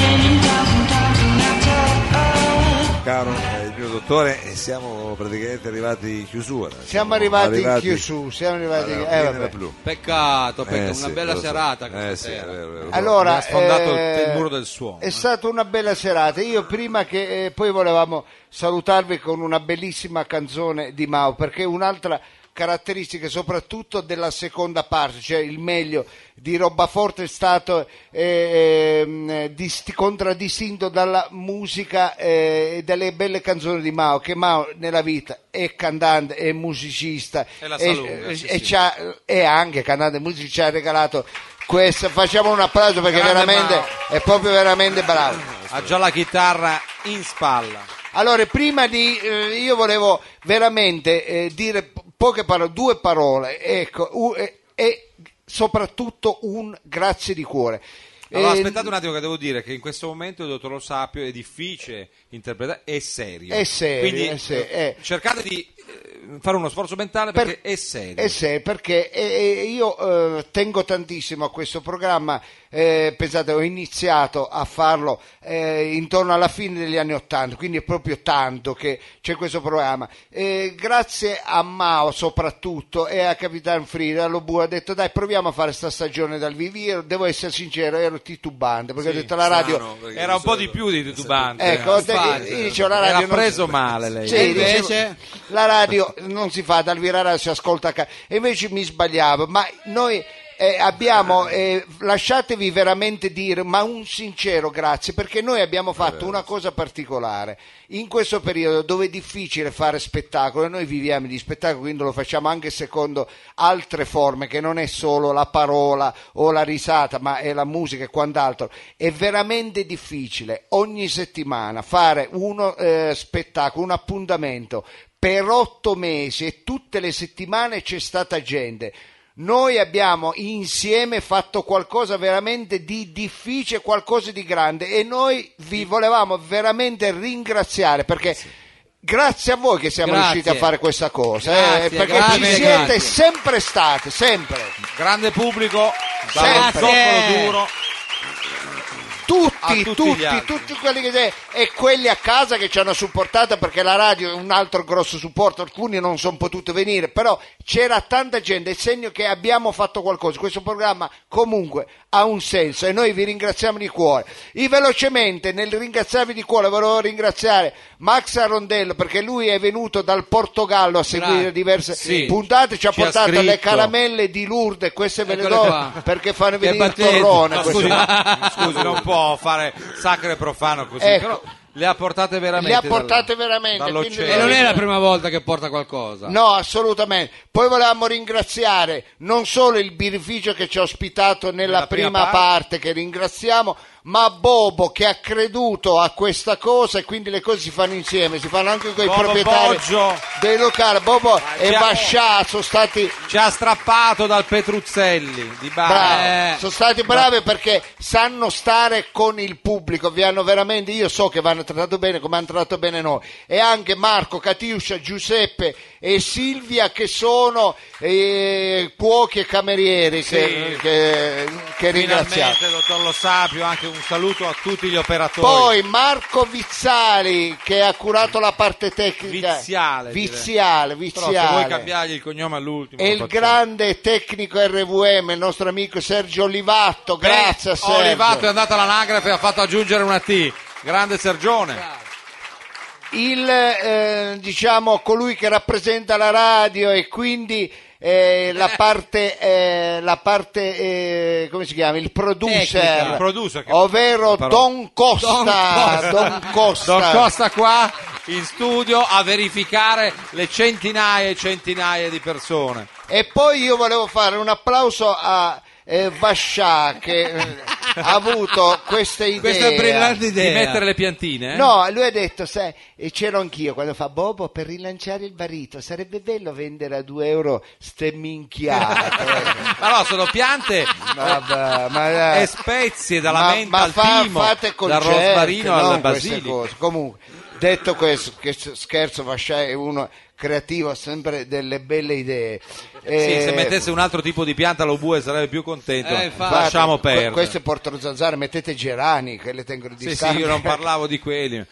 S4: Caro eh, il mio dottore, eh, siamo praticamente arrivati in chiusura.
S1: Siamo arrivati, in chiusura, siamo arrivati in... eh, vabbè.
S2: Peccato, peccato,
S4: Eh,
S2: una
S4: sì,
S2: bella
S4: lo so.
S2: serata questa
S4: Eh, sì,
S2: sera.
S4: è vero, è vero.
S1: Allora,
S3: ha sfondato
S1: eh,
S3: il muro del suono.
S1: È stata una bella serata. Io prima che eh, poi volevamo salutarvi con una bellissima canzone di Mao, perché è un'altra caratteristica soprattutto della seconda parte, cioè il meglio di Robaforte è stato eh, ehm, dist- contraddistinto dalla musica eh, e dalle belle canzoni di Mao, che Mao nella vita è cantante, è musicista eh,
S3: E la
S1: e-
S3: saluta, sì,
S1: e
S3: sì.
S1: ci ha- e anche cantante musica ci ha regalato questa, facciamo un applauso perché
S3: Grande
S1: veramente
S3: Mao.
S1: è proprio veramente bravo.
S3: Ha già la chitarra in spalla.
S1: Allora, prima di eh, io volevo veramente eh, dire po- poche parole, due parole, ecco, u- e, e soprattutto un grazie di cuore.
S3: Allora,
S1: Eh,
S3: aspettate un attimo che devo dire che in questo momento il dottor Lo Sapio è difficile interpretare, è serio.
S1: È serio,
S3: Quindi
S1: è serio,
S3: eh,
S1: eh.
S3: cercate di eh, fare uno sforzo mentale
S1: Per-
S3: perché è serio.
S1: Eh sì, perché eh, eh, io eh, tengo tantissimo a questo programma, eh, pensate ho iniziato a farlo eh, intorno alla fine degli anni Ottanta, quindi è proprio tanto che c'è questo programma. Eh, grazie a Mao soprattutto e a Capitan Frida, Lobu ha detto dai proviamo a fare sta stagione dal vivo, io devo essere sincero ero titubante perché ho detto la radio...
S3: Era un po' di più di titubante.
S1: Ecco, ho detto-
S3: Sbaglio.
S1: io dicevo, la radio
S3: Era
S1: non-
S3: preso male lei.
S1: Sì,
S2: E invece?
S1: dicevo, la radio non si fa, dal virare si ascolta a casa. E invece mi sbagliavo, ma noi eh, abbiamo, eh, lasciatevi veramente dire, ma un sincero grazie, perché noi abbiamo fatto una cosa particolare. In questo periodo dove è difficile fare spettacolo, e noi viviamo di spettacolo, quindi lo facciamo anche secondo altre forme, che non è solo la parola o la risata, ma è la musica e quant'altro. È veramente difficile ogni settimana fare uno eh, spettacolo, un appuntamento per otto mesi e tutte le settimane c'è stata gente. Noi abbiamo insieme fatto qualcosa veramente di difficile, qualcosa di grande e noi vi volevamo veramente ringraziare perché grazie a voi che siamo
S2: Grazie.
S1: riusciti a fare questa cosa,
S2: Grazie,
S1: eh, perché
S2: grazie,
S1: ci siete
S2: grazie.
S1: sempre state, sempre.
S3: Grande pubblico, da
S1: Sempre.
S3: zoccolo duro. A
S1: Tutti,
S3: tutti gli
S1: tutti,
S3: altri.
S1: tutti quelli che se- e quelli a casa che ci hanno supportato perché la radio è un altro grosso supporto, alcuni non sono potuti venire, però c'era tanta gente, è segno che abbiamo fatto qualcosa, questo programma comunque ha un senso e noi vi ringraziamo di cuore. Io velocemente nel ringraziarvi di cuore volevo ringraziare Max Arondello perché lui è venuto dal Portogallo a seguire
S2: Grazie.
S1: diverse
S3: Sì.
S1: puntate, ci ha
S3: Ci ha
S1: portato le
S3: scritto.
S1: caramelle di Lourdes, queste ve le
S2: Eccole
S1: do
S2: qua.
S1: perché fanno
S2: Che
S1: venire il
S2: battezza.
S1: torrone.
S2: Ma
S1: queste-
S3: Scusi, no, scusi, non può fare sacro e profano così,
S1: Ecco.
S3: però le ha portate veramente.
S1: Le ha
S3: dal-
S1: portate veramente,
S3: dall'oceano.
S1: quindi-
S2: E non è la prima volta che porta qualcosa.
S1: No, assolutamente. Poi volevamo ringraziare non solo il birrificio che ci ha ospitato nella,
S3: Nella
S1: prima,
S3: prima
S1: parte, che ringraziamo, ma Bobo che ha creduto a questa cosa e quindi le cose si fanno insieme, si fanno anche con i
S3: Bobo
S1: proprietari
S3: Boggio.
S1: dei locali. Bobo e
S3: ciao.
S1: Bascià sono stati
S3: Ci ha strappato dal Petruzzelli di Eh,
S1: Bravo.
S3: Bari.
S1: Sono stati bravi perché sanno stare con il pubblico, vi hanno veramente, io so che vanno trattato bene come hanno trattato bene noi. E anche Marco, Catiuscia, Giuseppe e Silvia che sono eh, cuochi e camerieri che,
S3: Sì.
S1: che- che ringraziamo.
S3: Finalmente, dottor Lo Sapio, anche un saluto a tutti gli operatori.
S1: Poi Marco Vizzali che ha curato la parte tecnica.
S3: Viziale, direi.
S1: Viziale,
S3: Però se vuoi
S1: Viziale.
S3: cambiargli il cognome all'ultimo.
S1: E
S3: lo
S1: il
S3: facciamo.
S1: grande tecnico RVM, il nostro amico Sergio Olivatto, grazie a
S3: Eh,
S1: Sergio.
S3: Olivato è andato all'anagrafe e ha fatto aggiungere una T. Grande Sergione.
S1: il eh, diciamo colui che rappresenta la radio e quindi eh, la parte, eh, la parte eh, come si chiama il producer,
S2: Tecnica,
S3: il producer che-
S1: ovvero
S3: parola.
S1: Don Costa, Don Costa.
S3: Don Costa qua in studio a verificare le centinaia e centinaia di persone.
S1: E poi io volevo fare un applauso a eh, Vascià che eh, ha avuto questa idea.
S2: Questa è brillante idea.
S3: Di mettere le piantine. eh?
S1: No, lui ha detto, sai, e c'ero anch'io quando fa Bobo per rilanciare il barito, sarebbe bello vendere a 2 euro ste minchiate.
S3: Ma no, sono piante eh,
S1: Vabbè, ma,
S3: e spezie dalla
S1: ma-
S3: menta
S1: ma
S3: al
S1: fa-
S3: timo,
S1: fate
S3: dal
S1: concerti,
S3: rosmarino al
S1: non queste
S3: basilico.
S1: cose. Comunque, Detto questo, che scherzo, Vascià è uno creativo, ha sempre delle belle idee.
S3: Sì,
S1: Eh,
S3: se mettesse un altro tipo di pianta lo bue sarebbe più contento.
S2: Eh, infatti.
S3: Lasciamo
S1: que-
S3: perdere.
S1: Questo è Porto Zanzara, mettete Gerani che le tengo di
S3: Sì, sì,
S1: stanca.
S3: io non parlavo di quelli.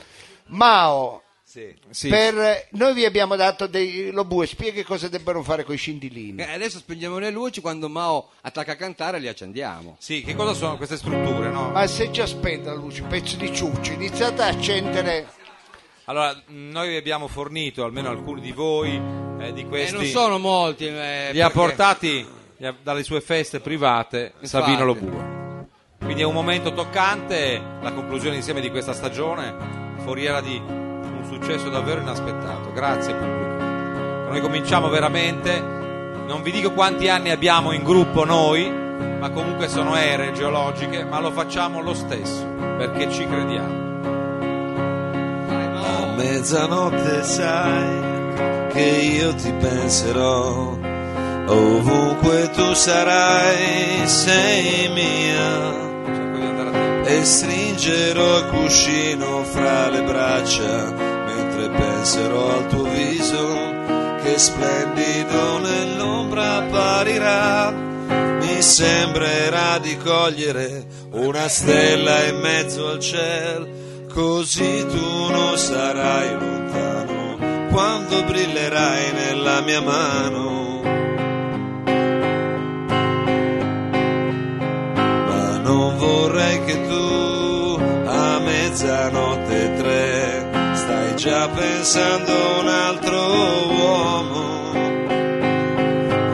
S1: Mao,
S3: Sì.
S1: per- noi vi abbiamo dato dei lobue, spieghi cosa debbano fare con i scindilini.
S2: Eh, Adesso spegniamo le luci, quando Mao attacca a cantare li accendiamo.
S3: Sì, che cosa sono queste strutture? no?
S1: Ma se già spenta la luce, pezzo di ciuccio, iniziate a accendere.
S3: Allora, mh, noi vi abbiamo fornito, almeno alcuni di voi, eh, di
S2: Eh,
S3: questi.
S2: non sono molti. eh,
S3: li ha
S2: perché-
S3: portati gli ha- dalle sue feste private Savino
S2: Infatti.
S3: Lobue. Quindi è un momento toccante, la conclusione insieme di questa stagione, foriera di un successo davvero inaspettato. Grazie pubblico. Noi cominciamo veramente, non vi dico quanti anni abbiamo in gruppo noi, ma comunque sono ere geologiche, ma lo facciamo lo stesso, perché ci crediamo.
S4: A mezzanotte sai che io ti penserò, ovunque tu sarai sei mia
S3: Cerco di andare a tempo.
S4: e stringerò il cuscino fra le braccia mentre penserò al tuo viso che splendido nell'ombra apparirà. Mi sembrerà di cogliere una stella in mezzo al cielo, così tu non sarai lontano quando brillerai nella mia mano. ma non vorrei che tu a mezzanotte e tre stai già pensando a un altro uomo.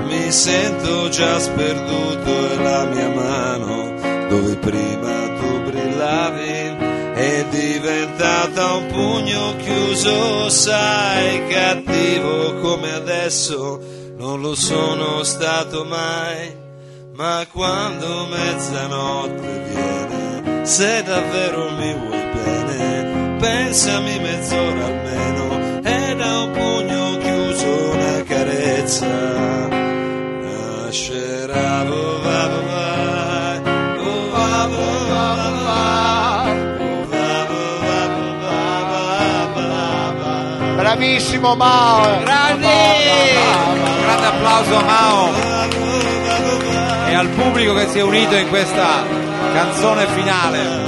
S4: Mi sento già sperduto e la mia mano dove prima tu brillavi è diventata un pugno chiuso, sai, cattivo come adesso non lo sono stato mai. Ma quando mezzanotte viene, se davvero mi vuoi bene, pensami mezz'ora almeno, e da un pugno chiuso una carezza nascerà. Oh, va, va, va, oh, va, va, va, va, oh, va, va, va, va, va, va, va.
S1: Bravissimo Mao!
S3: Un grande applauso a Mao e al pubblico che si è unito in questa canzone finale.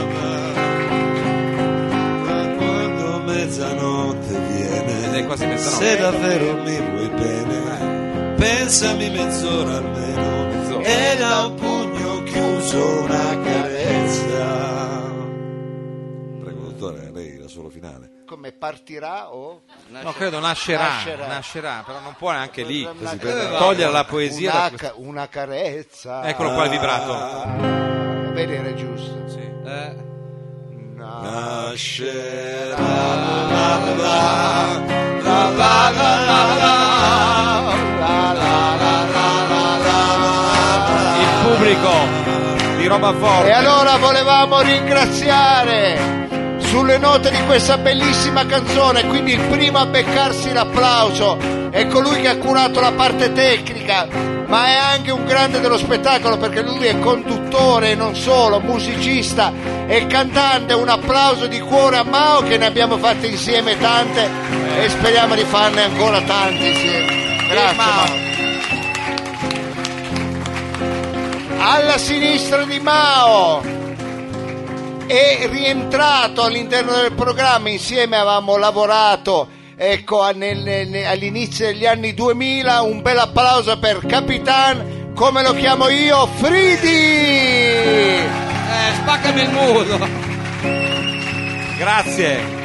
S4: Quando mezzanotte viene,
S3: Ed è quasi mezzanotte.
S4: se davvero mi vuoi bene, pensami mezz'ora almeno,
S3: Mezz'ora.
S4: e da un pugno chiuso una carezza. Prego, dottore, lei la solo finale.
S1: Come partirà oh? o...
S3: No, credo nascerà,
S1: Nascerà.
S3: nascerà, però non può neanche lì
S1: Una-
S3: togliere la poesia. da
S1: Una,
S3: questo-
S1: ca- una carezza.
S3: Eccolo qua il vibrato.
S1: Vedi, era giusto.
S2: Eh,
S4: Nascerà
S3: Il pubblico di roba forte.
S1: E allora volevamo ringraziare sulle note di questa bellissima canzone, quindi il primo a beccarsi l'applauso è colui che ha curato la parte tecnica, ma è anche un grande dello spettacolo perché lui è conduttore e non solo, musicista e cantante. Un applauso di cuore a Mao che ne abbiamo fatte insieme tante e speriamo di farne ancora tante insieme. Grazie Mao. alla sinistra di Mao è rientrato all'interno del programma insieme avevamo lavorato ecco, a- nel- nel- all'inizio degli anni 2000 un bel applauso per Capitan come lo chiamo io Fridi
S2: eh, spaccami il muro.
S3: Grazie.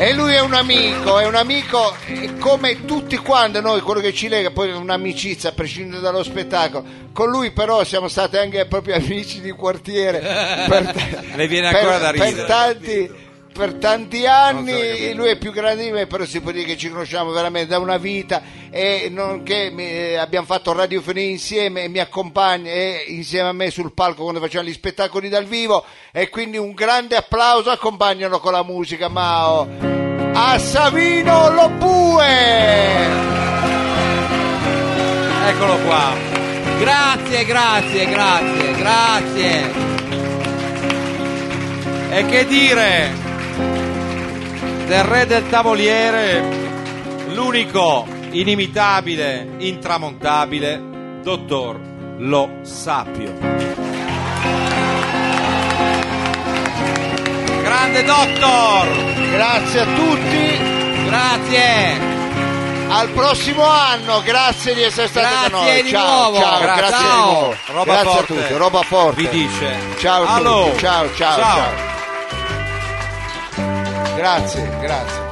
S1: E lui è un amico, è un amico eh, come tutti quanti noi, quello che ci lega, poi è un'amicizia a prescindere dallo spettacolo. Con lui però siamo stati anche proprio amici di quartiere. Per ta-
S3: Le viene
S1: per-
S3: ancora da ridere.
S1: Per tanti, per tanti anni lui è più grande di me, però si può dire che ci conosciamo veramente da una vita e nonché mi- eh, abbiamo fatto radiofonia insieme e mi accompagna eh, insieme a me sul palco quando facciamo gli spettacoli dal vivo e quindi un grande applauso accompagnano con la musica Mao a Savino Lobue.
S3: Eccolo qua.
S2: Grazie, grazie, grazie, grazie.
S3: E che dire? del re del tavoliere, l'unico, inimitabile, intramontabile, dottor Lo Sapio. Grande dottor,
S1: Grazie a tutti,
S3: grazie.
S1: al prossimo anno, grazie di essere stati
S2: Grazie
S1: con noi.
S2: di
S1: ciao,
S2: nuovo.
S1: ciao,
S2: Grazie.
S1: grazie,
S2: Ciao.
S1: di nuovo.
S3: Roba
S1: grazie
S3: forte.
S1: a tutti, roba forte.
S3: Vi dice.
S1: Ciao a tutti,
S3: Allo.
S1: ciao, ciao,
S3: Ciao.
S1: ciao. Grazie, grazie.